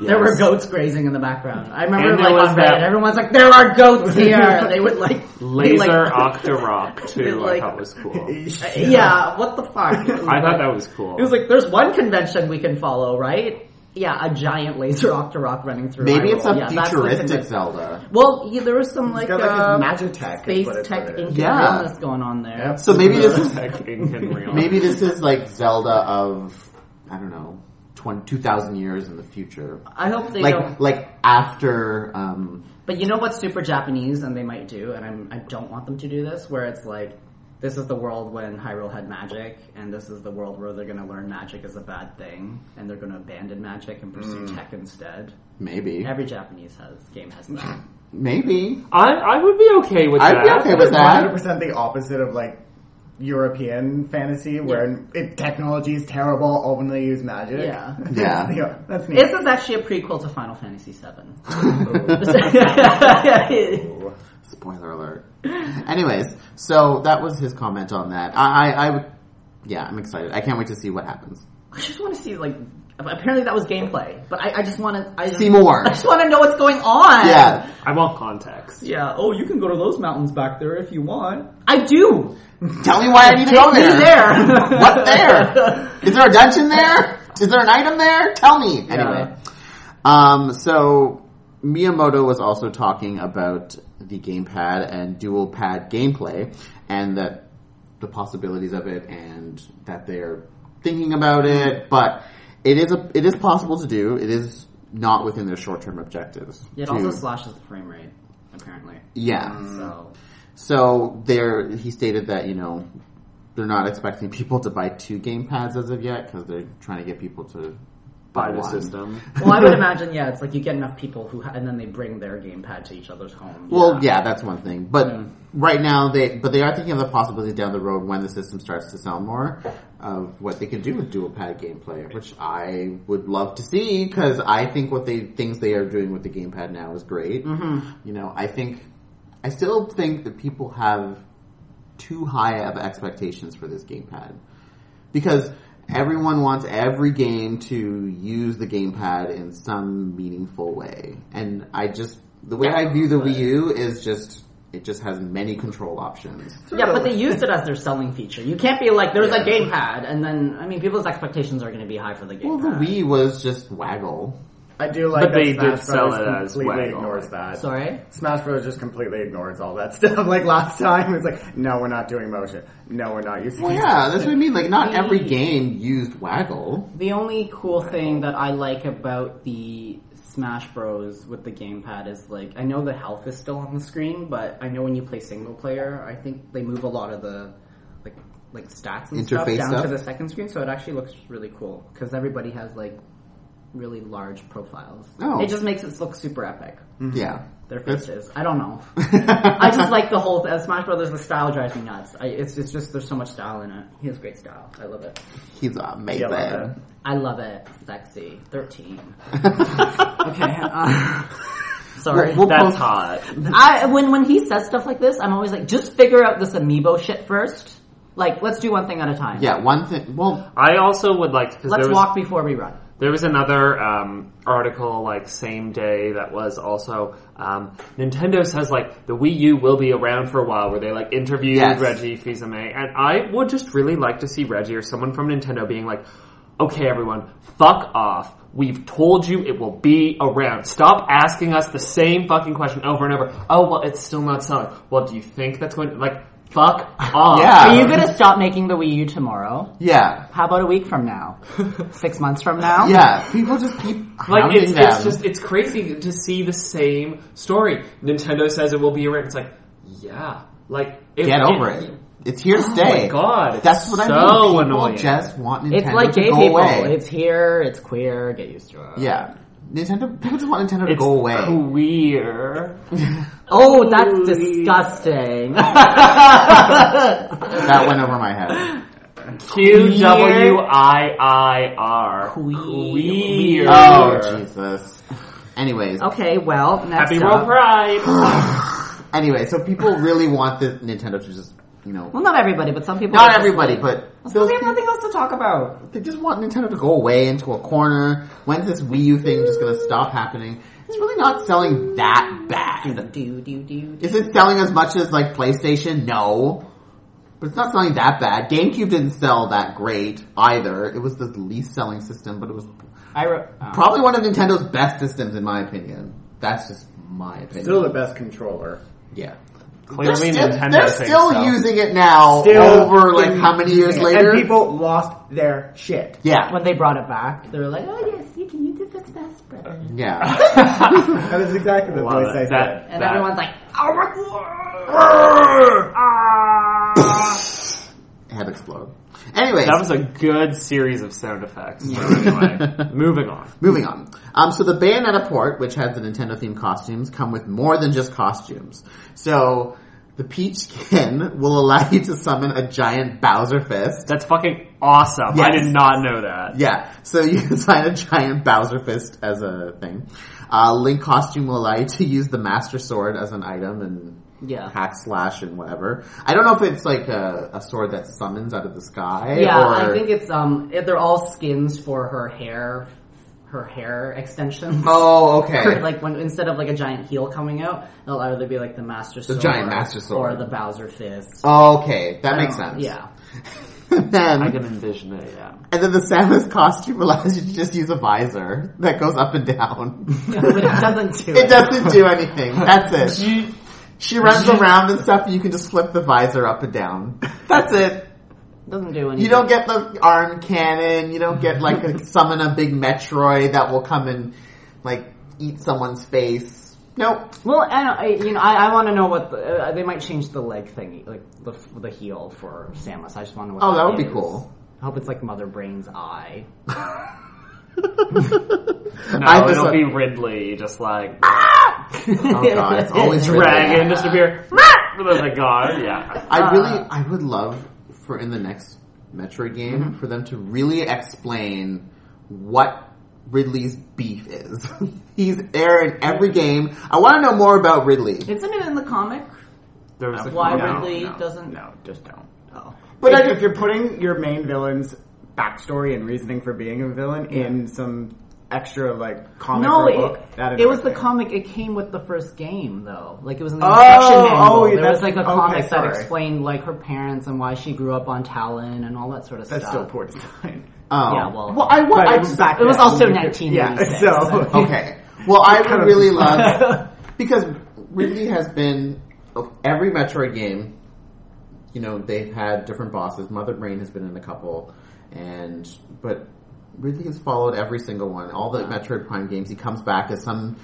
Speaker 2: There were goats grazing in the background. I remember
Speaker 3: And there
Speaker 2: like
Speaker 3: was
Speaker 2: on Reddit,
Speaker 3: that-
Speaker 2: everyone's like, "There are goats here." they would like they, like-
Speaker 3: Laser Octorok too.
Speaker 2: Like-
Speaker 3: I thought was cool.
Speaker 2: Uh, yeah, what the fuck? It was
Speaker 3: I thought
Speaker 2: like-
Speaker 3: that was cool.
Speaker 2: It was like, "There's one convention we can follow, right?" Yeah, a giant laser Octorok running through.
Speaker 1: Maybe
Speaker 2: Hyrule.
Speaker 1: it's a
Speaker 2: Yeah, that's the
Speaker 1: futuristic
Speaker 2: convention.
Speaker 1: Zelda.
Speaker 2: Well, yeah, there was some like,
Speaker 4: got, like,
Speaker 2: uh,
Speaker 4: his Magitech is
Speaker 2: space
Speaker 4: what it's
Speaker 2: tech
Speaker 4: called.
Speaker 2: income
Speaker 1: Yeah.
Speaker 2: that's going on there.
Speaker 4: Yep.
Speaker 1: So maybe this is
Speaker 3: Tech in Henry.
Speaker 1: maybe this is like Zelda of I don't know. 20 2000 years in the future.
Speaker 2: I hope they
Speaker 1: Like
Speaker 2: don't.
Speaker 1: like after um
Speaker 2: But you know what's super Japanese, and they might do, and I'm, I don't want them to do this, where it's like, this is the world when Hyrule had magic, and this is the world where they're going to learn magic is a bad thing, and they're going to abandon magic and pursue tech instead.
Speaker 1: maybe
Speaker 2: Every Japanese has game has that.
Speaker 1: maybe
Speaker 3: I, I would be okay with
Speaker 1: I'd
Speaker 3: that.
Speaker 1: be okay with that.
Speaker 4: 100% the opposite of like European fantasy where it, technology is terrible, all when they use magic.
Speaker 2: Yeah.
Speaker 1: Yeah.
Speaker 4: that's, the- that's neat.
Speaker 2: this is actually a prequel to Final Fantasy VII.
Speaker 1: Spoiler alert. Anyways, so that was his comment on that. I, I, I would, yeah, I'm excited. I can't wait to see what happens.
Speaker 2: I just want to see like. Apparently that was gameplay, but I, I just want to I just-
Speaker 1: See more.
Speaker 2: I just want to know what's going on.
Speaker 1: Yeah,
Speaker 3: I want context.
Speaker 2: Yeah. Oh, you can go to those mountains back there if you want. I do.
Speaker 1: tell me why I need to go
Speaker 2: Take me
Speaker 1: there.
Speaker 2: there.
Speaker 1: What's there? Is there a dungeon there? Is there an item there? Tell me. Anyway, um, so Miyamoto was also talking about the gamepad and dual pad gameplay, and that the possibilities of it, and that they're thinking about it. But it is a it is possible to do. It is not within their short term objectives.
Speaker 2: It
Speaker 1: to-
Speaker 2: also Mm. slashes the frame rate, apparently.
Speaker 1: yeah.
Speaker 2: So
Speaker 1: So there, he stated that you know they're not expecting people to buy two game pads as of yet because they're trying to get people to buy,
Speaker 3: By the
Speaker 1: one.
Speaker 3: system.
Speaker 2: Well I would imagine, yeah, it's like you get enough people who ha- and then they bring their gamepad to each other's home.
Speaker 1: Well, yeah, Mm. that's one thing. But right now, they but they are thinking of the possibility down the road when the system starts to sell more of what they can do with dual pad gameplay, which I would love to see because I think what they things they are doing with the gamepad now is great. Mm-hmm. You know, I think I still think that people have too high of expectations for this gamepad because. Everyone wants every game to use the gamepad in some meaningful way, and I just the way I view the Wii U is just It just has many control options.
Speaker 2: Yeah, but they used it as their selling feature. You can't be like, there's a gamepad, and then I mean, people's expectations are going to be high for the
Speaker 1: Well,
Speaker 2: gamepad.
Speaker 1: the Wii was just waggle.
Speaker 4: I do like
Speaker 3: But
Speaker 4: that
Speaker 3: they
Speaker 4: Smash
Speaker 3: did sell
Speaker 4: Brothers
Speaker 3: it as
Speaker 4: completely
Speaker 3: Waggle.
Speaker 4: ignores that.
Speaker 2: Sorry.
Speaker 4: Smash Bros. just completely ignores all that stuff. Like last time, it's like, no, we're not doing motion. No, we're not using.
Speaker 1: Well, yeah, that's what I mean. Like, not every game used waggle.
Speaker 2: The only cool thing that I like about the Smash Bros. with the gamepad is like I know the health is still on the screen, but I know when you play single player, I think they move a lot of the like like stats and
Speaker 1: Interface
Speaker 2: stuff down
Speaker 1: stuff?
Speaker 2: to the second screen, so it actually looks really cool because everybody has like really large profiles.
Speaker 1: Oh. Hmm.
Speaker 2: It just makes it look super epic.
Speaker 3: Mm-hmm.
Speaker 1: Yeah.
Speaker 2: Their
Speaker 1: That's-
Speaker 2: faces. I don't know. I just like the whole uh, Smash Brothers. The style drives me nuts. I, it's it's just there's so much style in it. He has great style. I love it.
Speaker 1: He's amazing.
Speaker 4: Yeah,
Speaker 2: I love it. Sexy. 13. okay. uh, sorry.
Speaker 1: We'll
Speaker 3: That's
Speaker 1: post-
Speaker 3: hot.
Speaker 2: I, when, when he says stuff like this, I'm always like, just figure out this amiibo shit first. Like, let's do one thing at a time.
Speaker 1: Yeah, one thing. Well,
Speaker 3: I also would like because
Speaker 2: Let's
Speaker 3: there was
Speaker 2: walk before we run.
Speaker 3: there was another um, article like same day that was also um, Nintendo says like the Wii U will be around for a while where they like interviewed
Speaker 1: Yes.
Speaker 3: Reggie Fils-Aimé and I would just really like to see Reggie or someone from Nintendo being like, okay everyone, fuck off. We've told you it will be around. Stop asking us the same fucking question over and over. Oh well, it's still not selling. Well, do you think that's going to like fuck off?
Speaker 1: Yeah.
Speaker 2: Are you gonna stop making the Wii U tomorrow?
Speaker 1: yeah.
Speaker 2: How about a week from now? Six months from now?
Speaker 1: Yeah, people just keep
Speaker 3: Like
Speaker 1: hounding
Speaker 3: it's,
Speaker 1: them.
Speaker 3: it's just it's crazy to see the same story. Nintendo says it will be around. It's like, yeah, like it,
Speaker 1: Get over it. It's here to
Speaker 3: Oh
Speaker 1: stay.
Speaker 3: my god, it's
Speaker 1: That's what I
Speaker 3: so
Speaker 1: mean. People
Speaker 3: annoying.
Speaker 1: just want Nintendo
Speaker 2: It's like
Speaker 1: to
Speaker 2: gay
Speaker 1: go
Speaker 2: people.
Speaker 1: away.
Speaker 2: It's here, it's queer, get used to it.
Speaker 1: yeah. Nintendo, people just want Nintendo to
Speaker 3: It's
Speaker 1: go away.
Speaker 3: queer.
Speaker 2: Oh, that's disgusting.
Speaker 1: That went over my head.
Speaker 3: Q W I I R. Queer.
Speaker 1: Oh, Jesus. Anyways,
Speaker 2: okay, well, next
Speaker 3: Happy World
Speaker 2: up.
Speaker 3: Pride.
Speaker 1: anyway, so people really want the Nintendo to just, you know,
Speaker 2: Well, not everybody, but some people.
Speaker 1: not everybody, but
Speaker 2: Well,
Speaker 1: those
Speaker 2: we have
Speaker 1: people,
Speaker 2: nothing else to talk about.
Speaker 1: they just want Nintendo to go away into a corner. When's this Wii U thing just gonna stop happening? It's really not selling that bad.
Speaker 2: Do do do.
Speaker 1: Is it selling as much as like PlayStation? No. But it's not selling that bad. GameCube didn't sell that great either. It was the least selling system, but it was
Speaker 2: I wrote.
Speaker 4: um,
Speaker 2: Oh.
Speaker 1: probably one of Nintendo's best systems in my opinion. That's just my opinion.
Speaker 4: Still the best controller.
Speaker 1: yeah. They're
Speaker 3: Clearly,
Speaker 1: still,
Speaker 3: Nintendo
Speaker 1: they're
Speaker 3: thinks
Speaker 1: still
Speaker 3: so.
Speaker 1: using it now
Speaker 4: Still
Speaker 1: over like
Speaker 4: in-
Speaker 1: how many years
Speaker 4: and
Speaker 1: later?
Speaker 4: people lost their shit.
Speaker 1: yeah.
Speaker 2: When they brought it back, they were like, "Oh yes, you can use it as best brother."
Speaker 1: Yeah.
Speaker 4: That is exactly the
Speaker 3: Love
Speaker 4: voice
Speaker 3: it.
Speaker 4: I said.
Speaker 3: That-
Speaker 2: And
Speaker 3: that-
Speaker 2: everyone's like, "Oh my God."
Speaker 1: head explode. Anyways,
Speaker 3: That was a good series of sound effects. So anyway, moving on.
Speaker 1: moving on. Um, so the Bayonetta port, which has the Nintendo themed costumes, come with more than just costumes. So the Peach skin will allow you to summon a giant Bowser fist.
Speaker 3: That's fucking awesome. I
Speaker 1: Yes.
Speaker 3: did not know that.
Speaker 1: Yeah, so you can sign a giant Bowser fist as a thing. Uh, Link costume will allow you to use the Master Sword as an item and
Speaker 2: Yeah.
Speaker 1: hack slash and whatever. I don't know if it's like a, a sword that summons out of the sky.
Speaker 2: Yeah,
Speaker 1: or...
Speaker 2: I think it's um, they're all skins for her hair, her hair extensions.
Speaker 1: Oh, okay.
Speaker 2: Like when instead of like a giant heel coming out, it'll either be like the master sword,
Speaker 1: giant Master Sword.
Speaker 2: or the Bowser fist.
Speaker 1: Okay, that makes
Speaker 2: Um,
Speaker 1: sense.
Speaker 2: Yeah.
Speaker 1: and then,
Speaker 3: I can envision it. Yeah.
Speaker 1: and then the Samus costume allows you to just use a visor that goes up and down.
Speaker 2: but it doesn't do it.
Speaker 1: it doesn't do anything. That's it.
Speaker 3: You-
Speaker 1: She runs around and stuff, and you can just flip the visor up and down. That's it.
Speaker 2: doesn't do anything.
Speaker 1: You don't get the arm cannon. You don't get like a, summon a big Metroid that will come and like eat someone's face. Nope.
Speaker 2: Well, I, don't- I you know, I, I want to know what the, uh, they might change the leg thingy, like the the heel for Samus. I just want to. know what
Speaker 1: Oh, that would be
Speaker 2: is.
Speaker 1: cool.
Speaker 2: I hope it's like Mother Brain's eye.
Speaker 3: No,
Speaker 1: I just-
Speaker 3: it'll be Ridley, just like
Speaker 1: Oh god, it's always
Speaker 3: dragon just appear. And then like god, yeah. Uh,
Speaker 1: I really, I would love for in the next Metroid game
Speaker 3: Mm-hmm.
Speaker 1: for them to really explain what Ridley's beef is. He's there in every game. I want to know more about Ridley,
Speaker 2: Isn't it in the comic?
Speaker 3: There was a
Speaker 2: Why
Speaker 3: no.
Speaker 2: Ridley doesn't?
Speaker 4: No, just don't.
Speaker 2: Oh.
Speaker 1: but
Speaker 4: if,
Speaker 1: I
Speaker 4: if you're putting your main villain's backstory and reasoning for being a villain in some extra like comic
Speaker 2: No,
Speaker 4: or
Speaker 2: it,
Speaker 4: book? That
Speaker 2: it was the
Speaker 4: annoyed me.
Speaker 2: comic. It came with the first game, though. Like it was in the
Speaker 4: Oh,
Speaker 2: instruction manual.
Speaker 4: oh, yeah,
Speaker 2: there was
Speaker 4: that's-
Speaker 2: like a
Speaker 4: okay,
Speaker 2: comic that
Speaker 4: sorry.
Speaker 2: explained like her parents and why she grew up on Talon and all that sort of
Speaker 4: That's
Speaker 2: stuff.
Speaker 4: so poor design. Um,
Speaker 1: Oh.
Speaker 2: Yeah, well-
Speaker 1: well, I want.
Speaker 4: But
Speaker 1: I
Speaker 4: it was back
Speaker 2: It was
Speaker 4: then.
Speaker 2: also
Speaker 4: Yeah,
Speaker 2: 1996.
Speaker 4: so-
Speaker 1: Okay. Well, I
Speaker 4: Kind
Speaker 1: would
Speaker 4: of
Speaker 1: really
Speaker 4: just-
Speaker 1: love because Ridley has been every Metroid game. You know, they've had different bosses. Mother Brain has been in a couple, and but Ridley has followed every single one. All the Metroid Prime games, he comes back as some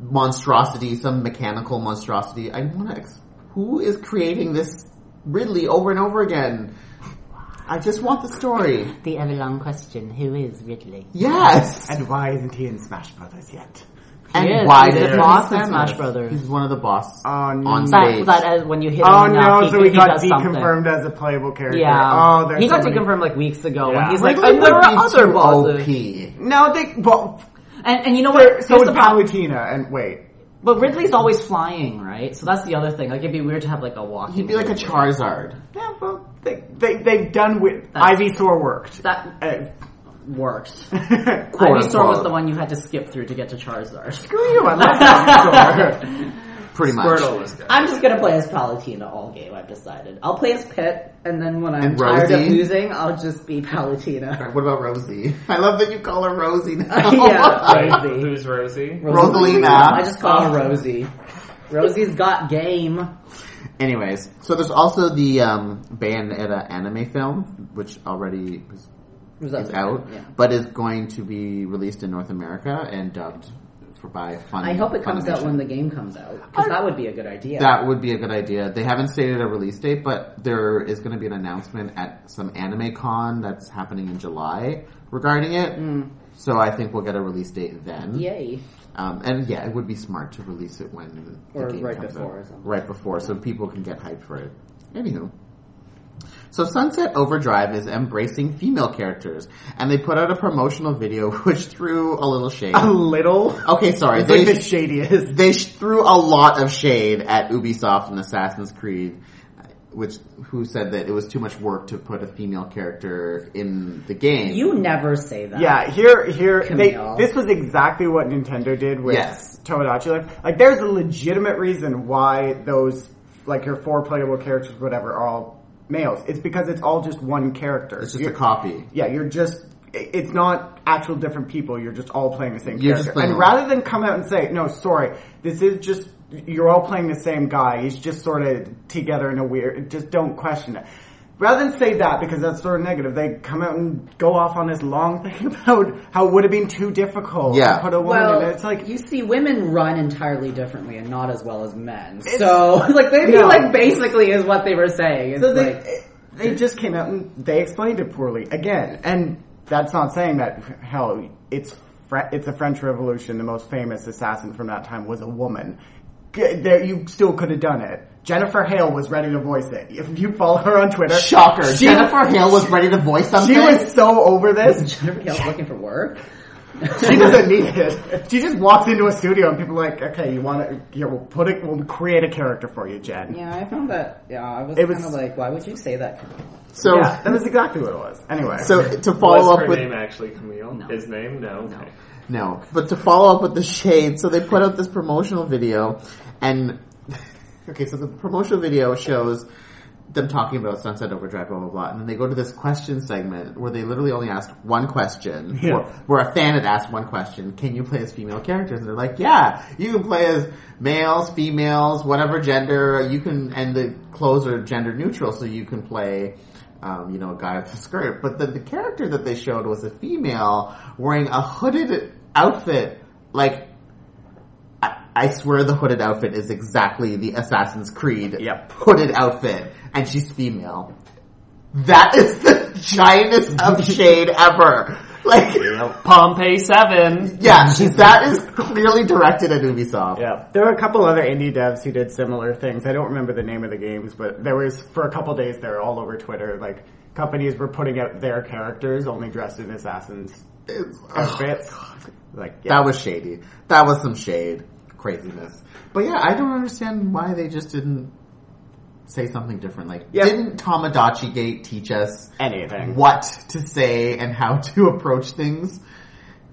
Speaker 1: monstrosity, some mechanical monstrosity. I want to. Ex- who is creating this Ridley over and over again? I just want the story.
Speaker 2: The everlong question: Who is Ridley?
Speaker 1: Yes.
Speaker 4: And why isn't he in Smash Brothers yet?
Speaker 1: And
Speaker 2: is.
Speaker 1: why
Speaker 2: He's
Speaker 1: did
Speaker 2: the
Speaker 1: he
Speaker 2: boss in
Speaker 1: Samus?
Speaker 2: Smash Brothers.
Speaker 1: He's one of the boss
Speaker 4: Oh, no.
Speaker 1: on
Speaker 2: But,
Speaker 1: stage.
Speaker 2: but as, when you hit
Speaker 4: Oh
Speaker 2: him
Speaker 4: no!
Speaker 2: enough, he,
Speaker 4: so he
Speaker 2: he
Speaker 4: got
Speaker 2: does something.
Speaker 4: deconfirmed as a playable character.
Speaker 2: Yeah.
Speaker 4: Oh, there's
Speaker 2: he got
Speaker 4: so many-
Speaker 2: deconfirmed like weeks ago when
Speaker 3: Yeah.
Speaker 2: he's like,
Speaker 1: Ridley
Speaker 2: and there
Speaker 1: would
Speaker 2: are
Speaker 1: be
Speaker 2: other
Speaker 1: too
Speaker 2: bosses.
Speaker 1: OP.
Speaker 4: No, they well.
Speaker 2: And, and you know what?
Speaker 4: So
Speaker 2: Here's
Speaker 4: it's
Speaker 2: the problem.
Speaker 4: Palutena, and wait,
Speaker 2: But Ridley's always flying, right? So that's the other thing. Like it'd be weird to have like a walking.
Speaker 1: He'd be like a
Speaker 2: Ridley.
Speaker 1: Charizard.
Speaker 4: yeah, well, they they they've done with
Speaker 2: That's-
Speaker 4: Ivysaur worked. Eh.
Speaker 2: That worked.
Speaker 4: Uh,
Speaker 1: Quote
Speaker 2: Ivysaur was
Speaker 1: unquote.
Speaker 2: the one you had to skip through to get to Charizard.
Speaker 4: Screw you! I love Ivysaur.
Speaker 1: Pretty much.
Speaker 3: Squirtle was good.
Speaker 2: I'm just gonna play as Palutena all game. I've decided. I'll play as Pit, and then when I'm
Speaker 1: And
Speaker 2: tired
Speaker 1: Rosie?
Speaker 2: of losing, I'll just be Palutena.
Speaker 1: What about Rosie? I love that you call her Rosie now.
Speaker 2: Yeah. Rosie.
Speaker 3: Wait, who's Rosie?
Speaker 1: Rosalina.
Speaker 2: I just call her Rosie. Rosie's got game.
Speaker 1: Anyways, so there's also the um, Bayonetta anime film, which already is,
Speaker 2: Was that-
Speaker 1: is out,
Speaker 2: Yeah.
Speaker 1: but is going to be released in North America and dubbed for by Fun.
Speaker 2: I hope it comes out
Speaker 1: Funimation.
Speaker 2: when the game comes out because that would be a good idea.
Speaker 1: That would be a good idea. They haven't stated a release date, but there is going to be an announcement at some anime con that's happening in July regarding it.
Speaker 2: Mm.
Speaker 1: So I think we'll get a release date then.
Speaker 2: Yay!
Speaker 1: Um, and yeah, it would be smart to release it when the
Speaker 2: Or
Speaker 1: game
Speaker 2: right
Speaker 1: comes
Speaker 2: before
Speaker 1: out.
Speaker 2: or something.
Speaker 1: Right before, so people can get hyped for it. Anywho. So Sunset Overdrive is embracing female characters, and they put out a promotional video which threw a little shade.
Speaker 4: A little.
Speaker 1: Okay, sorry.
Speaker 4: It's like
Speaker 1: they-
Speaker 4: the shadiest.
Speaker 1: they sh- threw a lot of shade at Ubisoft and Assassin's Creed, which who said that it was too much work to put a female character in the game.
Speaker 2: You never say that.
Speaker 4: Yeah, here, here. They,
Speaker 2: Camille.
Speaker 4: this was exactly what Nintendo did with
Speaker 1: Yes.
Speaker 4: Tomodachi Life. Like, there's a legitimate reason why those, like, your four playable characters, whatever, are all males. It's because it's all just one character.
Speaker 1: it's just
Speaker 4: You're-
Speaker 1: a copy.
Speaker 4: yeah, you're just. i- It's not actual different people. You're just all playing the same
Speaker 1: You're just
Speaker 4: character.
Speaker 1: playing
Speaker 4: And
Speaker 1: all-
Speaker 4: rather than come out and say, "No, sorry, this is just you're all playing the same guy. He's just sort of together in a weird." Just don't question it. Rather than say that because that's sort of negative, they come out and go off on this long thing about how it would have been too difficult
Speaker 1: Yeah.
Speaker 4: to put a woman
Speaker 2: Well,
Speaker 4: in. it. It's like
Speaker 2: you see, women run entirely differently and not as well as men. So, like, they
Speaker 4: No.
Speaker 2: like basically is what they were saying. It's
Speaker 4: So they, eh,
Speaker 2: like,
Speaker 4: they just came out and they explained it poorly again, and that's not saying that hell it's Fre- it's a French Revolution. The most famous assassin from that time was a woman. G- There, you still could have done it. Jennifer Hale was ready to voice it. If you follow her on Twitter,
Speaker 1: Shocker!
Speaker 4: She-
Speaker 1: Jennifer Hale was ready to voice something.
Speaker 4: she was so over this.
Speaker 2: Jennifer Hale's looking for work.
Speaker 4: She doesn't need it. She just walks into a studio and people are like, okay, you want to? Here, we'll put it. We'll create a character for you, Jen.
Speaker 2: Yeah, I found that. Yeah, I was,
Speaker 4: It was-
Speaker 2: kind of like, why would you say that?
Speaker 1: so.
Speaker 4: Yeah, that was exactly what it was. Anyway,
Speaker 1: So to follow
Speaker 3: Was her
Speaker 1: up with
Speaker 3: name actually Camille? His name? No. Okay.
Speaker 1: no, but to follow up with the shade, so they put out this promotional video, and okay, so the promotional video shows them talking about Sunset Overdrive, blah blah blah, and then they go to this question segment where they literally only asked one question,
Speaker 4: Yeah.
Speaker 1: where, where a fan had asked one question: Can you play as female characters? And they're like, Yeah, you can play as males, females, whatever gender you can, and the clothes are gender neutral, so you can play. Um, you know, a guy with a skirt, but then the character that they showed was a female wearing a hooded outfit, like I, I swear the hooded outfit is exactly the Assassin's Creed
Speaker 4: Yep.
Speaker 1: hooded outfit, and she's female. That is the giantest of shade ever. Like,
Speaker 3: Pompeii Seven.
Speaker 1: yeah, that is clearly directed at Ubisoft.
Speaker 4: Yeah, there were a couple other indie devs who did similar things. I don't remember the name of the games, but there was for a couple days there all over Twitter. Like companies were putting out their characters only dressed in assassins
Speaker 1: It's- ugh,
Speaker 4: outfits. like yeah,
Speaker 1: that was shady. That was some shade craziness. But yeah, I don't understand why they just didn't say something different. Like,
Speaker 4: Yeah.
Speaker 1: didn't Tomodachi Gate teach us
Speaker 4: anything.
Speaker 1: what to say and how to approach things.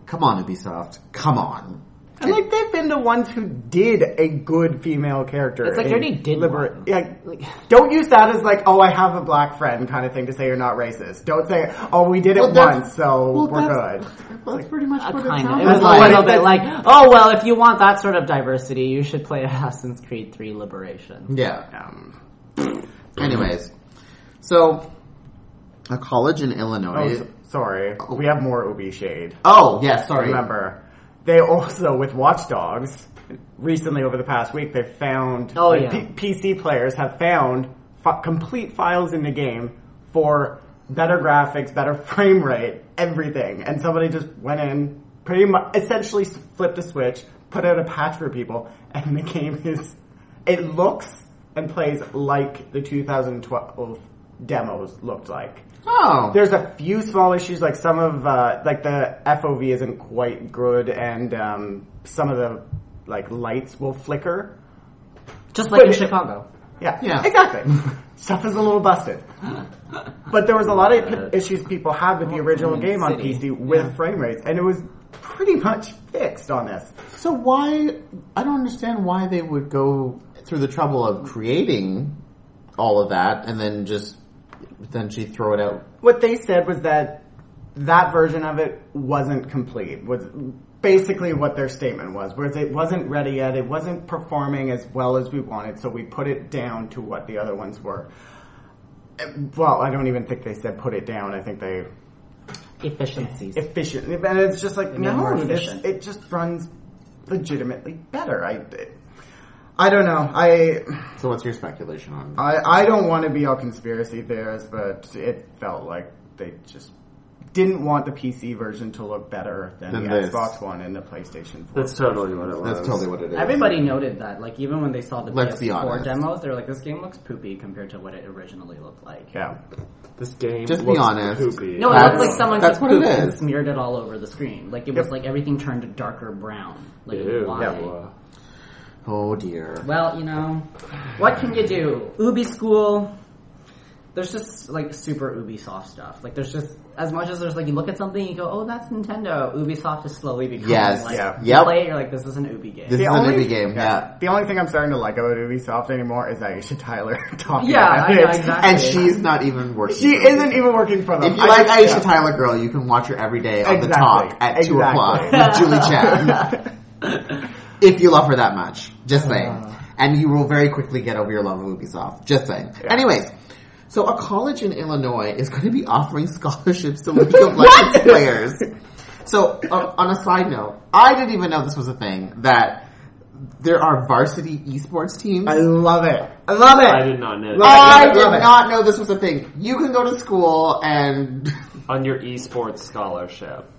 Speaker 1: Come on, Ubisoft. Come on.
Speaker 4: And like they've been the ones who did a good female character.
Speaker 2: It's like they
Speaker 4: in
Speaker 2: already did one.
Speaker 4: Yeah, like, don't use that as like, oh, I have a black friend kind of thing to say you're not racist. Don't say, oh, we did
Speaker 1: Well,
Speaker 4: it
Speaker 1: that's-
Speaker 4: once, so
Speaker 1: well,
Speaker 4: we're
Speaker 1: that's-
Speaker 4: good.
Speaker 1: Well, that's pretty much
Speaker 2: Uh,
Speaker 1: what it
Speaker 2: kind of.
Speaker 1: sounds
Speaker 2: It was
Speaker 1: like.
Speaker 2: a little bit like, oh well, if you want that sort of diversity, you should play Assassin's Creed 3 Liberation.
Speaker 1: Yeah.
Speaker 4: Um,
Speaker 1: Anyways, so a college in
Speaker 4: oh,
Speaker 1: Illinois.
Speaker 4: s- sorry, we have more Ubi shade.
Speaker 1: Oh, yeah, sorry.
Speaker 4: Remember, they also with Watch Dogs recently over the past week they found
Speaker 2: Oh,
Speaker 4: like,
Speaker 2: yeah.
Speaker 4: P- PC players have found f- complete files in the game for better graphics, better frame rate, everything, and somebody just went in, pretty much essentially s- flipped a switch, put out a patch for people, and the game is it looks and plays like the 2012 demos looked like.
Speaker 1: Oh,
Speaker 4: There's a few small issues, like some of uh, like the FOV isn't quite good, and um, some of the like lights will flicker.
Speaker 2: Just like in
Speaker 4: But-
Speaker 2: Chicago.
Speaker 4: Yeah,
Speaker 1: Yeah.
Speaker 4: exactly. Stuff is a little busted, but there was a lot of p- issues people had with the original
Speaker 2: in
Speaker 4: game on
Speaker 2: City.
Speaker 4: PC with frame rates, and it was pretty much fixed on this.
Speaker 1: so why? I don't understand why they would go through the trouble of creating all of that and then just potentially throw it out.
Speaker 4: What they said was that that version of it wasn't complete. Was basically what their statement was, whereas it wasn't ready yet. It wasn't performing as well as we wanted, so we put it down to what the other ones were. Uh, Well, I don't even think they said put it down. I think they
Speaker 2: Efficiencies.
Speaker 4: efficient, and it's just like
Speaker 2: made it more
Speaker 4: no, this,
Speaker 2: efficient.
Speaker 4: it just runs legitimately better. I, I don't know. I
Speaker 1: So what's your speculation on?
Speaker 4: I, I don't want to be all conspiracy theorist, but it felt like they just didn't want the PC version to look better than,
Speaker 1: Than
Speaker 4: the
Speaker 1: this.
Speaker 4: Xbox One and the PlayStation 4.
Speaker 3: That's totally what it was.
Speaker 1: That's totally what it is.
Speaker 2: Everybody noted that. Like even when they saw the
Speaker 1: Let's be
Speaker 2: PS4
Speaker 1: honest.
Speaker 2: demos, they're like, this game looks poopy compared to what it originally looked like.
Speaker 4: yeah.
Speaker 3: This game.
Speaker 1: Just be
Speaker 3: looks
Speaker 1: honest.
Speaker 3: Poopy.
Speaker 2: No, it
Speaker 1: That's-
Speaker 2: looked like someone
Speaker 1: that's
Speaker 2: just
Speaker 1: what it
Speaker 2: pooped and
Speaker 1: is.
Speaker 2: smeared it all over the screen. Like it was like everything turned a darker brown. Like
Speaker 3: Ew.
Speaker 2: why?
Speaker 3: Yeah.
Speaker 1: oh dear.
Speaker 2: Well, you know, what can you do? Ubi School. There's just like super Ubisoft stuff. Like there's just as much as there's like you look at something, you go, "Oh, that's Nintendo." Ubisoft is slowly becoming
Speaker 1: Yes,
Speaker 2: like
Speaker 1: yeah.
Speaker 2: you
Speaker 1: Yep.
Speaker 2: play it, you're like, "This is an Ubi game."
Speaker 1: This
Speaker 4: The
Speaker 1: is
Speaker 4: only-
Speaker 1: a Nibby game. Yeah.
Speaker 4: The only thing I'm starting to like about Ubisoft anymore is Aisha Tyler talking
Speaker 2: yeah,
Speaker 4: about
Speaker 2: I know,
Speaker 4: it.
Speaker 2: exactly.
Speaker 1: And she's not even working.
Speaker 4: She
Speaker 1: for
Speaker 4: isn't
Speaker 1: Ubisoft.
Speaker 4: even working for them.
Speaker 1: If you like Aisha
Speaker 4: yeah.
Speaker 1: Tyler Girl, you can watch her every day on the
Speaker 4: Exactly.
Speaker 1: talk at 2
Speaker 4: Exactly.
Speaker 1: o'clock with Julie Chen. if you love her that much. Just saying. and you will very quickly get over your love of Ubisoft. Just saying. Anyways. So a college in Illinois is going to be offering scholarships to League of Legends players. So uh, on a side note, I didn't even know this was a thing that there are varsity esports teams.
Speaker 4: I love it. I love it.
Speaker 3: I did not know.
Speaker 4: Love
Speaker 3: that.
Speaker 1: I
Speaker 4: love
Speaker 1: did
Speaker 4: it.
Speaker 1: not know this was a thing. You can go to school and
Speaker 3: On your esports scholarship.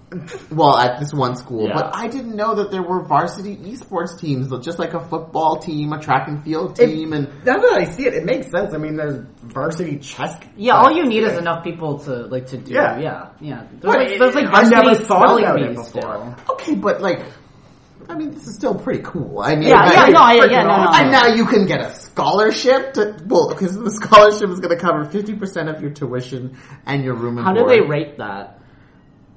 Speaker 1: well at this one school,
Speaker 3: Yeah.
Speaker 1: but I didn't know that there were varsity esports teams, though, just like a football team, a track and field
Speaker 4: It-
Speaker 1: team, and
Speaker 4: now that I see it, it makes sense. I mean, there's varsity chess.
Speaker 2: yeah, all you need is enough people to like to do.
Speaker 4: Yeah.
Speaker 2: Yeah, yeah. There's
Speaker 4: What?
Speaker 2: like, there's like
Speaker 4: I never
Speaker 2: varsity
Speaker 4: thought
Speaker 2: spelling
Speaker 4: about it
Speaker 2: bees
Speaker 4: before.
Speaker 2: still.
Speaker 1: okay, but like, I mean, this is still pretty cool. I mean,
Speaker 2: Yeah,
Speaker 1: like-
Speaker 2: yeah, no, I, yeah, no, no.
Speaker 1: And now you can get a scholarship to well, because the scholarship is going to cover fifty percent of your tuition and your room and
Speaker 2: How do
Speaker 1: board.
Speaker 2: they rate that?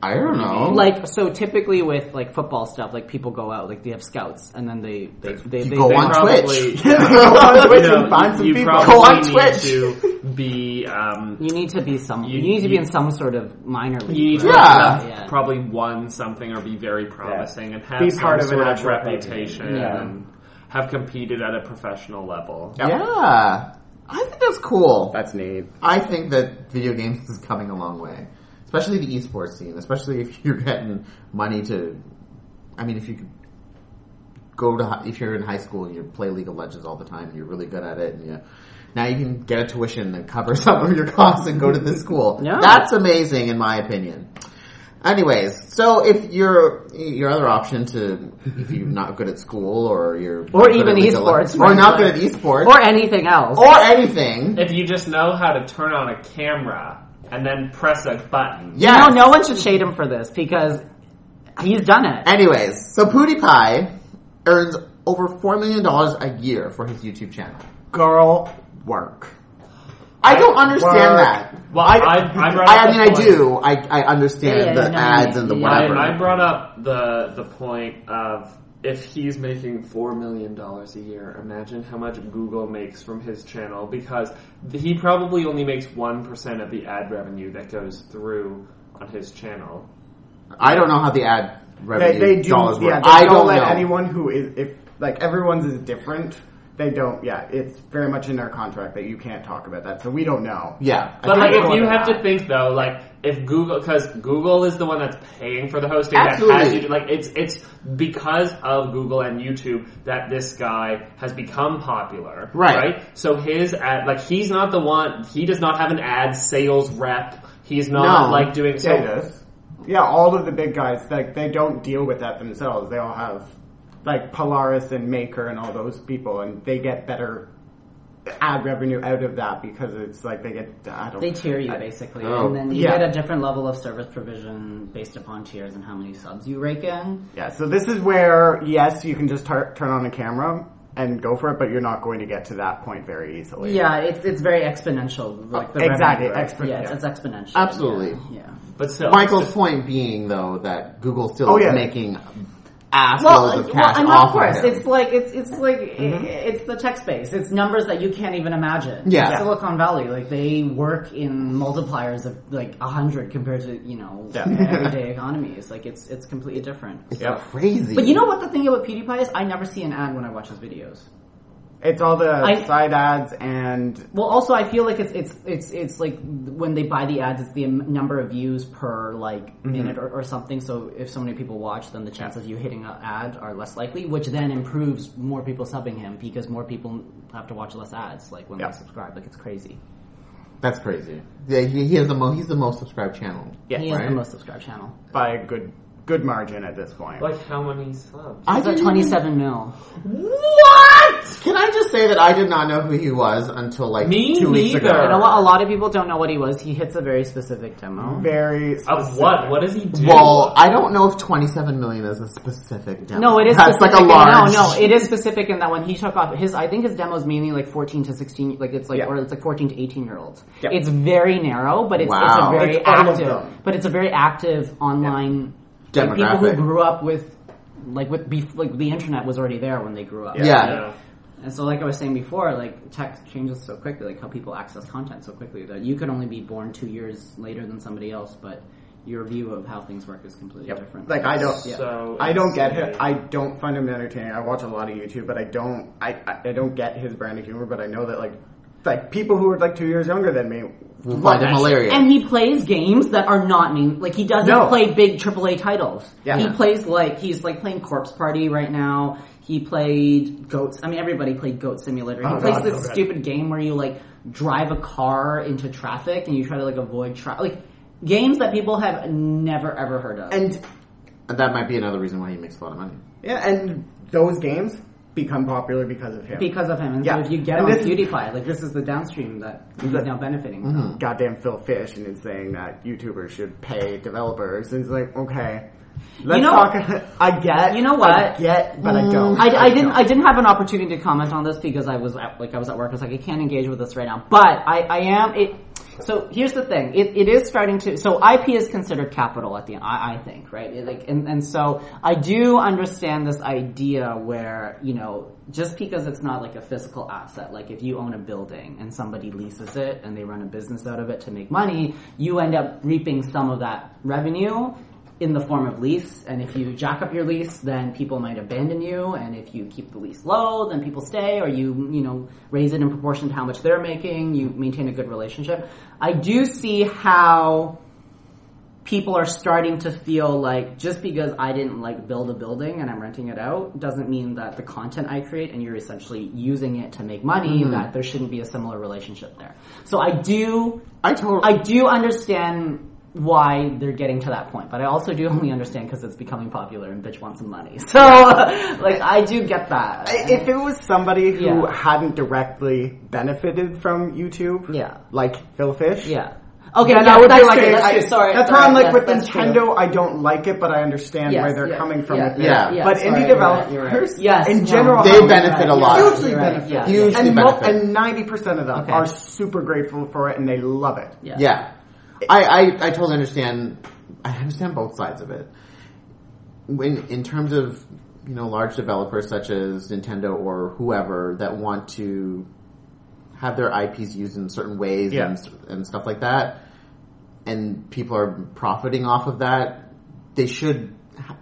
Speaker 1: I don't know.
Speaker 2: Like so, typically with like football stuff, like people go out, like they have scouts, and then they they they,
Speaker 1: you
Speaker 2: they,
Speaker 1: go
Speaker 2: they-
Speaker 1: on
Speaker 3: probably-
Speaker 1: Twitch.
Speaker 4: Go on Twitch
Speaker 3: You know,
Speaker 4: and find some
Speaker 3: you
Speaker 4: people.
Speaker 3: probably
Speaker 1: Go on
Speaker 3: need
Speaker 1: Twitch.
Speaker 3: to be um,
Speaker 2: You need to be some. You,
Speaker 3: You-
Speaker 2: need to be
Speaker 3: you-
Speaker 2: in some sort of minor league.
Speaker 3: you need to
Speaker 2: right?
Speaker 1: Yeah.
Speaker 2: Yeah.
Speaker 3: probably won something or be very promising and have
Speaker 4: Be
Speaker 3: some
Speaker 4: part of an
Speaker 3: sort of
Speaker 4: actual program.
Speaker 3: reputation
Speaker 4: Yeah.
Speaker 3: and have competed at a professional level.
Speaker 1: yeah, I think that's cool.
Speaker 4: That's neat.
Speaker 1: I think that video games is coming a long way, especially the esports scene. Especially if you're getting money to, I mean, if you could go to hi- if you're in high school and you play League of Legends all the time, and you're really good at it, and you now you can get a tuition and cover some of your costs and go to this school.
Speaker 2: Yeah.
Speaker 1: That's amazing, in my opinion. Anyways, so if your your other option to if you're not good at school or you're
Speaker 2: Or
Speaker 1: not good
Speaker 2: even
Speaker 1: at League of Le-
Speaker 2: esports,
Speaker 1: or
Speaker 2: right?
Speaker 1: not good at esports
Speaker 2: Or anything else.
Speaker 1: or anything
Speaker 3: If you just know how to turn on a camera and then press a button.
Speaker 1: yes.
Speaker 2: No, no one should shade him for this because he's done it.
Speaker 1: Anyways, so PewDiePie earns over four million dollars a year for his YouTube channel.
Speaker 4: Girl work.
Speaker 1: I don't understand
Speaker 4: Work.
Speaker 1: that.
Speaker 3: Well, I I, I brought
Speaker 1: I,
Speaker 3: up
Speaker 1: I mean,
Speaker 3: the
Speaker 1: I
Speaker 3: point-
Speaker 1: do. I, I understand
Speaker 6: Yeah, yeah,
Speaker 1: the
Speaker 6: no,
Speaker 1: ads and the
Speaker 6: yeah.
Speaker 1: whatever.
Speaker 3: I, I brought up the the point of if he's making four million dollars a year, imagine how much Google makes from his channel because he probably only makes one percent of the ad revenue that goes through on his channel.
Speaker 1: I don't know how the ad
Speaker 4: They,
Speaker 1: revenue
Speaker 4: they do.
Speaker 1: dollars work.
Speaker 4: Yeah, they
Speaker 1: I
Speaker 4: don't,
Speaker 1: don't
Speaker 4: let
Speaker 1: know.
Speaker 4: anyone who is if like everyone's is different. They don't. Yeah, it's very much in their contract that you can't talk about that. So we don't know.
Speaker 1: Yeah,
Speaker 3: But
Speaker 4: I
Speaker 3: like,
Speaker 4: think
Speaker 3: if
Speaker 4: more
Speaker 3: you
Speaker 4: than
Speaker 3: have
Speaker 4: that.
Speaker 3: to think though, like if Google, because Google is the one that's paying for the hosting, that has
Speaker 1: Absolutely.
Speaker 3: you, like it's it's because of Google and YouTube that this guy has become popular,
Speaker 1: Right.
Speaker 3: So his ad, like he's not the one. He does not have an ad sales rep. He's not
Speaker 1: No.
Speaker 3: like doing so.
Speaker 4: Yeah, it is. Yeah, all of the big guys like they don't deal with that themselves. They all have like Polaris and Maker and all those people, and they get better ad revenue out of that because it's like they get I don't
Speaker 2: They tier you basically,
Speaker 1: Oh.
Speaker 2: and then you
Speaker 4: Yeah.
Speaker 2: get a different level of service provision based upon tiers and how many subs you rake in.
Speaker 4: Yeah, so this is where yes, you can just tur turn on a camera and go for it, but you're not going to get to that point very easily.
Speaker 2: Yeah, it's it's very exponential. Like the
Speaker 4: Exactly,
Speaker 2: revenue growth.
Speaker 4: expon-
Speaker 2: yeah, it's,
Speaker 4: yeah.
Speaker 2: it's exponential.
Speaker 1: Absolutely.
Speaker 2: Yeah. yeah.
Speaker 3: But still,
Speaker 1: Michael's point being though that Google's still
Speaker 4: Oh, yeah.
Speaker 1: making assholes
Speaker 2: Well,
Speaker 1: of cash
Speaker 2: well, and
Speaker 1: off
Speaker 2: of course,
Speaker 1: of him.
Speaker 2: it's like it's it's like i it's the tech space. It's numbers that you can't even imagine.
Speaker 1: Yeah.
Speaker 2: It's Silicon Valley, like they work in multipliers of like a hundred compared to you know
Speaker 4: Yeah.
Speaker 2: everyday economies. Like it's it's completely different.
Speaker 1: It's
Speaker 4: Yep.
Speaker 1: crazy.
Speaker 2: But you know what the thing about PewDiePie is? I never see an ad when I watch his videos.
Speaker 4: It's all the
Speaker 2: I-
Speaker 4: side ads and
Speaker 2: Well, also I feel like it's it's it's it's like when they buy the ads, it's the am- number of views per like minute or, or something. So if so many people watch, then the chances of you hitting an ad are less likely, which then improves more people subbing him because more people have to watch less ads. Like when
Speaker 4: Yeah.
Speaker 2: they subscribe, like it's crazy.
Speaker 1: that's crazy. Yeah, he, he has the mo- he's the most subscribed channel.
Speaker 2: Yeah, he has
Speaker 1: right?
Speaker 2: the most subscribed channel.
Speaker 4: by a good good margin at this point.
Speaker 3: like how many subs?
Speaker 1: I
Speaker 2: He's at
Speaker 1: didn't-
Speaker 2: twenty seven mil.
Speaker 1: What? Can I just say that I did not know who he was until like
Speaker 3: Me
Speaker 1: two weeks
Speaker 3: neither.
Speaker 1: ago?
Speaker 2: You know what? A lot of people don't know what he was. He hits a very specific demo.
Speaker 4: very
Speaker 3: Of
Speaker 4: specific.
Speaker 3: what? What does he do?
Speaker 1: Well, I don't know if 27 million is a specific demo.
Speaker 2: No, it is
Speaker 1: That's
Speaker 2: specific.
Speaker 1: like a large.
Speaker 2: No, no, it is specific in that when he took off his, I think his demo's mainly like fourteen to sixteen, like it's like
Speaker 4: Yeah.
Speaker 2: or it's like fourteen to eighteen year olds.
Speaker 4: Yep.
Speaker 2: It's very narrow, but it's, it's
Speaker 1: Wow.
Speaker 2: a very
Speaker 4: It's all of them.
Speaker 2: active, but it's a very active online like, people who
Speaker 1: Demographic.
Speaker 2: grew up with like with bef- like the internet was already there when they grew up.
Speaker 1: Yeah.
Speaker 3: Yeah.
Speaker 2: And so, like I was saying before, like tech changes so quickly, like how people access content so quickly that you could only be born two years later than somebody else, but your view of how things work is completely different.
Speaker 4: Like I don't
Speaker 2: Yeah.
Speaker 3: So
Speaker 4: I don't get
Speaker 3: insane.
Speaker 4: it. I don't find him entertaining. I watch a lot of YouTube, but I don't I, I, I don't get his brand of humor, but I know that like like people who are like two years younger than me
Speaker 3: Mm.
Speaker 1: We'll find him hilarious.
Speaker 2: And he plays games that are not named. Like he doesn't
Speaker 4: No.
Speaker 2: play big AAA titles.
Speaker 4: Yeah.
Speaker 2: He plays like he's like playing Corpse Party right now. He played Goats. I mean, everybody played Goat Simulator. He
Speaker 4: Oh,
Speaker 2: plays
Speaker 4: God,
Speaker 2: this
Speaker 4: so good.
Speaker 2: stupid game where you like drive a car into traffic and you try to like avoid traffic. Like games that people have never ever heard of.
Speaker 1: And that might be another reason why he makes a lot of money.
Speaker 4: Yeah, and those games become popular because of him.
Speaker 2: because of him, and
Speaker 4: Yeah.
Speaker 2: so if you get
Speaker 4: And
Speaker 2: on
Speaker 4: this- Mm-hmm.
Speaker 2: PewDiePie, like this is the downstream that he's now benefiting from.
Speaker 4: goddamn Phil Fish and is saying that YouTubers should pay developers. And it's like, okay, let's
Speaker 2: know-
Speaker 4: talk. I get.
Speaker 2: You know what? Mm,
Speaker 4: I get, but I don't.
Speaker 2: I, I didn't. I didn't have an opportunity to comment on this because I was at, like I was at work. I was like, I can't engage with this right now. But I, I am it. So here's the thing. It, it is starting to. So IP is considered capital at the end. I, I think right. It, like and and so I do understand this idea where you know just because it's not like a physical asset. Like if you own a building and somebody leases it and they run a business out of it to make money, you end up reaping some of that revenue in the form of lease. And if you jack up your lease, then people might abandon you. And if you keep the lease low, then people stay. Or you, you know, raise it in proportion to how much they're making. You maintain a good relationship. I do see how people are starting to feel like just because I didn't like build a building and I'm renting it out doesn't mean that the content I create and you're essentially using it to make money
Speaker 4: Mm-hmm.
Speaker 2: that there shouldn't be a similar relationship there. So I do
Speaker 1: I totally.
Speaker 2: I do understand why they're getting to that point, but I also do only understand because it's becoming popular and bitch wants some money. So, like, I do get that.
Speaker 4: If it was somebody who
Speaker 2: Yeah.
Speaker 4: hadn't directly benefited from YouTube,
Speaker 2: Yeah.
Speaker 4: like Phil Fish,
Speaker 2: yeah. Okay,
Speaker 4: then
Speaker 2: yeah,
Speaker 4: I would
Speaker 2: that's
Speaker 4: be like,
Speaker 2: true.
Speaker 4: it's-
Speaker 2: That's true. Sorry,
Speaker 4: that's
Speaker 2: sorry.
Speaker 4: where I'm like
Speaker 2: Yes,
Speaker 4: with
Speaker 2: that's true.
Speaker 4: Nintendo. I don't like it, but I understand
Speaker 2: Yes,
Speaker 4: where they're
Speaker 2: yeah,
Speaker 4: coming from
Speaker 2: yeah,
Speaker 4: with it.
Speaker 1: yeah, yeah.
Speaker 4: but
Speaker 2: Sorry,
Speaker 4: indie
Speaker 2: you're
Speaker 4: developers,
Speaker 2: Yes,
Speaker 4: in
Speaker 2: no.
Speaker 4: general,
Speaker 1: They
Speaker 4: have
Speaker 1: benefit a lot.
Speaker 4: Hugely
Speaker 2: Right,
Speaker 4: benefit.
Speaker 2: yeah.
Speaker 1: Hugely
Speaker 4: and mo-
Speaker 1: benefit.
Speaker 4: and ninety percent of them
Speaker 2: Okay.
Speaker 4: are super grateful for it and they love it.
Speaker 2: Yeah.
Speaker 1: Yeah. I, I, I totally understand. I understand both sides of it. When in terms of you know large developers such as Nintendo or whoever that want to have their IPs used in certain ways
Speaker 3: Yeah.
Speaker 1: and and and stuff like that, and people are profiting off of that, they should ha-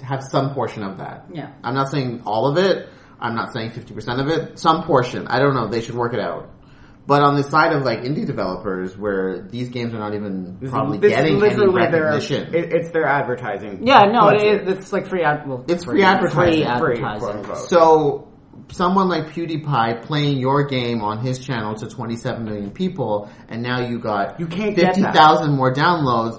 Speaker 1: have some portion of that.
Speaker 2: Yeah.
Speaker 1: I'm not saying all of it. I'm not saying 50% of it. Some portion. I don't know. They should work it out. But on the side of like indie developers, where these games are not even probably
Speaker 4: This is
Speaker 1: getting any
Speaker 4: literally their-
Speaker 1: recognition,
Speaker 4: it- it's their advertising.
Speaker 2: Yeah, no, it
Speaker 4: budget.
Speaker 2: is. It's like free ad. Well,
Speaker 1: It's free advertising.
Speaker 2: Free
Speaker 4: Free,
Speaker 2: advertising.
Speaker 4: quote unquote.
Speaker 1: so someone like PewDiePie playing your game on his channel to 27 million people, and now you got
Speaker 4: You can't get that.
Speaker 1: 50,000 more downloads.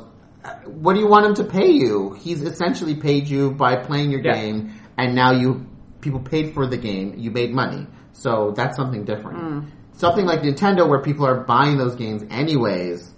Speaker 1: What do you want him to pay you? He's essentially paid you by playing your
Speaker 4: Yeah.
Speaker 1: game, and now you people paid for the game. You made money, so that's something different.
Speaker 2: Hmm.
Speaker 1: Something like Nintendo, where people are buying those games anyways.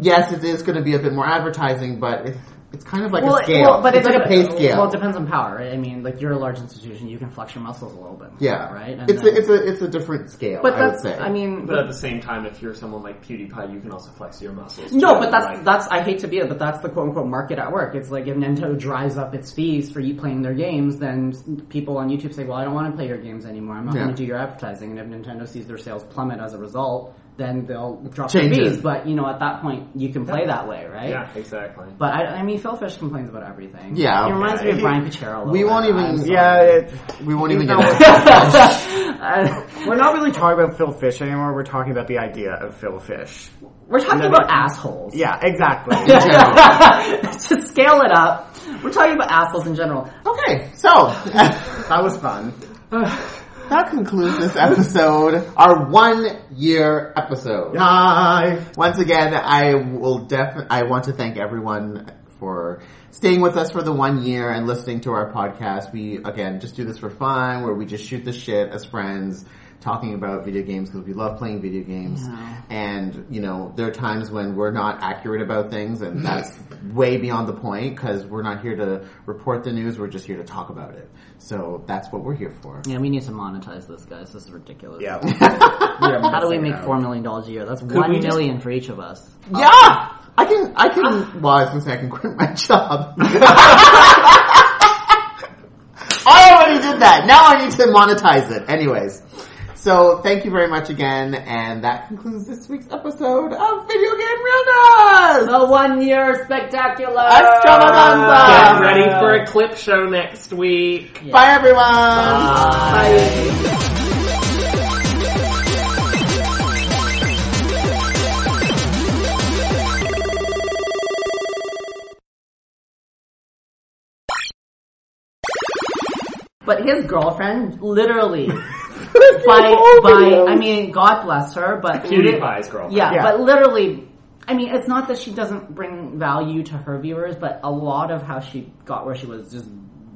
Speaker 1: Yes, it is going to be a bit more advertising, but it's, it's kind of like
Speaker 2: Well,
Speaker 1: a
Speaker 2: it-
Speaker 1: scale.
Speaker 2: well, but
Speaker 1: it's
Speaker 2: it
Speaker 1: like a pay
Speaker 2: depends-
Speaker 1: scale.
Speaker 2: Well, it depends on power, right? I mean, like you're a large institution, you can flex your muscles a little bit. more,
Speaker 1: Yeah,
Speaker 2: right.
Speaker 1: it's
Speaker 2: then-
Speaker 1: a, it's a it's a different scale.
Speaker 2: but
Speaker 1: I would
Speaker 2: that's.
Speaker 1: say.
Speaker 2: I mean,
Speaker 3: But at the same time, if you're someone like PewDiePie, you can also flex your muscles.
Speaker 2: No,
Speaker 3: too,
Speaker 2: but that's
Speaker 3: like-
Speaker 2: that's I hate to be it, but that's the quote unquote market at work. It's like if Nintendo drives up its fees for you playing their games, then s- people on YouTube say, "Well, I don't want to play your games anymore. I'm not
Speaker 1: Yeah.
Speaker 2: going to do your advertising." And if Nintendo sees their sales plummet as a result, then they'll drop
Speaker 1: Change
Speaker 2: the
Speaker 1: it.
Speaker 2: fees. But you know, at that point, you can play that way, right?
Speaker 3: yeah, exactly.
Speaker 2: But I, I mean, Phil Fish complains about everything.
Speaker 1: Yeah,
Speaker 2: he reminds me of
Speaker 4: okay.
Speaker 2: Brian Pichero. A little
Speaker 1: We
Speaker 2: bit.
Speaker 1: won't even-
Speaker 2: I'm sorry.
Speaker 4: Yeah, it,
Speaker 1: we won't even
Speaker 4: No.
Speaker 1: get into it.
Speaker 2: Uh,
Speaker 4: we're not really talking about Phil Fish anymore. We're talking about the idea of Phil Fish.
Speaker 2: We're talking about assholes.
Speaker 4: Yeah, exactly.
Speaker 2: to scale it up, we're talking about assholes in general.
Speaker 1: Okay, so
Speaker 4: that was fun.
Speaker 1: that concludes this episode, our one year episode.
Speaker 4: Hi.
Speaker 1: Once again, I will def- I want to thank everyone for staying with us for the one year and listening to our podcast. We again just do this for fun, where we just shoot the shit as friends, talking about video games because we love playing video games. And you know, there are times when we're not accurate about things, and that's way beyond the point because we're not here to report the news. We're just here to talk about it. So that's what we're here for.
Speaker 2: Yeah, we need to monetize this, guys. This is ridiculous.
Speaker 4: Yeah.
Speaker 2: How do we make four million dollars a year? That's one
Speaker 3: we
Speaker 2: million
Speaker 3: just-
Speaker 2: for each of us.
Speaker 1: Yeah, I can. I can. Well, I was gonna say I can quit my job. I already did that. Now I need to monetize it. Anyways, so thank you very much again, and that concludes this week's episode of Video Game Realness.
Speaker 2: The one year spectacular.
Speaker 1: Extravaganza.
Speaker 2: Uh,
Speaker 3: Get ready for a clip show next week.
Speaker 1: Bye, everyone.
Speaker 2: But his girlfriend, literally, by by, I mean, God bless her, but
Speaker 3: PewDiePie's girl.
Speaker 2: Yeah,
Speaker 4: Yeah.
Speaker 2: but literally, I mean, it's not that she doesn't bring value to her viewers, but a lot of how she got where she was just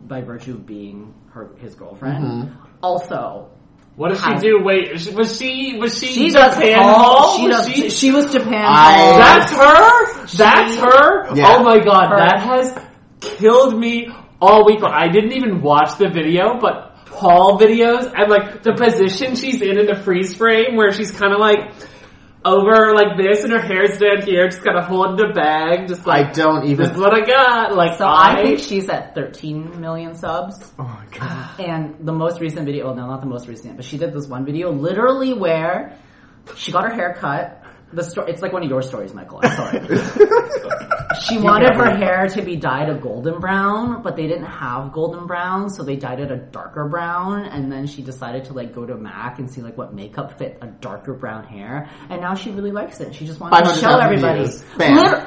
Speaker 2: by virtue of being her his girlfriend. Also,
Speaker 3: What does she
Speaker 2: Hi.
Speaker 3: do? Wait, is- was she was she,
Speaker 2: she does
Speaker 3: Japan
Speaker 2: all.
Speaker 3: Hall?
Speaker 2: She,
Speaker 3: Was
Speaker 2: does, she,
Speaker 3: she-
Speaker 2: was Japan
Speaker 1: I-
Speaker 2: Hall.
Speaker 3: That's her. That's her.
Speaker 1: Yeah.
Speaker 3: Oh my god,
Speaker 2: Her.
Speaker 3: that has killed me all week. long. I didn't even watch the video, but Paul videos and like the position she's in in the freeze frame where she's kind of like over like this and her hair's down here, just kind of holding the bag, just
Speaker 1: I
Speaker 3: like
Speaker 1: don't
Speaker 3: This
Speaker 1: even.
Speaker 3: is what I got. Like
Speaker 2: so I think she's at 13 million subs.
Speaker 4: Oh my god.
Speaker 2: And the most recent video, well, no, not the most recent, but she did this one video literally where she got her hair cut. The sto- it's like one of your stories, Michael. I'm sorry. she wanted her hair to be dyed a golden brown, but they didn't have golden brown, so they dyed it a darker brown. And then she decided to like go to Mac and see like what makeup fit a darker brown hair. And now she really likes it. She just wants to show
Speaker 1: 500,000
Speaker 2: everybody.
Speaker 1: views. Bam.
Speaker 2: Lit-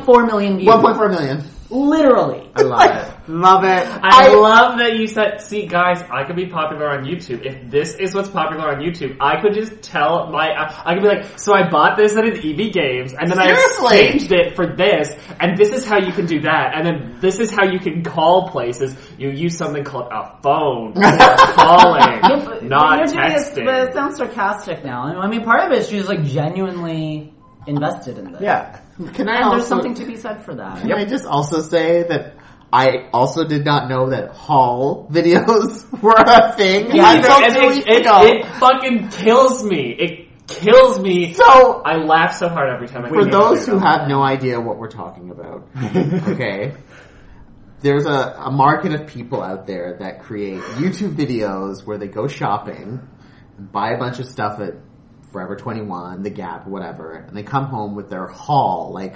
Speaker 2: 1.4 million views.
Speaker 1: 1.4 million.
Speaker 2: Literally.
Speaker 4: I love it. Love it.
Speaker 3: I,
Speaker 1: I-
Speaker 3: love that you said, see guys, I could be popular on YouTube. If this is what's popular on YouTube, I could just tell my, I, I could be like, so I bought this at an EB Games, and then
Speaker 1: Seriously?
Speaker 3: I exchanged it for this, and this is how you can do that, and then this is how you can call places. You use something called a phone for calling,
Speaker 2: Yeah, but
Speaker 3: not
Speaker 2: you're doing this-
Speaker 3: texting.
Speaker 2: But it sounds sarcastic now. I mean, part of it is she's like genuinely invested in this.
Speaker 4: Yeah.
Speaker 1: Can I
Speaker 2: And
Speaker 1: also
Speaker 2: there's something to be said for that.
Speaker 1: Can I just also say that I also did not know that haul videos were a thing
Speaker 2: Yeah,
Speaker 1: until
Speaker 3: And
Speaker 1: two
Speaker 3: it,
Speaker 1: weeks
Speaker 3: it,
Speaker 1: ago.
Speaker 3: it fucking kills me. It kills me.
Speaker 1: so,
Speaker 3: I laugh so hard every time I
Speaker 1: for
Speaker 3: think
Speaker 1: those who
Speaker 3: about
Speaker 1: have no idea what we're talking about, okay, there's a, a market of people out there that create YouTube videos where they go shopping, buy a bunch of stuff at Forever 21, The Gap, whatever, and they come home with their haul, like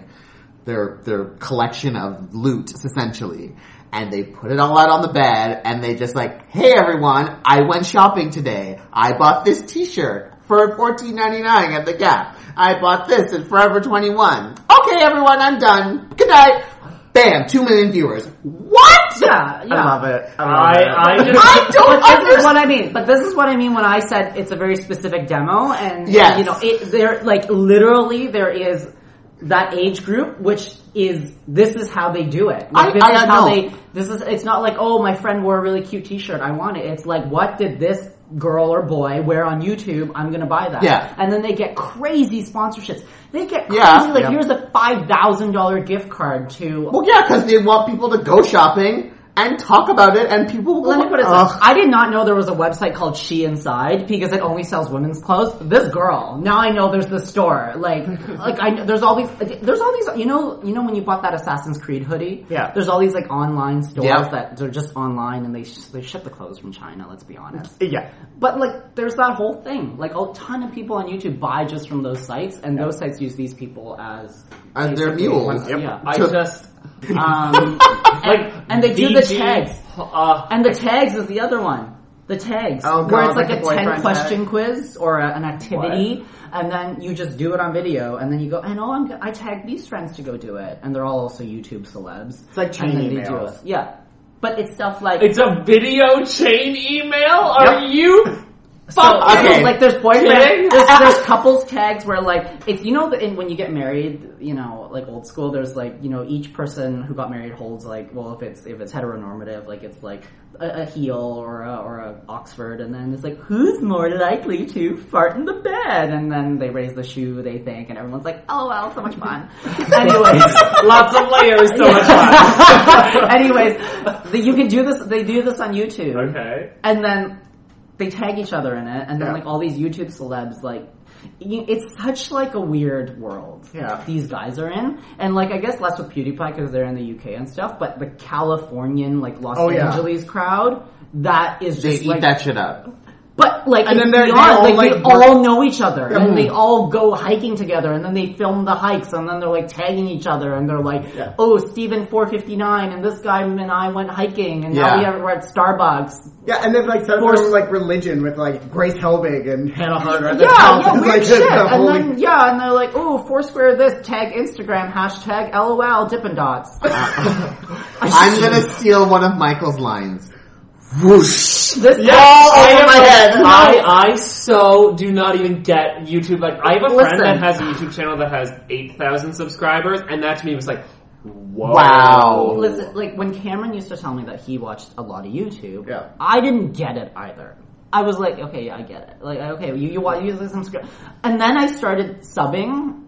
Speaker 1: their their collection of loot, essentially. And they put it all out on the bed and they just like, hey everyone, I went shopping today. I bought this t-shirt for $14.99 at The Gap. I bought this at Forever 21. Okay everyone, I'm done. Good night. Bam, two million viewers. What?
Speaker 2: Yeah, yeah.
Speaker 4: I love it. I love
Speaker 3: it. I,
Speaker 4: it.
Speaker 3: I just.
Speaker 1: I don't
Speaker 2: But this is
Speaker 1: understand.
Speaker 2: what I mean. But this is what I mean when I said it's a very specific demo, and
Speaker 1: Yes.
Speaker 2: you know, it there like literally there is that age group which is this is how they do it. Like,
Speaker 1: I-
Speaker 2: this
Speaker 1: I
Speaker 2: is how
Speaker 1: know.
Speaker 2: they. This is it's not like oh my friend wore a really cute T-shirt, I want it. It's like what did this girl or boy wear on YouTube? I'm gonna buy that.
Speaker 1: Yeah.
Speaker 2: and then they get crazy sponsorships. They get crazy
Speaker 1: Yeah.
Speaker 2: like
Speaker 1: Yeah.
Speaker 2: here's a five thousand dollar gift card to
Speaker 1: Well, yeah, because they want people to go shopping and talk about it, and people will.
Speaker 2: Let me put it this
Speaker 1: Ugh.
Speaker 2: way. I did not know there was a website called She Inside because it only sells women's clothes. This girl. Now I know there's this store. Like, like I there's all these there's all these you know you know when you bought that Assassin's Creed hoodie.
Speaker 4: Yeah.
Speaker 2: There's all these like online stores
Speaker 1: Yeah.
Speaker 2: that they're just online and they sh- they ship the clothes from China. Let's be honest.
Speaker 4: Yeah.
Speaker 2: But like, there's that whole thing. Like a ton of people on YouTube buy just from those sites, and those sites use these people as
Speaker 1: As their
Speaker 2: basically-
Speaker 1: mules.
Speaker 4: Yep.
Speaker 2: Yeah.
Speaker 3: I just.
Speaker 2: Um,
Speaker 3: Like,
Speaker 2: and they do the
Speaker 3: BG,
Speaker 2: tags.
Speaker 3: Uh,
Speaker 2: And the tags is the other one. The tags,
Speaker 4: Oh, God,
Speaker 2: where it's like,
Speaker 4: like
Speaker 2: a
Speaker 4: the boyfriend
Speaker 2: ten question quiz or a, an activity, and then you just do it on video, and then you go, and oh, I'm, go- I tagged these friends to go do it, and they're all also YouTube celebs. It's
Speaker 4: like chain emails.
Speaker 2: yeah. But it's stuff like
Speaker 3: it's a video chain email? Are you
Speaker 2: So,
Speaker 3: fucking
Speaker 1: okay.
Speaker 2: Like there's
Speaker 3: Kidding?
Speaker 2: boyfriend, there's, there's couples tags where like it's you know that in- when you get married, you know like old school. There's like you know each person who got married holds like well if it's if it's heteronormative like it's like a, a heel or a, or a Oxford, and then it's like who's more likely to fart in the bed, and then they raise the shoe they think, and everyone's like oh well so much fun. Anyways.
Speaker 3: lots of layers? So much fun.
Speaker 2: Yeah. Anyways, the, you can do this. They do this on YouTube
Speaker 3: Okay.
Speaker 2: and then they tag each other in it, and then
Speaker 4: Yeah.
Speaker 2: like all these YouTube celebs, like y- it's such like a weird world
Speaker 4: Yeah.
Speaker 2: these guys are in, and like I guess less with PewDiePie because they're in the UK and stuff, but the Californian like Los
Speaker 4: Oh, yeah.
Speaker 2: Angeles crowd that is
Speaker 1: They
Speaker 2: just
Speaker 1: eat
Speaker 2: like
Speaker 1: that shit up.
Speaker 2: but like,
Speaker 4: And
Speaker 2: it's
Speaker 4: then they're- they
Speaker 2: beyond,
Speaker 4: all,
Speaker 2: like, they
Speaker 4: like,
Speaker 2: all know each other,
Speaker 4: Yeah.
Speaker 2: and they all go hiking together, and then they film the hikes, and then they're like tagging each other, and they're like,
Speaker 4: Yeah.
Speaker 2: "Oh, Steven four fifty nine, and this guy and I went hiking, and now
Speaker 1: Yeah.
Speaker 2: we are, we're at Starbucks."
Speaker 4: Yeah, and they've like set up
Speaker 2: Force-
Speaker 4: their own, like religion with like Grace Helbig and Hannah Harder. at
Speaker 2: Yeah,
Speaker 4: their house.
Speaker 2: yeah,
Speaker 4: It's
Speaker 2: weird
Speaker 4: like,
Speaker 2: shit.
Speaker 4: the
Speaker 2: And
Speaker 4: holy-
Speaker 2: then yeah, and they're like, "Oh, Foursquare this tag Instagram hashtag LOL Dippin' Dots."
Speaker 1: I'm gonna steal one of Michael's lines. Whoosh!
Speaker 2: This
Speaker 1: All
Speaker 3: I
Speaker 1: over
Speaker 3: am
Speaker 1: my
Speaker 3: like-
Speaker 1: head.
Speaker 3: I, I so do not even get YouTube. Like, I have a friend
Speaker 2: Listen.
Speaker 3: that has a YouTube channel that has 8,000 subscribers, and that to me was like, whoa.
Speaker 2: Oh.
Speaker 1: Wow.
Speaker 2: Listen, like when Cameron used to tell me that he watched a lot of YouTube,
Speaker 4: Yeah.
Speaker 2: I didn't get it either. I was like, okay, yeah, I get it. Like, okay, you you want you listen to and then I started subbing.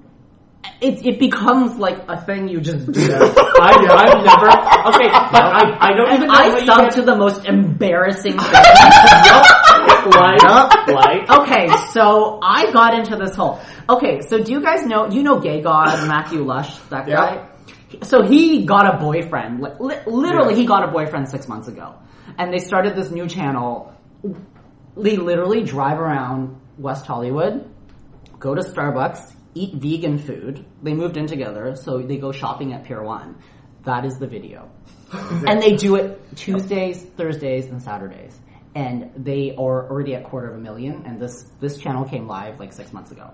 Speaker 2: It it becomes like a thing you just do.
Speaker 3: I, I've never. Okay, but I, I don't
Speaker 2: And
Speaker 3: even know
Speaker 2: I
Speaker 3: how you
Speaker 2: subbed
Speaker 3: get-
Speaker 2: to the most embarrassing thing.
Speaker 3: like, like,
Speaker 2: Okay, so I got into this whole. Okay, so do you guys know? You know, Gay God Matthew Lush, that
Speaker 4: Yeah.
Speaker 2: guy. So he got a boyfriend. Li- li- literally, he got a boyfriend six months ago, and they started this new channel. They literally drive around West Hollywood, go to Starbucks, eat vegan food. They moved in together, so they go shopping at Pier One. That is the video. And they do it Tuesdays, Thursdays, and Saturdays. And they are already at quarter of a million. And this this channel came live like six months ago.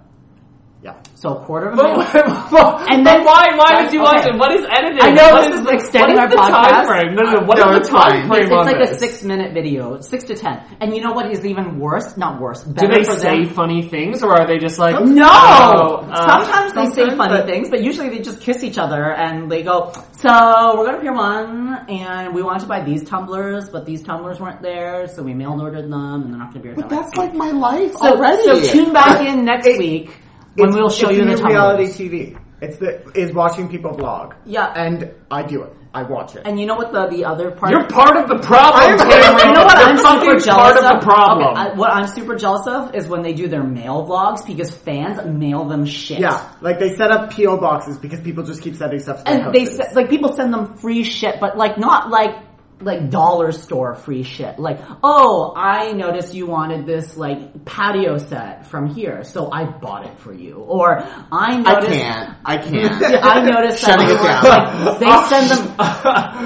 Speaker 4: Yeah.
Speaker 2: So a quarter of a
Speaker 3: but,
Speaker 2: million.
Speaker 3: but,
Speaker 2: And
Speaker 3: and
Speaker 2: then-
Speaker 3: then why? Why would you watch
Speaker 2: Oh, Okay.
Speaker 3: it? What is editing?
Speaker 2: I know
Speaker 3: What
Speaker 2: this is extending
Speaker 3: what is
Speaker 2: our
Speaker 3: the
Speaker 2: podcast.
Speaker 3: Time frame? No, no, no. What
Speaker 1: No,
Speaker 3: is
Speaker 1: it's
Speaker 3: the time
Speaker 1: fine.
Speaker 3: frame
Speaker 2: It's,
Speaker 3: on
Speaker 2: it's like
Speaker 3: this?
Speaker 2: a six minute video, six to ten. And you know what is even worse? Not worse.
Speaker 3: Do
Speaker 2: Better
Speaker 3: they
Speaker 2: for
Speaker 3: say
Speaker 2: them.
Speaker 3: funny things, or are they just like
Speaker 2: No.
Speaker 3: oh, uh,
Speaker 2: sometimes they say
Speaker 4: sometimes,
Speaker 2: funny
Speaker 4: but-
Speaker 2: things, but usually they just kiss each other and they go. So we're going to Pier One, and we wanted to buy these tumblers, but these tumblers weren't there, so we mail ordered them, and they're not going to be here.
Speaker 1: But that's like my life
Speaker 2: So,
Speaker 1: already.
Speaker 2: so tune back in next week When
Speaker 4: It's-
Speaker 2: we'll show
Speaker 4: it's
Speaker 2: you
Speaker 4: the
Speaker 2: the
Speaker 4: new
Speaker 2: tunnels.
Speaker 4: reality TV. It's the is watching people vlog.
Speaker 2: Yeah.
Speaker 4: and I do it. I watch it.
Speaker 2: And you know what the, the other part?
Speaker 3: You're part of the problem,
Speaker 4: I'm-
Speaker 3: Cameron.
Speaker 2: you know what
Speaker 3: You're
Speaker 2: I'm super
Speaker 3: fucking part
Speaker 2: jealous
Speaker 3: of
Speaker 2: of?
Speaker 3: the problem.
Speaker 2: Okay, I- what I'm super jealous of is when they do their mail vlogs because fans mail them shit.
Speaker 4: yeah, like they set up PO boxes because people just keep sending stuff. To their
Speaker 2: And they
Speaker 4: houses.
Speaker 2: se- like people send them free shit, but like not like like dollar store free shit. Like, oh, I noticed you wanted this like patio set from here, so I bought it for you. Or I
Speaker 1: I
Speaker 2: noticed
Speaker 1: can't. I can't.
Speaker 2: I noticed
Speaker 1: Shutting
Speaker 2: that
Speaker 1: it down.
Speaker 2: Like, they send them,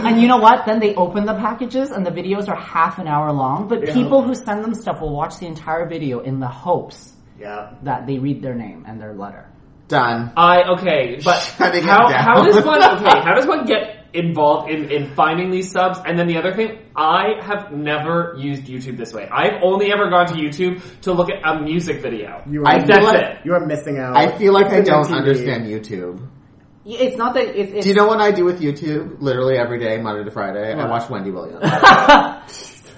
Speaker 2: and you know what? Then they open the packages, and the videos are half an hour long. But people who send them stuff will watch the entire video in the hopes
Speaker 4: yeah.
Speaker 2: that they read their name and their letter.
Speaker 1: Done.
Speaker 3: I okay, but
Speaker 1: Shutting it
Speaker 3: how,
Speaker 1: down.
Speaker 3: how does one okay? How does one get involved in in finding these subs? And then the other thing, I have never used YouTube this way. I've only ever gone to YouTube to look at a music video.
Speaker 4: You
Speaker 1: I
Speaker 4: are,
Speaker 1: feel
Speaker 3: That's
Speaker 1: like-
Speaker 3: it.
Speaker 4: you are missing out.
Speaker 1: I feel like I
Speaker 4: It's on
Speaker 1: don't
Speaker 4: TV.
Speaker 1: understand YouTube.
Speaker 2: Yeah, It's not that it's, it's
Speaker 1: Do you know what I do with YouTube? Literally every day, Monday to Friday, I watch Wendy Williams.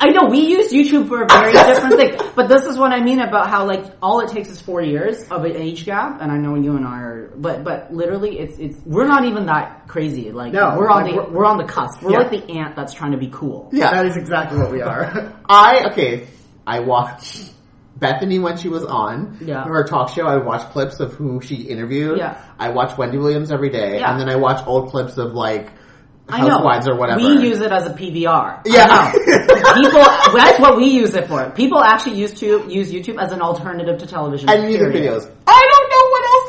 Speaker 2: I know we use YouTube for a very different thing, but this is what I mean about how like all it takes is four years of an age gap, and I know you and I are, but but literally it's it's we're not even that crazy. Like
Speaker 4: No,
Speaker 2: we're on
Speaker 4: like,
Speaker 2: the
Speaker 4: we're-
Speaker 2: we're, on the cusp. We're
Speaker 4: Yeah.
Speaker 2: like the ant that's trying to be cool.
Speaker 1: yeah,
Speaker 4: That is exactly what we are.
Speaker 1: I okay. I watched Bethany when she was on
Speaker 2: Yeah.
Speaker 1: her talk show. I watch clips of who she interviewed.
Speaker 2: Yeah.
Speaker 1: I watch Wendy Williams every day,
Speaker 2: Yeah.
Speaker 1: and then I watch old clips of like
Speaker 2: I know.
Speaker 1: Housewives or whatever.
Speaker 2: We use it as a PVR.
Speaker 1: yeah.
Speaker 2: People, that's what we use it for. People actually use to use YouTube as an alternative to television.
Speaker 1: and music
Speaker 2: period.
Speaker 1: videos. I don't know what else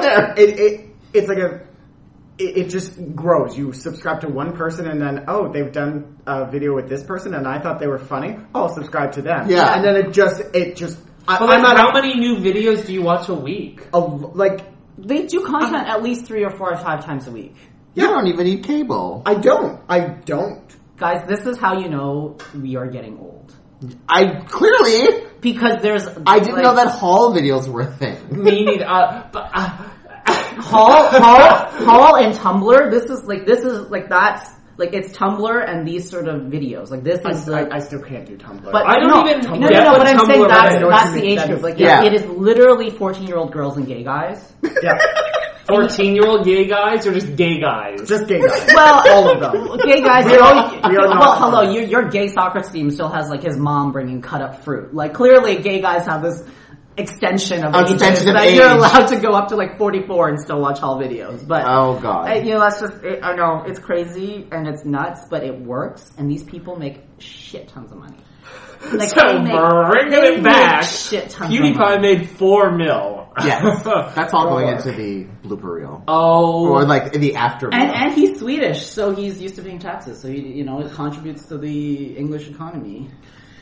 Speaker 1: there is on there.
Speaker 4: it, it it's like a it, it just grows. You subscribe to one person and then oh they've done a video with this person and I thought they were funny. Oh, I'll subscribe to them.
Speaker 1: Yeah.
Speaker 4: and then it just it just I,
Speaker 3: But
Speaker 4: I'm
Speaker 3: like,
Speaker 4: not
Speaker 3: how many new videos do you watch a week?
Speaker 4: a, like
Speaker 2: They do content at least three or four or five times a week.
Speaker 1: You don't even need cable.
Speaker 4: I don't I don't.
Speaker 2: Guys, this is how you know we are getting old.
Speaker 1: I clearly
Speaker 2: Because there's,
Speaker 1: I didn't
Speaker 2: like,
Speaker 1: know that haul videos were a thing.
Speaker 3: Me neither. Uh, but, uh,
Speaker 2: Hall, Hall, Hall, and Tumblr. This is like this is like that's like it's Tumblr and these sort of videos. Like this
Speaker 4: I,
Speaker 2: is
Speaker 4: I,
Speaker 2: like,
Speaker 4: I still can't do Tumblr.
Speaker 2: But
Speaker 3: I don't
Speaker 2: no,
Speaker 3: even
Speaker 2: no, no,
Speaker 3: get
Speaker 2: no.
Speaker 3: what
Speaker 2: What I'm
Speaker 3: Tumblr
Speaker 2: saying
Speaker 3: is.
Speaker 2: that's
Speaker 4: I know what
Speaker 2: that's
Speaker 4: you
Speaker 2: the
Speaker 4: mean.
Speaker 2: age
Speaker 4: That
Speaker 2: group.
Speaker 4: is-
Speaker 2: Like
Speaker 1: yeah.
Speaker 2: it is literally 14 year old girls and gay guys.
Speaker 4: yeah,
Speaker 3: fourteen-year-old gay guys or just gay guys?
Speaker 4: just gay guys.
Speaker 2: Well,
Speaker 4: All of them.
Speaker 2: Gay guys, you're always,
Speaker 4: we are not-
Speaker 2: well, hello, your, your gay soccer team still has like his mom bringing cut up fruit. Like clearly gay guys have this extension of ages
Speaker 1: Extension of
Speaker 2: that you're
Speaker 1: age.
Speaker 2: allowed to go up to like 44 and still watch all videos. But
Speaker 1: Oh god.
Speaker 2: I- you know, that's just, it, I know, it's crazy and it's nuts, but it works and these people make shit tons of money. Like,
Speaker 3: so
Speaker 2: they make-
Speaker 3: bringing
Speaker 2: they
Speaker 3: it
Speaker 2: make
Speaker 3: back,
Speaker 2: shit tons of
Speaker 3: PewDiePie
Speaker 2: money.
Speaker 3: made four mil.
Speaker 1: Yes. That's all
Speaker 2: Oh,
Speaker 1: going into the blooper reel.
Speaker 3: oh,
Speaker 1: Or like the after reel.
Speaker 2: And, and he's Swedish, so he's used to paying taxes, so he, you know, it contributes to the English economy.